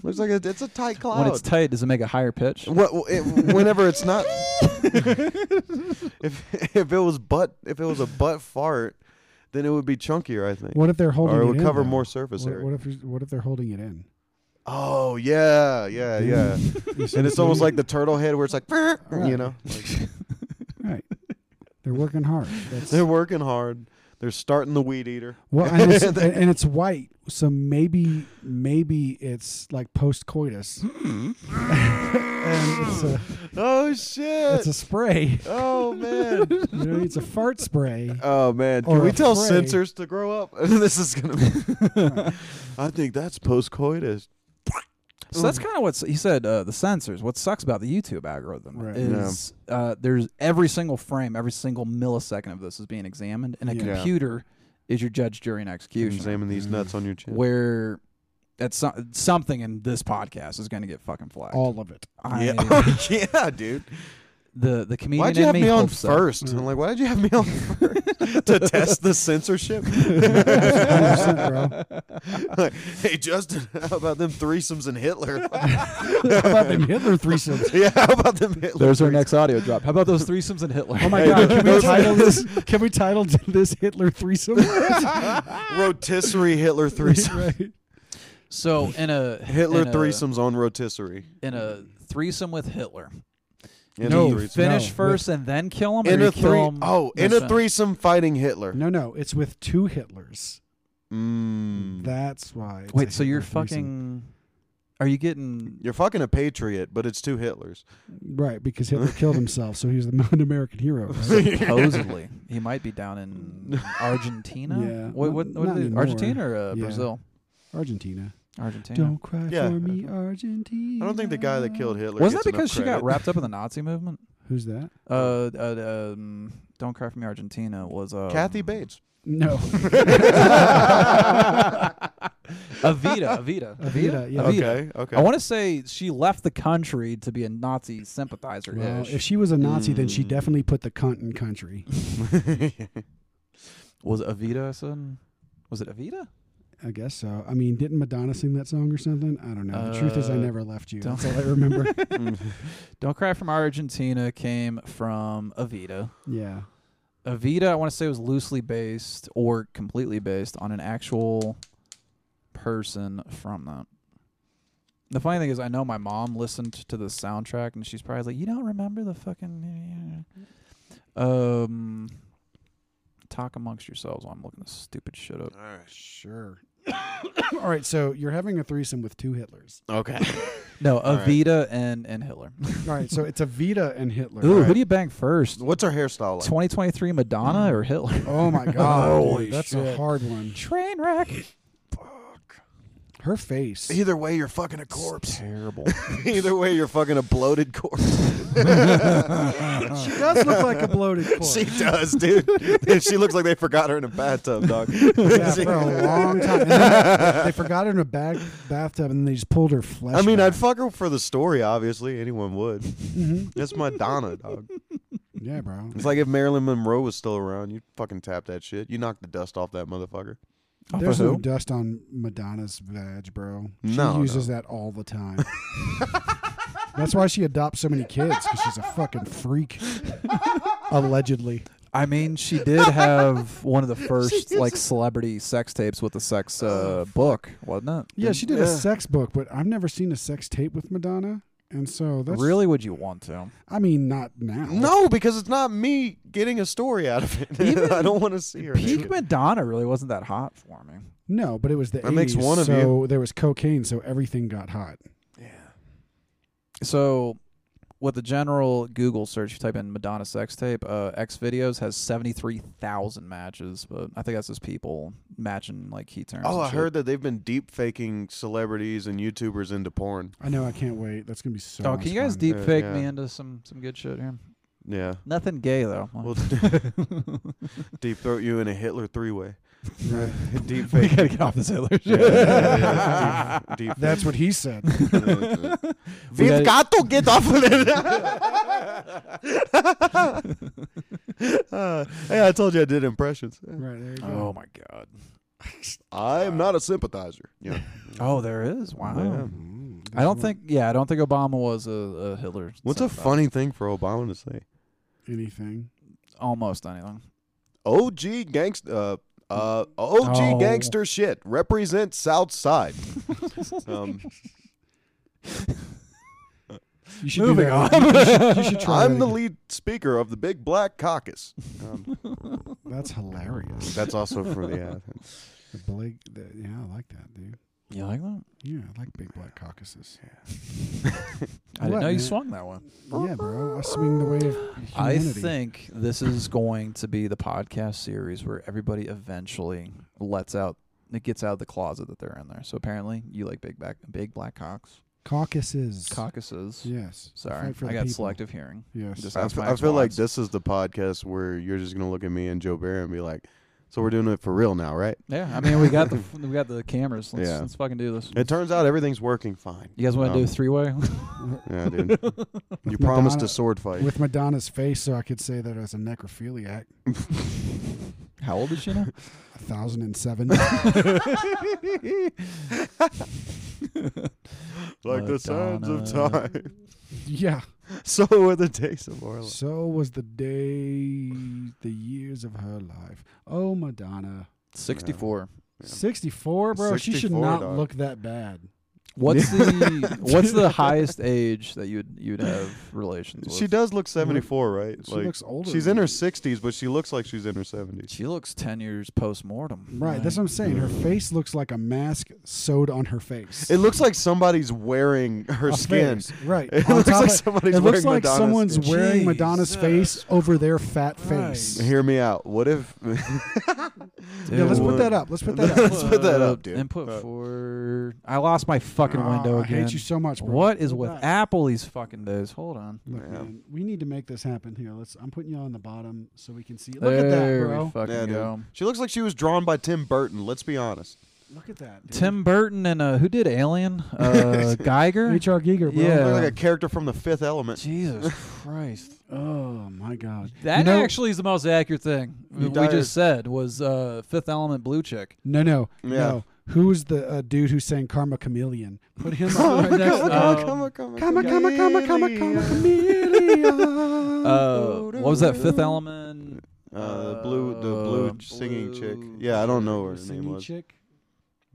A: looks like a, it's a tight cloud.
B: When it's tight, does it make a higher pitch?
A: What? It, whenever it's not. if if it was butt, if it was a butt fart, then it would be chunkier, I think.
C: what if they're holding
A: or it
C: it
A: would
C: in,
A: cover
C: though?
A: more surface
C: what,
A: area.
C: What if what if they're holding it in?
A: Oh yeah, yeah, yeah. and it's almost like the turtle head where it's like, you know, Like,
C: Right. They're working hard. That's
A: they're working hard. They're starting the weed eater.
C: well, and it's, and, and it's white, so maybe maybe it's like post coitus.
A: Hmm.
C: and it's a,
A: Oh shit!
C: it's a spray.
A: oh man.
C: You know, it's a fart spray.
A: Oh man,
C: Or
A: can we
C: a
A: tell
C: fray.
A: censors to grow up? this is gonna. be... I think that's post coitus.
B: So that's kind of what he said. Uh, the sensors. What sucks about the YouTube algorithm
C: Right.
B: is uh, there's every single frame, every single millisecond of this is being examined, and a
C: Yeah.
A: Yeah.
B: computer is your judge, jury, and executioner.
A: Examine these nuts on your chin.
B: Where at some, something in this podcast is going to get fucking flagged.
C: All of it.
B: I,
A: yeah, yeah, Oh, dude.
B: the the comedian
A: Why'd you
B: in
A: have
B: me,
A: me on
B: hopes so.
A: first? I'm like, why'd you have me on first? to test the censorship?
C: 100%, bro.
A: Like, hey, Justin, how about them threesomes and Hitler?
C: How about them Hitler threesomes?
A: yeah, how about them Hitler?
B: There's our next audio drop. How about those threesomes and Hitler?
C: Oh my
A: Hey,
C: God! Can we
A: those-
C: title this? Can we title this Hitler threesome?
A: rotisserie Hitler threesome.
C: Right.
B: So in a
A: Hitler
B: in a-
A: threesomes on rotisserie.
B: in a threesome with Hitler.
A: In
C: No,
A: a threesome.
C: Threesome.
B: Finish
C: No,
B: first and then kill him.
A: In
B: or
A: a
B: kill
A: three,
B: him
A: oh, in
B: that's
A: a
B: it?
A: threesome fighting Hitler.
C: No, no, it's with two Hitlers.
A: Mm.
C: That's why. it's a
B: Wait, so you're
C: Hitler threesome.
B: fucking? Are you getting?
A: You're fucking a patriot, but it's two Hitlers.
C: right because Hitler killed himself, so he was the modern American hero. right?
B: Supposedly, he might be down in Argentina.
C: Yeah.
B: What? What?
C: Not-
B: what
C: not
B: is it?
C: anymore.
B: Argentina or uh,
C: Yeah.
B: Brazil?
C: Argentina.
B: Argentina.
C: Don't cry
A: Yeah.
C: for me, Argentina.
A: I don't think the guy that killed Hitler.
B: Wasn't
A: gets
B: that
A: enough
B: because she got
A: credit.
B: wrapped up in the Nazi movement?
C: Who's that?
B: Uh, uh um, don't cry for me, Argentina was uh
A: Kathy Bates?
C: No,
B: Avita, Avita,
C: Avita.
B: Avita.
C: Yeah.
A: Okay, okay.
B: I want to say she left the country to be a Nazi sympathizer.
C: Well, if she was a Nazi, then
B: Hmm.
C: she definitely put the cunt in country.
B: was it Avita? I said, was it Avita?
C: I guess so. I mean, didn't Madonna sing that song or something? I don't know. The truth is, I
B: Uh,
C: never left you.
B: don't-
C: That's all I remember.
B: Don't cry from Argentina came from Avita.
C: yeah.
B: Avita, I want to say, was loosely based or completely based on an actual person from that. The funny thing is, I know my mom listened to the soundtrack, and she's probably like, "You don't remember the fucking um." Talk amongst yourselves while I'm looking this stupid shit up.
C: Sure. all right. So you're having a threesome with two Hitlers.
A: Okay.
B: No,
A: All right.
B: Avita and and Hitler.
C: All right. So it's Avita and Hitler.
B: Ooh,
C: All
B: who
C: right.
B: do you bang first? Mm.
A: What's her hairstyle like?
B: 2023 Madonna or Hitler?
C: Oh my God. dude,
A: Holy
C: that's a
A: shit.
C: hard one.
B: Train wreck.
C: Her face.
A: Either way, you're fucking a corpse.
B: Terrible.
A: Either way, you're fucking a bloated corpse.
C: She does look like a bloated corpse.
A: she does, dude. she looks like they forgot her in a bathtub, dog.
C: yeah, for a long time. And then they forgot her in a bag bathtub, and then they just pulled her flesh.
A: I mean, I'd mm-hmm. fuck
C: back.
A: her for the story, obviously. Anyone would. That's Madonna, dog.
C: yeah, bro.
A: It's like if Marilyn Monroe was still around, you'd fucking tap that shit. You knock the dust off that motherfucker.
B: Off
C: There's
B: of
C: no
B: who?
C: dust on Madonna's badge, bro. She
A: No,
C: uses that all the time. That's why she adopts so many kids because she's a fucking freak. Allegedly,
B: I mean, she did have one of the first like celebrity sex tapes with the sex uh, book, wasn't it?
C: yeah, she did a
A: Yeah.
C: sex book, but I've never seen a sex tape with Madonna, and so that's
B: Really, would you want to?
C: I mean, not now.
A: No, because it's not me getting a story out of it.
B: Even
A: I don't want to see her.
B: Peak Madonna really wasn't that hot for me.
C: no, but it was the
A: That makes
C: 80s,
A: one of
C: so there was cocaine, so everything got hot.
B: So, with the general Google search, you type in Madonna sex tape. Uh, X videos has seventy three thousand matches, but I think that's just people matching like key terms.
A: Oh,
B: and
A: I
B: shit.
A: heard that they've been deep faking celebrities and YouTubers into porn.
C: I know. I can't wait. That's gonna be so.
B: Oh,
C: much
B: can you guys
C: fun.
B: deep fake
A: Yeah.
B: me into some some good shit here?
A: Yeah.
B: Nothing gay though.
A: Well, deep throat you in a Hitler three way.
C: Right.
A: deep
B: we
A: fake.
B: gotta get off this Hitler shit.
A: Yeah, yeah, yeah, yeah. Deep, deep
C: That's what he said.
A: We've
B: gotta-
A: got to get off of it. uh, yeah, I told you I did impressions.
C: right there you go.
B: Oh my god.
A: I am not a sympathizer. Yeah.
B: Oh, there is. Wow.
A: Yeah.
C: Mm,
B: I don't
C: that's
B: think. Yeah, I don't think Obama was a, a Hitler.
A: What's a
B: sympathizer.
A: funny thing for Obama to say?
C: not Oh. anything.
B: Almost anything.
A: OG gangster, uh, uh, OG
C: Oh.
A: gangster shit. Represent South Side. um,
C: You should
B: Moving
C: do that. on. You should, you should try.
A: I'm
C: that
A: the
C: again.
A: lead speaker of the Big Black Caucus. Um,
C: That's hilarious.
A: that's also for the Athens.
C: The Blake. The, yeah, I like that, dude.
B: You like that?
C: Yeah, I like big black caucuses.
B: I didn't
C: What,
B: know you
C: man?
B: swung that one.
C: Yeah, bro. I swing the way of humanity.
B: I think this is going to be the podcast series where everybody eventually lets out. It gets out of the closet that they're in there. So apparently, you like big back, big black cocks,
C: caucuses.
B: caucuses.
C: yes.
B: Sorry,
C: Fight for
B: I
C: the
B: got
C: people.
B: selective hearing.
C: Yes.
B: Just
A: I
B: ask
A: feel,
B: my
A: I feel like
B: ex-wives.
A: this is the podcast where you're just gonna look at me and Joe Barry and be like, So we're doing it for real now, right?
B: Yeah, I mean we got the we got the cameras. Let's,
A: Yeah.
B: let's fucking do this.
A: It turns out everything's working fine.
B: You guys want to
A: Um,
B: do three way?
A: Yeah, dude. You promised
C: Madonna-
A: a sword fight.
C: with Madonna's face, so I could say that as a necrophiliac.
B: How old is she now?
C: A thousand and seven.
A: like the sands of
B: Madonna.
A: time.
C: yeah.
A: so were the days of our life.
C: So was the day, the years of her life. Oh, Madonna.
B: Sixty four.
A: Yeah.
C: 64, bro. she should
A: 64,
C: not
A: dog.
C: look that bad.
B: What's the what's the highest age that you'd you'd have relations with?
A: She does look 74, right?
C: She
A: like,
C: looks older
A: She's
C: than
A: in her
C: me.
A: 60s, but she looks like she's in her 70s.
B: She looks ten years post mortem.
C: Right. That's what I'm saying. Her face looks like a mask sewed on her face.
A: It looks like somebody's wearing her
C: A
A: skin.
C: face, Right.
A: It
C: On
A: looks
C: top
A: like
C: of-
A: somebody's
C: It looks
A: wearing
C: like
A: Madonna's
C: someone's
A: skin.
C: wearing Madonna's face
B: Jesus
C: over their fat face.
B: Christ.
A: Hear me out. What if
C: Yeah, let's put
A: Dude.
C: that up. Let's put that up.
A: Let's put that up, dude.
B: Input
A: Uh,
B: for I lost my fucking
C: Ah,
B: window
C: I hate
B: again.
C: you so much, bro.
B: What is with
C: Back.
B: Apple these fucking days? Hold on.
C: Look,
A: Yeah.
C: man, we need to make this happen here. Let's. I'm putting you on the bottom so we can see. Look at that,
B: there we
C: bro.
B: fucking
A: Yeah, dude.
B: go.
A: She looks like she was drawn by Tim Burton. Let's be honest.
C: Look at that. dude.
B: Tim Burton and uh, who did Alien? Uh, Geiger.
C: H.R. Giger, bro.
B: Yeah.
A: Looks like a character from The Fifth Element.
B: Jesus Christ.
C: Oh my God.
B: That
C: You know-
B: actually is the most accurate thing we
A: You died.
B: just said was uh, Fifth Element Blue Chick.
C: No, no,
A: Yeah.
C: no. Who's the uh, dude who sang Karma Chameleon? Put him on right next to
B: Karma,
C: that.
A: Come,
B: Um,
A: come,
C: Karma, Karma, Karma, Karma, Karma Chameleon.
B: Uh, what was that Fifth Element?
A: Uh, the blue, the
B: Uh,
A: blue singing chick.
B: blue
A: Yeah, I don't know what her name
C: Singing
A: was.
C: chick.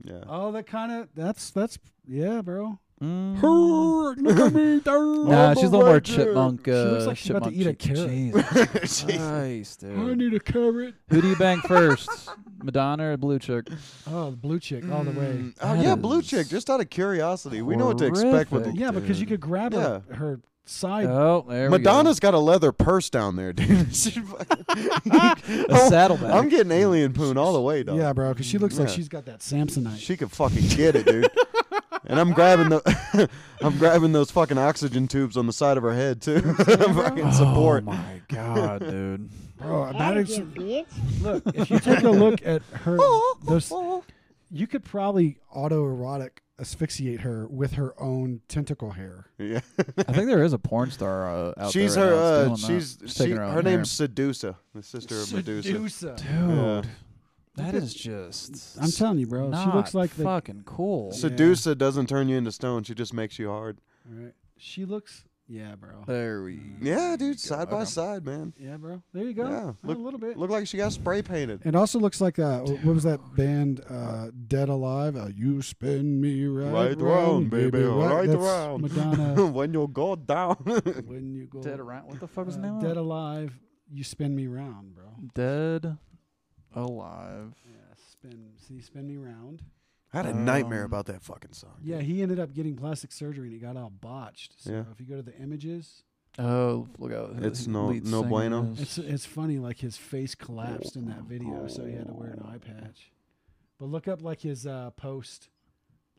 A: Yeah.
C: Oh, that kind of. That's that's. Yeah, bro.
B: Mm.
A: All
B: Nah,
A: the
B: she's a little more
A: legends.
B: chipmunk. Uh,
C: She looks like she's about to
B: chipmunk
C: eat a
B: chick.
C: carrot.
B: Jesus Christ, dude.
C: a carrot.
B: Who do you bang first, Madonna or Blue Chick?
C: Oh, the blue chick all the way.
A: Mm, Oh
B: That
A: yeah, blue chick.
B: is
A: Just out of curiosity, we know what to expect with the
B: horrific.
C: Yeah, because you could grab her, her side.
B: Oh, there we go.
A: Madonna's got a leather purse down there, dude. She fucking-
B: a saddlebag.
A: I'm getting alien poon all the way, dog.
C: yeah, bro, because she looks like
A: Yeah.
C: she's got that Samsonite.
A: She could fucking get it, dude. and I'm grabbing the, I'm grabbing those fucking oxygen tubes on the side of her head too. fucking support.
B: Oh my god, dude.
C: bro, about it,
H: bitch.
C: look, if you take a look at her,
A: Oh.
C: those, you could probably autoerotic asphyxiate her with her own tentacle hair.
A: yeah.
B: I think there is a porn star uh, out
A: she's
B: there.
A: her.
B: right now
A: Uh,
B: that's doing that.
A: she's she,
B: taking
A: her,
B: own hair.
A: name's Sedusa, the sister of Medusa. Yeah.
B: Dude, that is just.
C: I'm telling you, bro, she looks
B: not
C: like the.
B: fucking cool.
C: So-
A: Sedusa doesn't turn you into stone. She just makes you hard.
C: Alright, She looks. Yeah, bro.
B: there we.
A: Yeah, dude. Side by
B: okay.
A: side, man.
C: Yeah, bro. There you go.
A: Yeah,
C: Oh,
A: look-
C: a little bit.
A: Look like she got spray painted.
C: It also looks like uh, what was that band uh, Dead Alive? Uh, you spin me right,
A: Right round, baby, right
C: That's
A: round.
C: Madonna.
A: when you go down.
C: when you go
B: Dead around. What the fuck was
C: uh,
B: the name? of
C: Dead
B: it?
C: Alive, you spin me round, bro.
B: Dead alive.
C: Yeah, spin. See, spin me round.
A: I had a nightmare
B: Um,
A: about that fucking song.
C: Yeah, he ended up getting plastic surgery and he got all botched. So
A: Yeah.
C: if you go to the images,
B: Oh, look out! who
A: It's
B: the
A: no-
B: lead
A: no
B: singer
A: bueno.
B: is.
C: it's it's funny. Like his face collapsed in that video, so he had to wear an eye patch. But look up like his uh, post.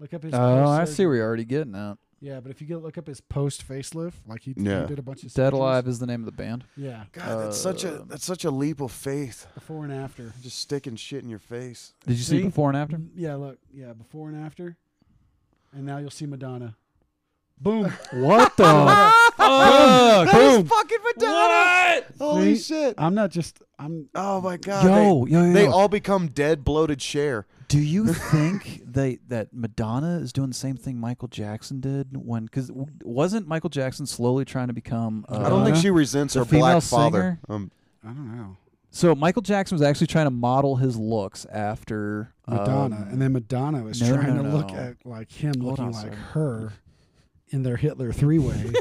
C: Look up his.
B: Oh, I see
C: post-surgery.
B: where you're already getting at.
C: Yeah, but if you get look up his post facelift, like he, he
A: Yeah.
C: did a bunch of
B: Dead
C: surgeries.
B: alive is the name of the band.
C: Yeah,
A: God, that's such a
B: Uh,
A: that's such a leap of faith.
C: before and after.
A: Just sticking shit in your face.
B: Did you see,
C: See?
B: before and after?
C: Yeah, look, yeah, before and after, and now you'll see Madonna. Boom.
B: What the? Oh, fuck?
A: Boom. fucking Madonna. Holy
C: See?
A: shit.
C: I'm not just. I'm.
A: Oh my god.
B: Yo, yo, yo,
A: They, they
B: yo.
A: all become dead bloated share.
B: Do you think they that Madonna is doing the same thing Michael Jackson did when? Because wasn't Michael Jackson slowly trying to become?
A: I
B: Uh,
A: don't think
C: Madonna?
A: she resents
B: The
A: her black
B: female
A: father.
B: singer?
A: Um,
C: I don't know.
B: so. Michael Jackson was actually trying to model his looks after um,
C: Madonna, and then Madonna was
B: no, no,
C: trying to
B: no.
C: look at like him
B: Hold
C: looking
B: on a
C: like
B: second.
C: her in their Hitler three way.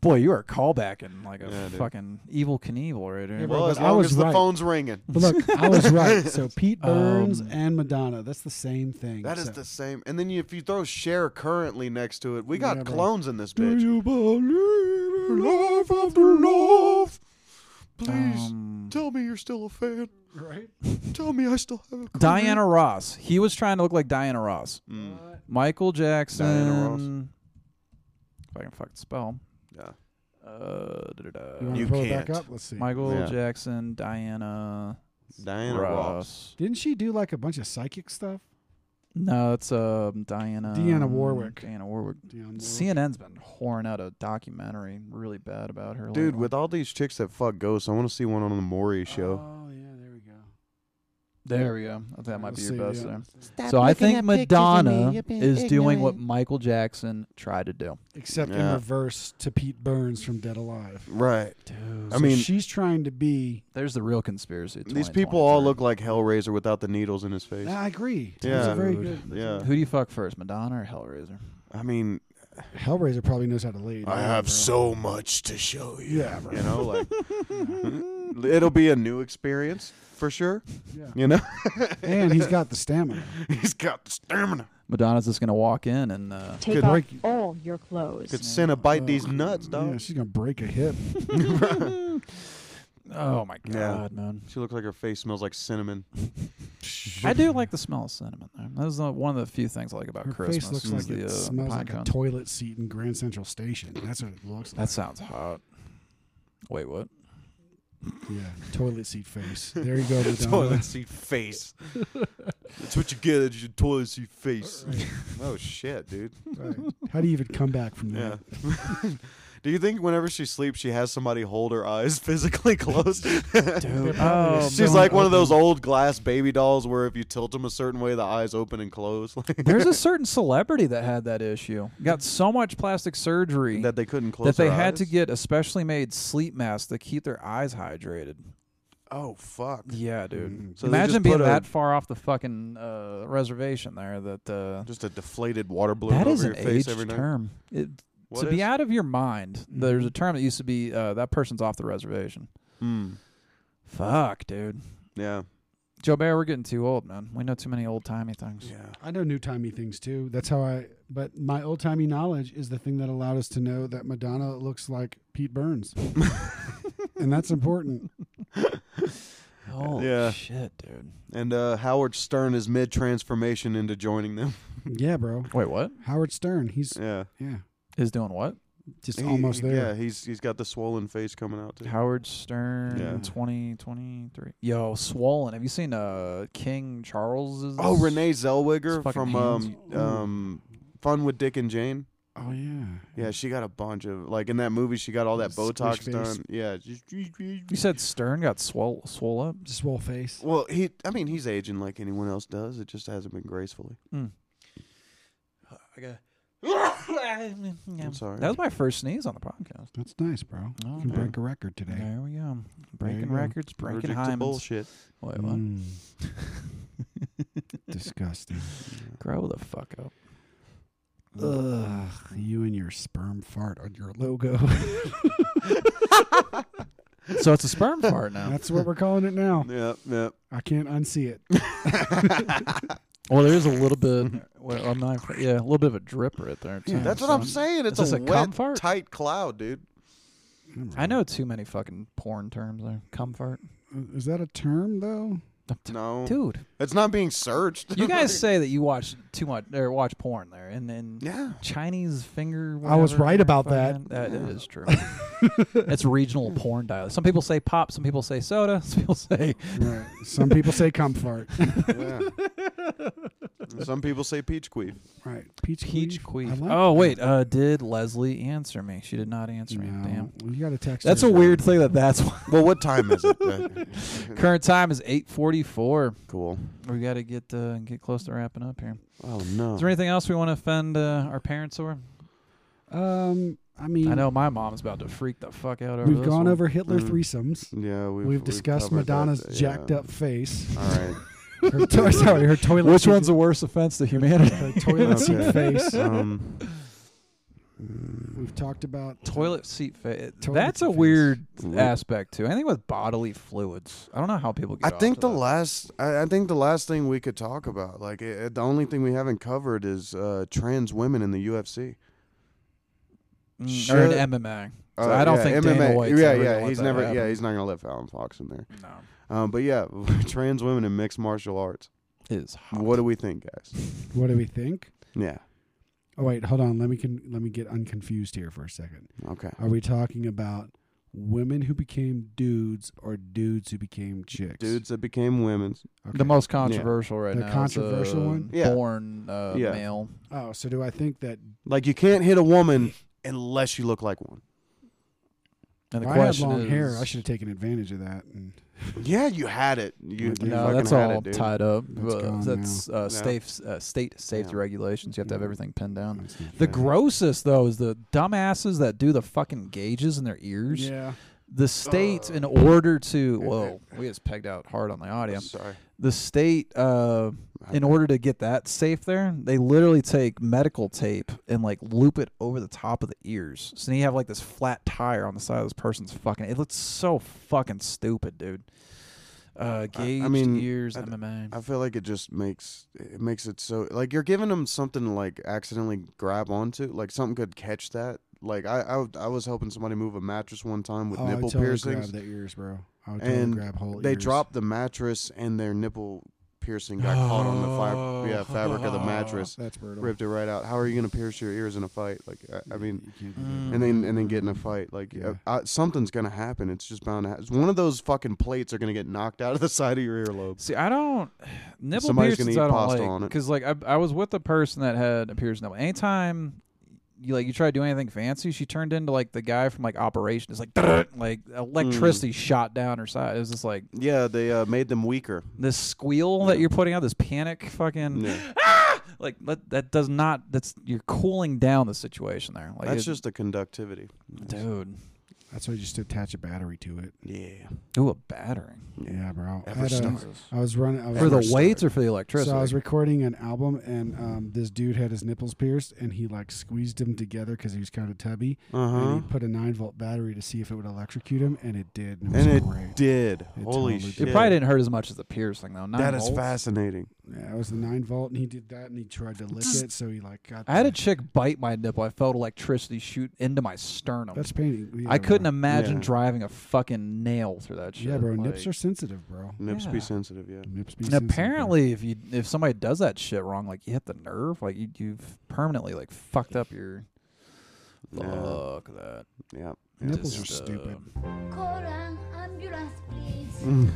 B: boy, you are callbacking like a
A: Yeah, dude.
B: fucking evil Knievel right there.
C: Yeah,
A: well,
C: but
A: as
C: I
A: long
C: was
A: as the
C: right.
A: phone's ringing.
C: but look, I was right. So Pete Burns
B: Um,
C: and Madonna, that's the same thing.
A: That is
C: so-
A: the same. And then you, if you throw share currently next to it, we got
C: Yeah, bro.
A: clones in this
C: Do
A: bitch.
C: you believe in
A: Life after love. Please
B: Um,
A: tell me you're still a fan.
C: love? Right.
A: Tell me I still have a career.
B: Diana Ross. He was trying to look like Diana Ross.
A: Mm,
B: Michael Jackson.
A: Ross.
B: If I can fucking spell.
A: yeah.
B: Uh, da-da-da.
C: You want to
A: You
C: pull it
A: can't.
C: back up? Let's see.
B: Michael
A: Yeah.
B: Jackson, Diana.
A: Diana Ross.
C: Didn't she do like a bunch of psychic stuff?
B: No, it's um Diana.
C: Deanna Warwick.
B: Diana Warwick.
C: Dionne Warwick.
B: CNN's been whoring out a documentary really bad about her.
A: Dude,
B: lately.
A: with all these chicks that fuck ghosts, I want to see one on the Maury show.
C: Oh yeah, there we go.
B: there we go. That might
C: Let's
B: be your
C: see,
B: best
C: yeah.
B: there. so I think Madonna
E: You've been
B: is doing what Michael Jackson tried to do.
C: Except in
A: Yeah.
C: reverse to Pete Burns from Dead Alive.
A: Right.
B: Dude,
A: I
C: So
A: mean,
C: she's trying to be.
B: there's the real conspiracy. of
A: these people
B: 2023.
A: all look like Hellraiser without the needles in his face.
C: I agree. Those
A: Yeah.
C: are very
B: Dude.
C: good.
A: Yeah.
B: Who do you fuck first, Madonna or Hellraiser?
A: I mean,
C: Hellraiser probably knows how to lead.
I: I have so much to show you.
C: Yeah, bro.
A: you know, like it'll be a new experience for sure.
C: Yeah.
A: You know,
C: and he's got the stamina.
I: He's got the stamina.
B: Madonna's just gonna walk in and uh,
D: Take
A: Good
D: off
A: work.
D: all your clothes.
A: could Senna bite these nuts,
C: Yeah,
A: dog.
C: she's gonna break a hip.
B: oh my god,
A: Yeah.
B: man.
A: She looks like her face smells like cinnamon.
B: I do like the smell of cinnamon. Though. That was uh, one of the few things I like about
C: Her
B: Christmas.
C: face looks
B: is
C: like it
B: the, uh,
C: smells
B: pine
C: like
B: cone.
C: a toilet seat in Grand Central Station. That's what it looks like.
B: That sounds hot. Wait, what?
C: yeah, toilet seat face. There you go, Madonna.
A: toilet seat face. That's what you get. Is your toilet seat face. oh shit, dude.
C: Right. How do you even come back from
A: Yeah.
C: that?
A: Do you think whenever she sleeps, she has somebody hold her eyes physically closed?
B: Dude,
C: probably-
B: oh,
A: She's
B: man.
A: like one of those old glass baby dolls where if you tilt them a certain way, the eyes open and close. Like,
B: There's a certain celebrity that had that issue. Got so much plastic surgery
A: that they couldn't close.
B: that they
A: their
B: had to
A: eyes?
B: get a specially made sleep mask to keep their eyes hydrated.
A: Oh fuck!
B: Yeah, dude.
A: Mm. So they
B: Imagine
A: just
B: being
A: put a-
B: that far off the fucking uh, reservation there. That uh,
A: Just a deflated water balloon
B: that
A: over
B: is
A: your
B: an
A: face
B: age
A: every night.
B: term. It,
A: What
B: to
A: is-
B: be out of your mind. There's a term that used to be uh, that person's off the reservation.
A: Mm.
B: Fuck, dude.
A: Yeah.
B: Joe Bear, we're getting too old, man. We know too many old timey things.
C: I know new timey things too. That's how I. But my old timey knowledge is the thing that allowed us to know that Madonna looks like Pete Burns, and that's important.
B: Holy
A: Yeah.
B: shit, dude.
A: And uh, Howard Stern is mid transformation into joining them.
C: Yeah, bro.
B: Wait, what?
C: Howard Stern. He's
A: Yeah.
C: yeah,
B: Is doing what?
C: just
A: He-
C: almost
A: he-
C: there.
A: Yeah. He's he's got the swollen face coming out. Too.
B: Howard Stern,
A: Yeah.
B: 2023. Yo, swollen. Have you seen uh King Charles's?
A: Oh,
B: Renee.
A: Renee Zellweger
B: His fucking
A: from um,
B: hands.
A: um, Fun with Dick and Jane.
C: Oh yeah.
A: Yeah, she got a bunch of like in that movie. She got all that
C: Squish
A: Botox
C: face.
A: done. Yeah.
B: You said Stern got swole, swole up?
C: Just swole face.
A: Well, he. I mean, he's aging like anyone else does. It just hasn't been gracefully.
E: I got
A: I'm sorry.
B: That was my first sneeze on the podcast.
C: That's nice, bro.
B: Oh,
C: you can
B: yeah.
C: break a record today.
B: There we go. Breaking
C: go.
B: records, breaking
A: Allergic to
B: hymens.
A: bullshit.
B: Wait, what?
C: Mm. Disgusting.
B: Grow the fuck up.
C: Ugh, you and your sperm fart on your logo.
B: So it's a sperm fart now.
C: That's what we're calling it now.
A: Yeah, yeah.
C: I can't unsee it.
B: Well, there is a little bit. Well, I'm not. Yeah, a little bit of a drip right there. Too.
C: Yeah,
A: That's what I'm saying. It's
B: Is
A: a,
B: this a cum
A: wet,
B: fart?
A: tight cloud, dude.
B: I know too many fucking porn terms there. Comfort,
C: Is that a term though?
A: No,
B: dude.
A: it's not being searched.
B: You guys say that you watch too much or watch porn there, and then
A: yeah,
B: Chinese finger.
C: I was
B: whatever,
C: right
B: or
C: about that.
B: fucking- That it is true. it's regional porn dialect. Some people say pop. Some people say soda. Some people say
C: Right. Some people say comfort.
A: yeah. Some people say peach queef.
C: right. Peach
B: peach
C: queef. I
B: queef.
C: like
B: oh wait, uh, did Leslie answer me? She did not answer me.
C: No.
B: Damn.
C: Well, you got to text.
B: That's
C: her.
B: a weird thing that that's why.
A: Well, what time is it? Uh,
B: Current time is 8:44.
A: cool.
B: We got to get uh, get close to wrapping up here.
A: Oh no.
B: Is there anything else we want to offend uh, our parents over?
C: Um, I mean,
B: I know my mom's about to freak the fuck out over
C: we've
B: this
C: gone
B: one.
C: over Hitler
A: Mm.
C: threesomes.
A: Yeah, we've,
C: We've, discussed
A: covered that,
C: Madonna's
A: yeah.
C: jacked up face.
A: All right.
C: Her to- sorry, her toilet.
B: Which
C: seat-
B: one's the worst offense to
C: her
B: humanity?
C: toilet seat
A: Okay.
C: face?
A: Um,
C: We've talked about
B: Toilet seat face.
C: Toilet
B: That's
C: seat
B: a
C: face.
B: weird aspect too. Anything with bodily fluids. I don't know how people
A: I
B: get. off
A: think
B: to
A: the
B: that.
A: last. I, I think the last thing we could talk about, like it, it- the only thing we haven't covered, is uh, trans women in the UFC.
B: Mm, or
A: Sure.
B: an MMA. So
A: Uh,
B: I don't
A: yeah,
B: think
A: MMA.
B: Dana White's
A: yeah,
B: ever gonna
A: yeah,
B: let
A: he's
B: that
A: never.
B: happen.
A: Yeah, he's not gonna let Fallon Fox in there.
B: No,
A: Um, but yeah, trans women in mixed martial arts.
B: it is hot.
A: What do we think, guys?
C: what do we think?
A: Yeah.
C: Oh wait, hold on. Let me con- let me get unconfused here for a second.
A: Okay.
C: Are we talking about women who became dudes or dudes who became chicks?
A: Dudes that became women.
C: Okay.
B: The most controversial right
C: The
B: now. is,
C: controversial
B: uh,
C: one?
A: Yeah.
B: Born uh,
A: Yeah.
B: male.
C: Oh, so do I think that
A: Like you can't hit a woman unless you look like one.
B: And the
C: I had
B: question
C: long
B: is,
C: hair? I should have taken advantage of that. And
A: Yeah, you had it. You, you
B: No,
A: fucking
B: that's
A: had
B: all
A: it, dude.
B: tied up.
C: That's
B: uh,
C: gone
B: that's uh, safe, uh, state safety
A: Yeah.
B: regulations. You have to have
C: Yeah.
B: everything pinned down.
C: That's not
B: The
C: fair.
B: grossest though is the dumbasses that do the fucking gauges in their ears.
C: yeah,
B: The state,
A: Uh.
B: in order to whoa, we just pegged out hard on the audio.
A: Sorry.
B: The state, uh, in order to get that safe there, they literally take medical tape and like loop it over the top of the ears. So then you have like this flat tire on the side of this person's fucking. It looks so fucking stupid, dude. Uh, gauged
A: mean,
B: ears,
A: I d-
B: MMA.
A: I feel like it just makes it makes it so like you're giving them something to, like accidentally grab onto, like something could catch that. Like I I, would- I was helping somebody move a mattress one time with
C: oh, I
A: nipple
C: totally
A: piercings,
C: Grab the ears, bro. I would totally
A: and
C: grab whole
A: they
C: ears.
A: dropped the mattress and their nipple piercing got caught on the fire, yeah fabric of the mattress,
C: That's brutal.
A: Ah. ripped it right out. How are you gonna pierce your ears in a fight? Like I, I mean,
C: You can't do that.
B: Mm.
A: and then and then get in a fight. Like
C: Yeah.
A: uh, uh, something's gonna happen. It's just bound to happen. One of those fucking plates are gonna get knocked out of the side of your earlobe.
B: See, I don't nipple
A: Somebody's
B: piercings.
A: gonna eat
B: I don't
A: pasta
B: like
A: on it.
B: because like I, I was with a person that had a piercing. nipple. Anytime you like you try to do anything fancy, she turned into like the guy from like Operation. It's like like
A: Hmm.
B: electricity shot down her side. It was just like
A: Yeah, they uh, made them weaker.
B: this squeal that you're putting out, this panic, fucking
A: Yeah.
B: like let, that does not. That's you're cooling down the situation there. Like
A: That's
B: it-
A: just the conductivity.
B: dude.
C: That's why you just attach a battery to it.
A: Yeah.
B: Ooh, a battering
C: Yeah, bro. I, had a-
A: Everstar.
C: I was running. I was
B: for the
C: running-
B: weights or for the electricity.
C: So I was recording an album, and um, this dude had his nipples pierced, and he like squeezed them together because he was kind of tubby,
A: Uh-huh.
C: and he put a nine volt battery to see if it would electrocute him, and it did. And it, was
A: And it
C: great.
A: did. Holy
C: totally
A: shit.
B: it probably didn't hurt as much as the piercing though. Nine
A: That is
B: volts.
A: fascinating.
C: Yeah, it was the nine volt, and he did that, and he tried to lick it, so he like got.
B: I had a
C: the-
B: chick bite my nipple. I felt electricity shoot into my sternum.
C: That's painting. Yeah,
B: I couldn't
C: Bro.
B: imagine
A: Yeah.
B: driving a fucking nail through that shit.
C: Yeah, bro.
B: Like-
C: Nips are sensitive, bro.
A: Nips
B: Yeah.
A: be sensitive, yeah.
C: Nips. Be
B: And
C: sensitive, bro.
B: apparently, if you if somebody does that shit wrong, like you hit the nerve, like you you've permanently like fucked up your.
A: Yeah.
B: Fuck that.
A: Yeah.
C: nipples are
B: Just, uh,
C: stupid.
H: Call an ambulance, please.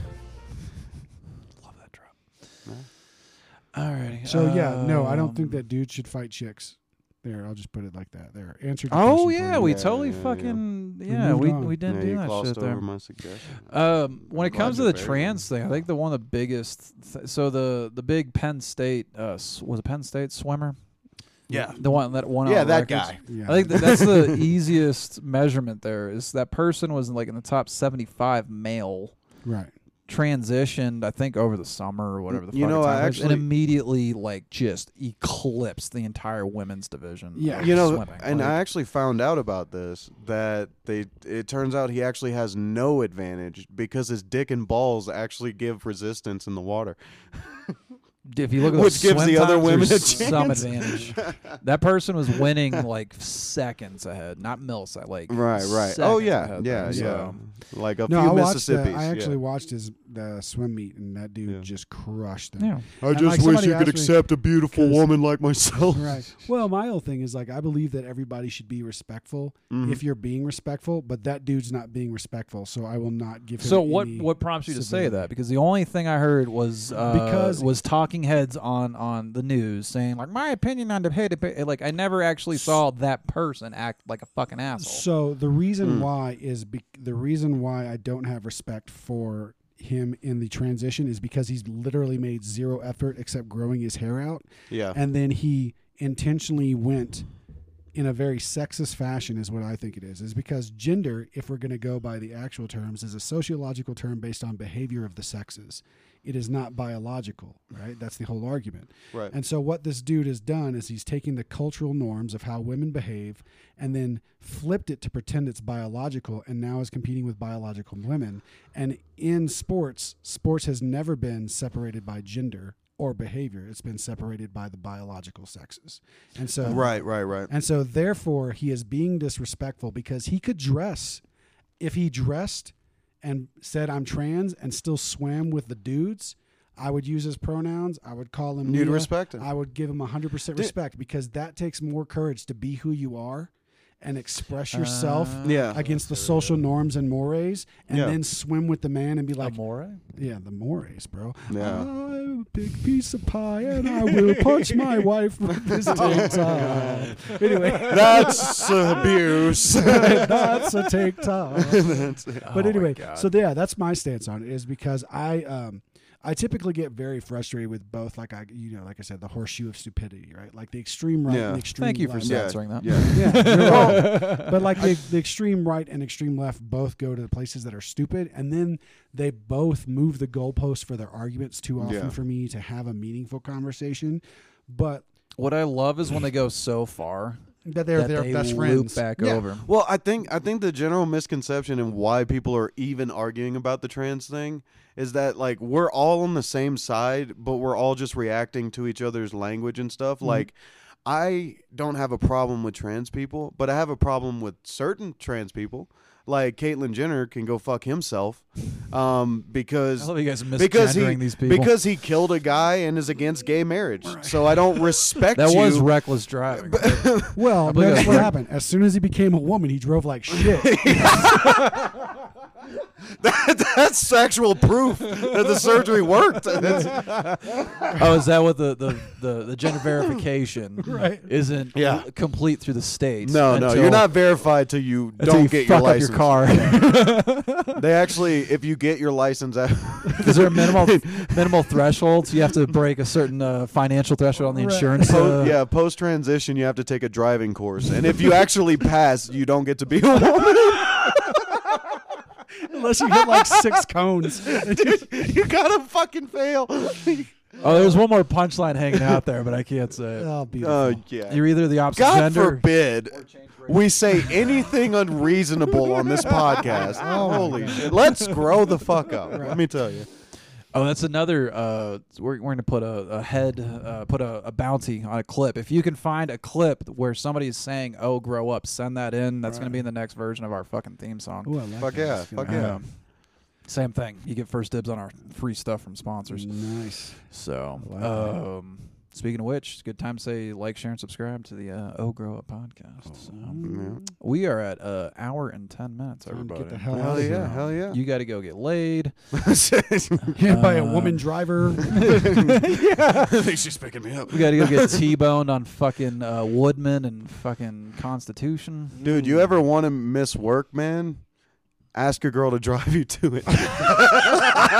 B: Love that drop. Alrighty.
C: So yeah, no, I don't think
B: um,
C: that dude should fight chicks. There, I'll just put it like that. There, answer. the
B: Oh
C: question for
B: yeah,
C: you.
B: we
A: Yeah,
B: totally
A: yeah, yeah.
B: fucking
C: We
B: yeah.
C: moved
B: We
C: on.
B: we didn't
A: Yeah,
B: do
A: you
B: that
A: glossed
B: shit there.
A: over my suggestion.
B: Um, when it
A: glad
B: comes to
A: you're
B: the
A: very
B: trans thing, I think the one of the biggest. Th- so the the big Penn State uh, s- was a Penn State swimmer.
I: Yeah.
B: the one that won.
I: Yeah,
B: all the
I: that
B: records.
I: guy.
C: Yeah.
B: I think that that's the easiest measurement. There is that person was like in the top seventy five male
C: right.
B: transitioned. I think over the summer or whatever the
A: You
B: fuck
A: know,
B: the
A: I
B: time is, and
A: actually-
B: immediately like just eclipsed the entire women's division.
C: Yeah.
B: of
A: you know,
B: swimming.
A: and
B: Like,
A: I actually found out about this that they. It turns out he actually has no advantage because his dick and balls actually give resistance in the water.
B: if you look at
A: Which
B: those
A: gives
B: swim
A: the other
B: times,
A: women
B: there's
A: a
B: some
A: chance.
B: advantage. that person was winning like seconds ahead, not millisecond, like
A: Right, right. Oh
B: seconds
A: yeah,
B: ahead
A: yeah, yeah.
B: there, so.
A: Like a
C: no, I
A: few
C: watched. The,
A: Mississippi's.
C: I actually
A: yeah.
C: watched his the swim meet, and that dude
A: Yeah.
C: just crushed them.
B: Yeah.
A: I
C: And, like, somebody asked me-
A: a beautiful
C: 'cause-
A: like myself.
C: Right. Well, my whole thing is like I believe that everybody should be respectful
A: Mm-hmm.
C: if you're being respectful, but that dude's not being respectful, so I will not give him.
B: So what
C: any-
B: what prompts you to say
C: civility.
B: that? Because the only thing I heard was uh,
C: Because-
B: was talking heads on on the news saying like my opinion on the pay to pay like I never actually saw that person act like a fucking asshole.
C: So the
A: Mm.
C: reason why is be- the reason why I don't have respect for him in the transition is because he's literally made zero effort except growing his hair out,
A: Yeah.
C: and then he intentionally went in a very sexist fashion is what I think it is. Is because gender, if we're going to go by the actual terms, is a sociological term based on behavior of the sexes. It is not biological, right? That's the whole argument.
A: Right.
C: And so what this dude has done is he's taking the cultural norms of how women behave and then flipped it to pretend it's biological and now is competing with biological women. And in sports, sports has never been separated by gender or behavior. It's been separated by the biological sexes. And so
A: Right, right, right.
C: and so, therefore, he is being disrespectful because he could dress, if he dressed and said, I'm trans and still swam with the dudes, I would use his pronouns. I would call him.
A: You'd
C: Mia,
A: respect him.
C: I would give him 100% respect because that takes more courage to be who you are and express yourself
A: Yeah.
C: against the social norms and mores, and
A: Yeah.
C: then swim with the man and be like,
B: Amore?
C: yeah, the mores, bro.
A: Yeah.
C: I'm a big piece of pie, and I will punch my wife with this
B: Oh
C: tank top. Anyway,
A: That's abuse.
C: that's a tank top.
B: Oh
C: but anyway, so yeah, that's my stance on it is because I um I typically get very frustrated with both, like I you know, like I said, the horseshoe of stupidity, right? Like the extreme right
A: Yeah.
C: and extreme.
B: Thank you for
C: left.
A: Yeah.
B: censoring that.
A: Yeah.
C: Yeah, you're right. but like the, the extreme right and extreme left both go to the places that are stupid, and then they both move the goalposts for their arguments too often
A: Yeah.
C: for me to have a meaningful conversation. But
B: What I love is when they go so far
C: that they're
B: that
C: their
B: they
C: best
B: loop
C: friends.
B: back
C: Yeah.
B: over.
A: Well, I think I think the general misconception and why people are even arguing about the trans thing is that like we're all on the same side, but we're all just reacting to each other's language and stuff.
B: Mm-hmm.
A: Like I don't have a problem with trans people, but I have a problem with certain trans people. Like Caitlyn Jenner can go fuck himself, um, because
B: I love you guys
A: because he
B: misgendering these people.
A: because he killed a guy and is against gay marriage. So I don't respect
B: that
A: you.
B: was reckless driving.
C: Well,
B: believe
C: that's
B: that's
C: what
B: right.
C: happened. As soon as he became a woman, he drove like shit.
A: That's sexual proof that the surgery worked. That's-
B: oh, is that what the the, the, the gender verification
C: Right.
B: isn't
A: Yeah.
B: complete through the states?
A: No, no,
B: until-
A: you're not verified till you
B: until
A: don't
B: you
A: get
B: fuck
A: your license.
B: up your car.
A: They actually, if you get your license, after,
B: Is there a minimal minimal threshold? So you have to break a certain uh, financial threshold on the
C: Right.
B: insurance.
A: po-
B: uh,
A: Oh, yeah, post transition, you have to take a driving course, and if you actually pass, you don't get to be a woman.
C: Unless you hit like six cones.
A: you gotta fucking fail.
B: Oh, there's one more punchline hanging out there, but I can't say it.
C: Oh, beautiful.
A: Oh yeah.
B: You're either the opposite
A: God
B: gender.
A: forbid we say anything unreasonable on
B: Oh
A: this podcast. Holy shit! Let's grow the fuck up. Let me tell you.
B: Oh, that's another. Uh, we're we're gonna put a, a head, uh, put a, a bounty on a clip. If you can find a clip where somebody is saying, "Oh, grow up," send that in. That's gonna be in the next version of our fucking theme song.
C: Ooh, I like
A: Fuck
C: that.
A: yeah,
C: That's gonna
A: fuck yeah.
B: Um, same thing. You get first dibs on our free stuff from sponsors.
C: be Nice.
B: So,
C: Mm. I like that.
B: um, speaking of which, it's a good time to say like, share, and subscribe to the uh, Oh Grow Up podcast.
C: Oh,
B: So, we are at an hour and ten minutes,
C: Time to
B: everybody.
C: get the hell out
A: Hell
C: of here.
A: yeah! Hell yeah!
B: You got to go get laid.
C: Hit by a woman
B: Um,
C: driver.
I: I think she's picking me up.
B: We got to go get T-boned on fucking uh, Woodman and fucking Constitution.
A: Dude, you ever want to miss work, man? Ask a girl to drive you to it.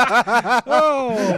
C: Oh,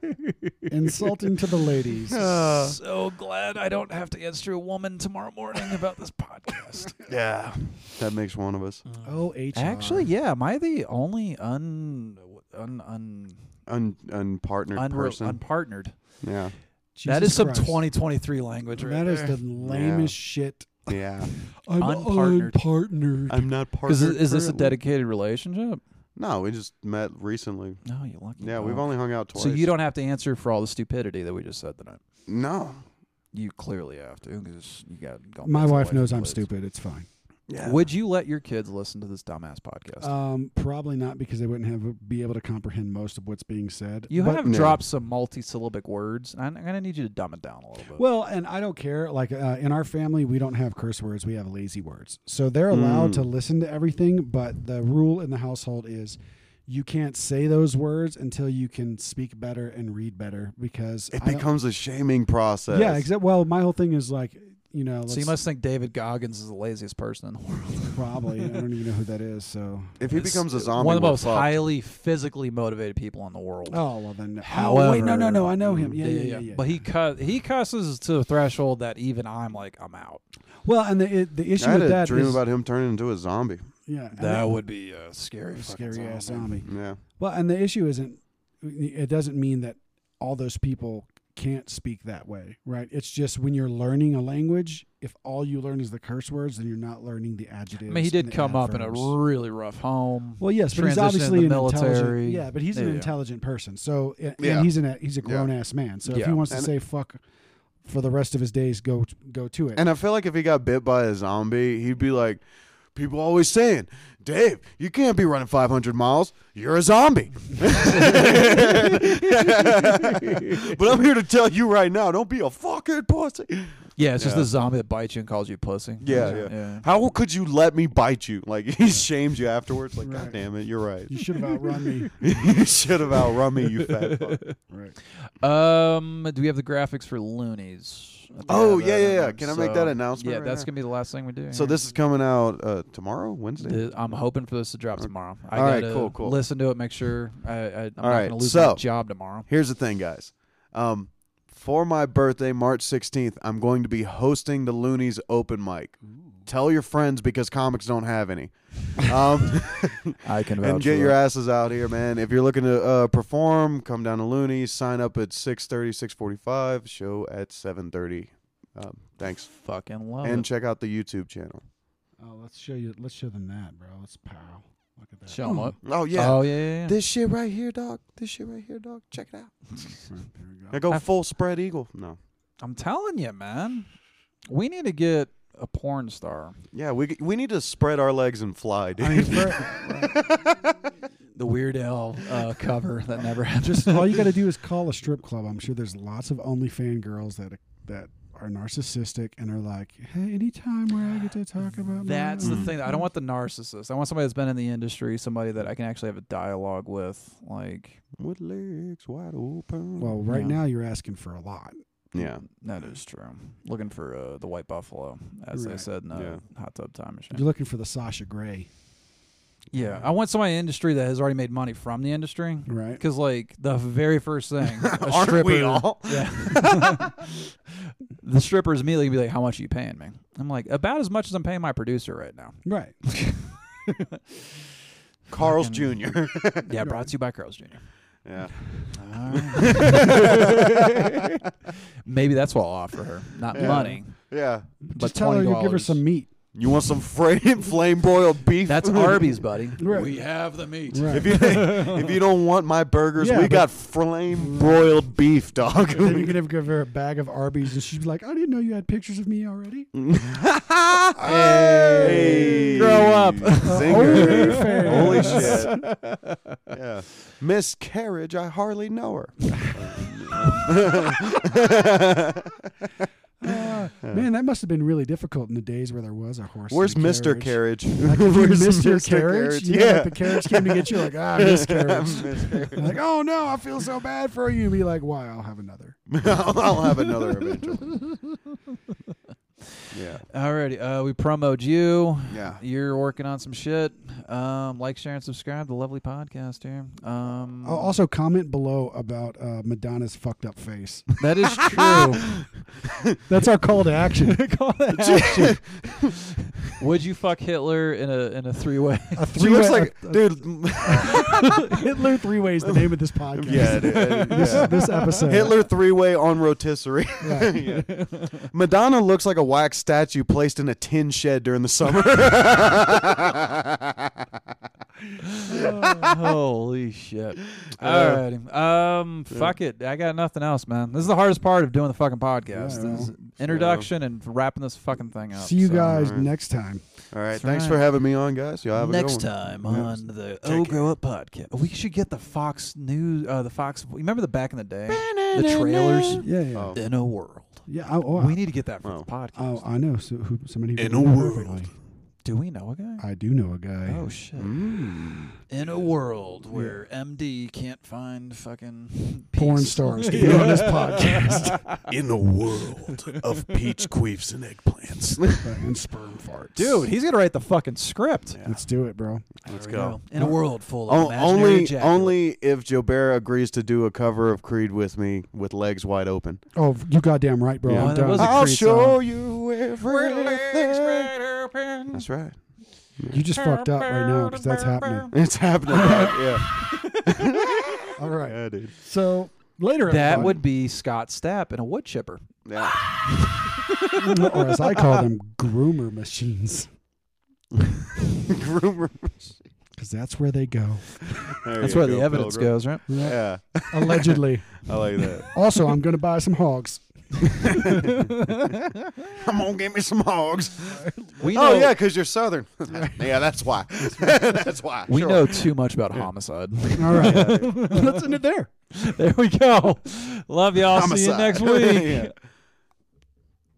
C: that's insulting to the ladies.
B: so glad I don't have to answer a woman tomorrow morning about this podcast.
A: yeah. That makes one of
B: Mm.
A: us.
C: Oh, HR.
B: Actually, yeah, am I the only un un un
A: Un unpartnered person.
B: unre- unpartnered?
A: yeah.
C: Jesus
B: that is some
C: Christ.
B: 2023 language. Right
C: That is the
B: there.
C: lamest shit.
A: Yeah.
C: I'm
B: Unpartnered.
C: unpartnered.
A: I'm not partnered.
B: Because is, is this a
A: currently.
B: dedicated relationship?
A: No, we just met recently.
B: No, you lucky.
A: Yeah, we've
B: dog.
A: only hung out twice.
B: So you don't have to answer for all the stupidity that we just said tonight.
A: No.
B: You clearly have to because you got. gone
C: My
B: back to
C: wife
B: the
C: knows I'm
B: place.
C: stupid. It's fine.
A: Yeah.
B: Would you let your kids listen to this dumbass podcast?
C: Um, probably not because they wouldn't have be able to comprehend most of what's being said.
B: you
C: But-
B: have
A: no.
B: dropped some multisyllabic words, and I'm gonna need you to dumb it down a little bit.
C: Well, and I don't care. Like uh, in our family, we don't have curse words; we have lazy words. So they're allowed
A: Mm.
C: to listen to everything, but the rule in the household is you can't say those words until you can speak better and read better because
A: It
C: I don't-
A: becomes a shaming process.
C: yeah. Except well, my whole thing is like you know
B: so you
C: let's-
B: must think David Goggins is the laziest person in the world.
C: probably I don't even know who that is. So
A: If he
B: It's
A: becomes a zombie,
B: one of the
A: we're
B: most
A: fucked.
B: highly physically motivated people in the world.
C: oh well then.
B: However, Mm,
C: oh wait, no, no, no, I know him. Yeah, yeah, yeah. yeah,
B: But he cuss, he cusses to a threshold that even I'm like, I'm out.
C: well, and the it, the issue
A: I had a
C: with that
A: dream
C: is-
A: about him turning into a zombie.
C: yeah and
B: That would be a scary,
C: the-
B: fucking
C: scary ass
B: zombie.
C: zombie.
A: Yeah.
C: Well, and the issue isn't it doesn't mean that all those people can't speak that way, right? It's just when you're learning a language, if all you learn is the curse words, then you're not learning the
B: I
C: adjectives.
B: mean, he
C: and
B: did
C: the
B: come up in a
C: adverbs.
B: really rough home.
C: well, yes, but he's
B: transition in
C: obviously
B: the
C: an
B: military.
C: Intelligent, yeah, but he's an
B: Yeah.
C: intelligent person. So and and
A: Yeah.
C: he's an he's a
A: Yeah.
C: grown ass man. So if
B: Yeah.
C: he wants to
A: And-
C: say fuck for the rest of his days, go go to it.
A: And I feel like if he got bit by a zombie, he'd be like, people always saying, Dave, you can't be running 500 miles. You're a zombie. but I'm here to tell you right now, don't be a fucking pussy.
B: Yeah, it's just
A: Yeah.
B: the zombie that bites you and calls you a pussy.
A: Yeah, yeah. How could you let me bite you? Like he shamed you afterwards. Like, God damn it, you're right.
C: You should have outrun me.
A: you should have outrun me, you fat fuck.
C: Right.
B: Um, do we have the graphics for Loonies? I think I
A: Oh,
B: have
A: yeah,
B: that
A: yeah,
B: on
A: yeah.
B: there.
A: Can I make that
B: So,
A: announcement
B: Yeah,
A: right
B: that's
A: now?
B: gonna be the last thing we do.
A: So
B: here.
A: this is coming out uh, tomorrow, Wednesday.
B: The- I'm hoping for this to drop tomorrow. I
A: All right,
B: gotta
A: cool, cool.
B: Listen to it, make sure I, I I'm not
A: right,
B: gonna lose my
A: so-
B: job tomorrow.
A: Here's the thing, guys. Um, for my birthday, March 16th, I'm going to be hosting the Loonies open mic. Tell your friends because comics don't have any. Um,
B: I can
A: and get your asses out here, man. If you're looking to uh, perform, come down to Looney. Sign up at 6.30, 6.45. Show at 7.30. Um, thanks.
B: fucking love
A: and
B: it.
A: check out the YouTube channel.
C: Oh, let's show you. Let's show them that, bro. Let's pow. Look at that.
B: Show 'em what?
A: Oh, yeah.
B: Oh yeah, yeah, yeah.
A: This shit right here, dog. This shit right here, dog. Check it out.
C: Right, there we go.
A: I go
B: I-
A: full spread eagle. No.
B: I'm telling you, man. We need to get a porn star.
A: Yeah, we we need to spread our legs and fly, dude.
C: I mean, for-
B: The Weird Al uh, cover that never happened.
C: just all you got to do is call a strip club. I'm sure there's lots of OnlyFan girls that that are narcissistic and are like, "Hey, anytime where I get to talk about
B: That's
C: my
A: Mm.
B: the thing. I don't want the narcissist. I want somebody that's been in the industry, somebody that I can actually have a dialogue with. Like
A: With legs wide open.
C: Well, right
B: Yeah.
C: now you're asking for a lot.
A: yeah.
B: that is true. Looking for uh, the white buffalo, as they
C: Right.
B: said in uh,
A: Yeah.
B: Hot Tub Time Machine.
C: You're looking for the Sasha Grey,
B: yeah, I want somebody in the industry that has already made money from the industry.
C: right?
B: Because like the very first thing, a
A: Aren't
B: stripper,
A: we all?
B: Yeah. the strippers immediately gonna be like, "How much are you paying me?" I'm like, "About as much as I'm paying my producer right now."
C: Right.
A: Carl's
B: Fucking-
A: Jr.
B: Yeah, brought to you by Carl's Jr.
A: yeah.
B: Maybe that's what I'll offer her. Not
A: Yeah.
B: money,
A: Yeah.
B: but
C: Just tell her you give her
B: $20.
C: some meat.
A: You want some flame flame broiled beef?
B: That's Arby's, buddy.
C: Right.
B: We have the meat.
C: Right.
A: If you if you don't want my burgers,
C: Yeah,
A: we
C: but-
A: got flame broiled beef, dog.
C: then you could have give her a bag of Arby's, and she'd be like, "I didn't know you had pictures of me already."
A: Mm. hey.
B: Grow up.
A: Zinger.
C: OnlyFans.
A: Holy shit. yeah. Miss Carriage, I hardly know her.
C: Man, that must have been really difficult in the days where there was a horse. and
A: Where's
C: a
A: Mr. Carriage?
C: Like, if you
A: Where's
C: missed your carriage, you know, like,
A: Yeah.
C: the carriage came to get you. Like, ah, miscarriage.
A: Miscarriage.
C: like, oh no, I feel so bad for you. Be like, why? I'll have another.
A: I'll, I'll have another eventually. yeah.
B: Alrighty, uh, we promoed you.
A: Yeah.
B: You're working on some shit. Um, like, share, and subscribe. The lovely podcast here.
A: Mm.
B: Um,
C: I'll Oh, also comment below about uh, Madonna's fucked up face.
B: that is true.
C: That's our call to action.
B: Would you fuck Hitler in a in a three way?
C: A
A: She looks
C: three-way-
A: like,
C: a-
A: dude.
C: a- Hitler three ways. The name of this podcast.
A: yeah, dude,
C: This,
A: yeah.
C: this episode.
A: Hitler three way on rotisserie. Yeah. Madonna looks like a wax statue placed in a tin shed during the summer.
B: Holy shit!
C: Uh,
B: Alrighty, um, fuck it. I got nothing else, man. This is the hardest part of doing the fucking podcast:
C: Yeah, I
B: is
C: know.
B: introduction and wrapping this fucking thing up.
C: See you
B: so.
C: guys
A: Alright.
C: next time.
A: All right,
B: That's
A: thanks
B: right.
A: for having me on, guys. Y'all have a
E: Next
A: good one.
E: time
A: Yeah.
E: on the
B: Oh, grow up podcast. We should get the Fox News, uh, the Fox. Remember the back in the day, the trailers
C: Yeah, yeah,
A: Oh.
B: in a world.
C: yeah. Oh, oh,
B: We need to get that for
A: Wow.
B: the podcast.
C: oh, I know. So who, somebody who
I: In
C: did
I: a
C: that
I: world.
C: perfectly.
B: Do we know a guy?
C: I do know a guy.
B: oh shit! Mm.
E: in a world where MD can't find fucking
C: Porn
E: peace.
C: stars to be on this podcast
I: In a world of peach queefs and eggplants.
C: and sperm farts,
B: Dude, he's gonna write the fucking script.
C: Let's do it, bro.
A: Let's
E: There
A: go.
E: we In
B: Oh.
E: a world full of
A: O-
E: imaginary
A: only,
E: ejaculate.
A: only if Jobera agrees to do a cover of Creed with me with legs wide open.
C: Oh, you goddamn right, bro.
A: Yeah.
C: I'm
B: Oh, that
C: done.
B: was a
A: I'll
B: Creed
A: show
B: song.
A: you everything. That's right.
C: You just fucked up right now because that's happening.
A: It's happening. yeah.
C: All right.
A: Yeah, dude.
C: So later.
B: That
C: everybody.
B: would be Scott Stapp and a wood chipper.
A: Yeah.
C: or as I call them, groomer machines,
A: Groomer.
C: because that's where they go.
A: There
B: That's
A: you
B: where
A: go,
B: the evidence
A: Pilgrim.
B: goes, right?
A: Yeah.
C: Allegedly.
A: I like that.
C: Also, I'm going to buy some hogs.
A: Come on, give me some hogs.
B: We know,
A: Oh yeah, because you're Southern. yeah, that's why. that's why.
B: we
A: Sure.
B: know too much about homicide.
C: All right. Let's end it there.
B: there we go. Love y'all. See you
A: Homicide.
B: next week.
A: Yeah.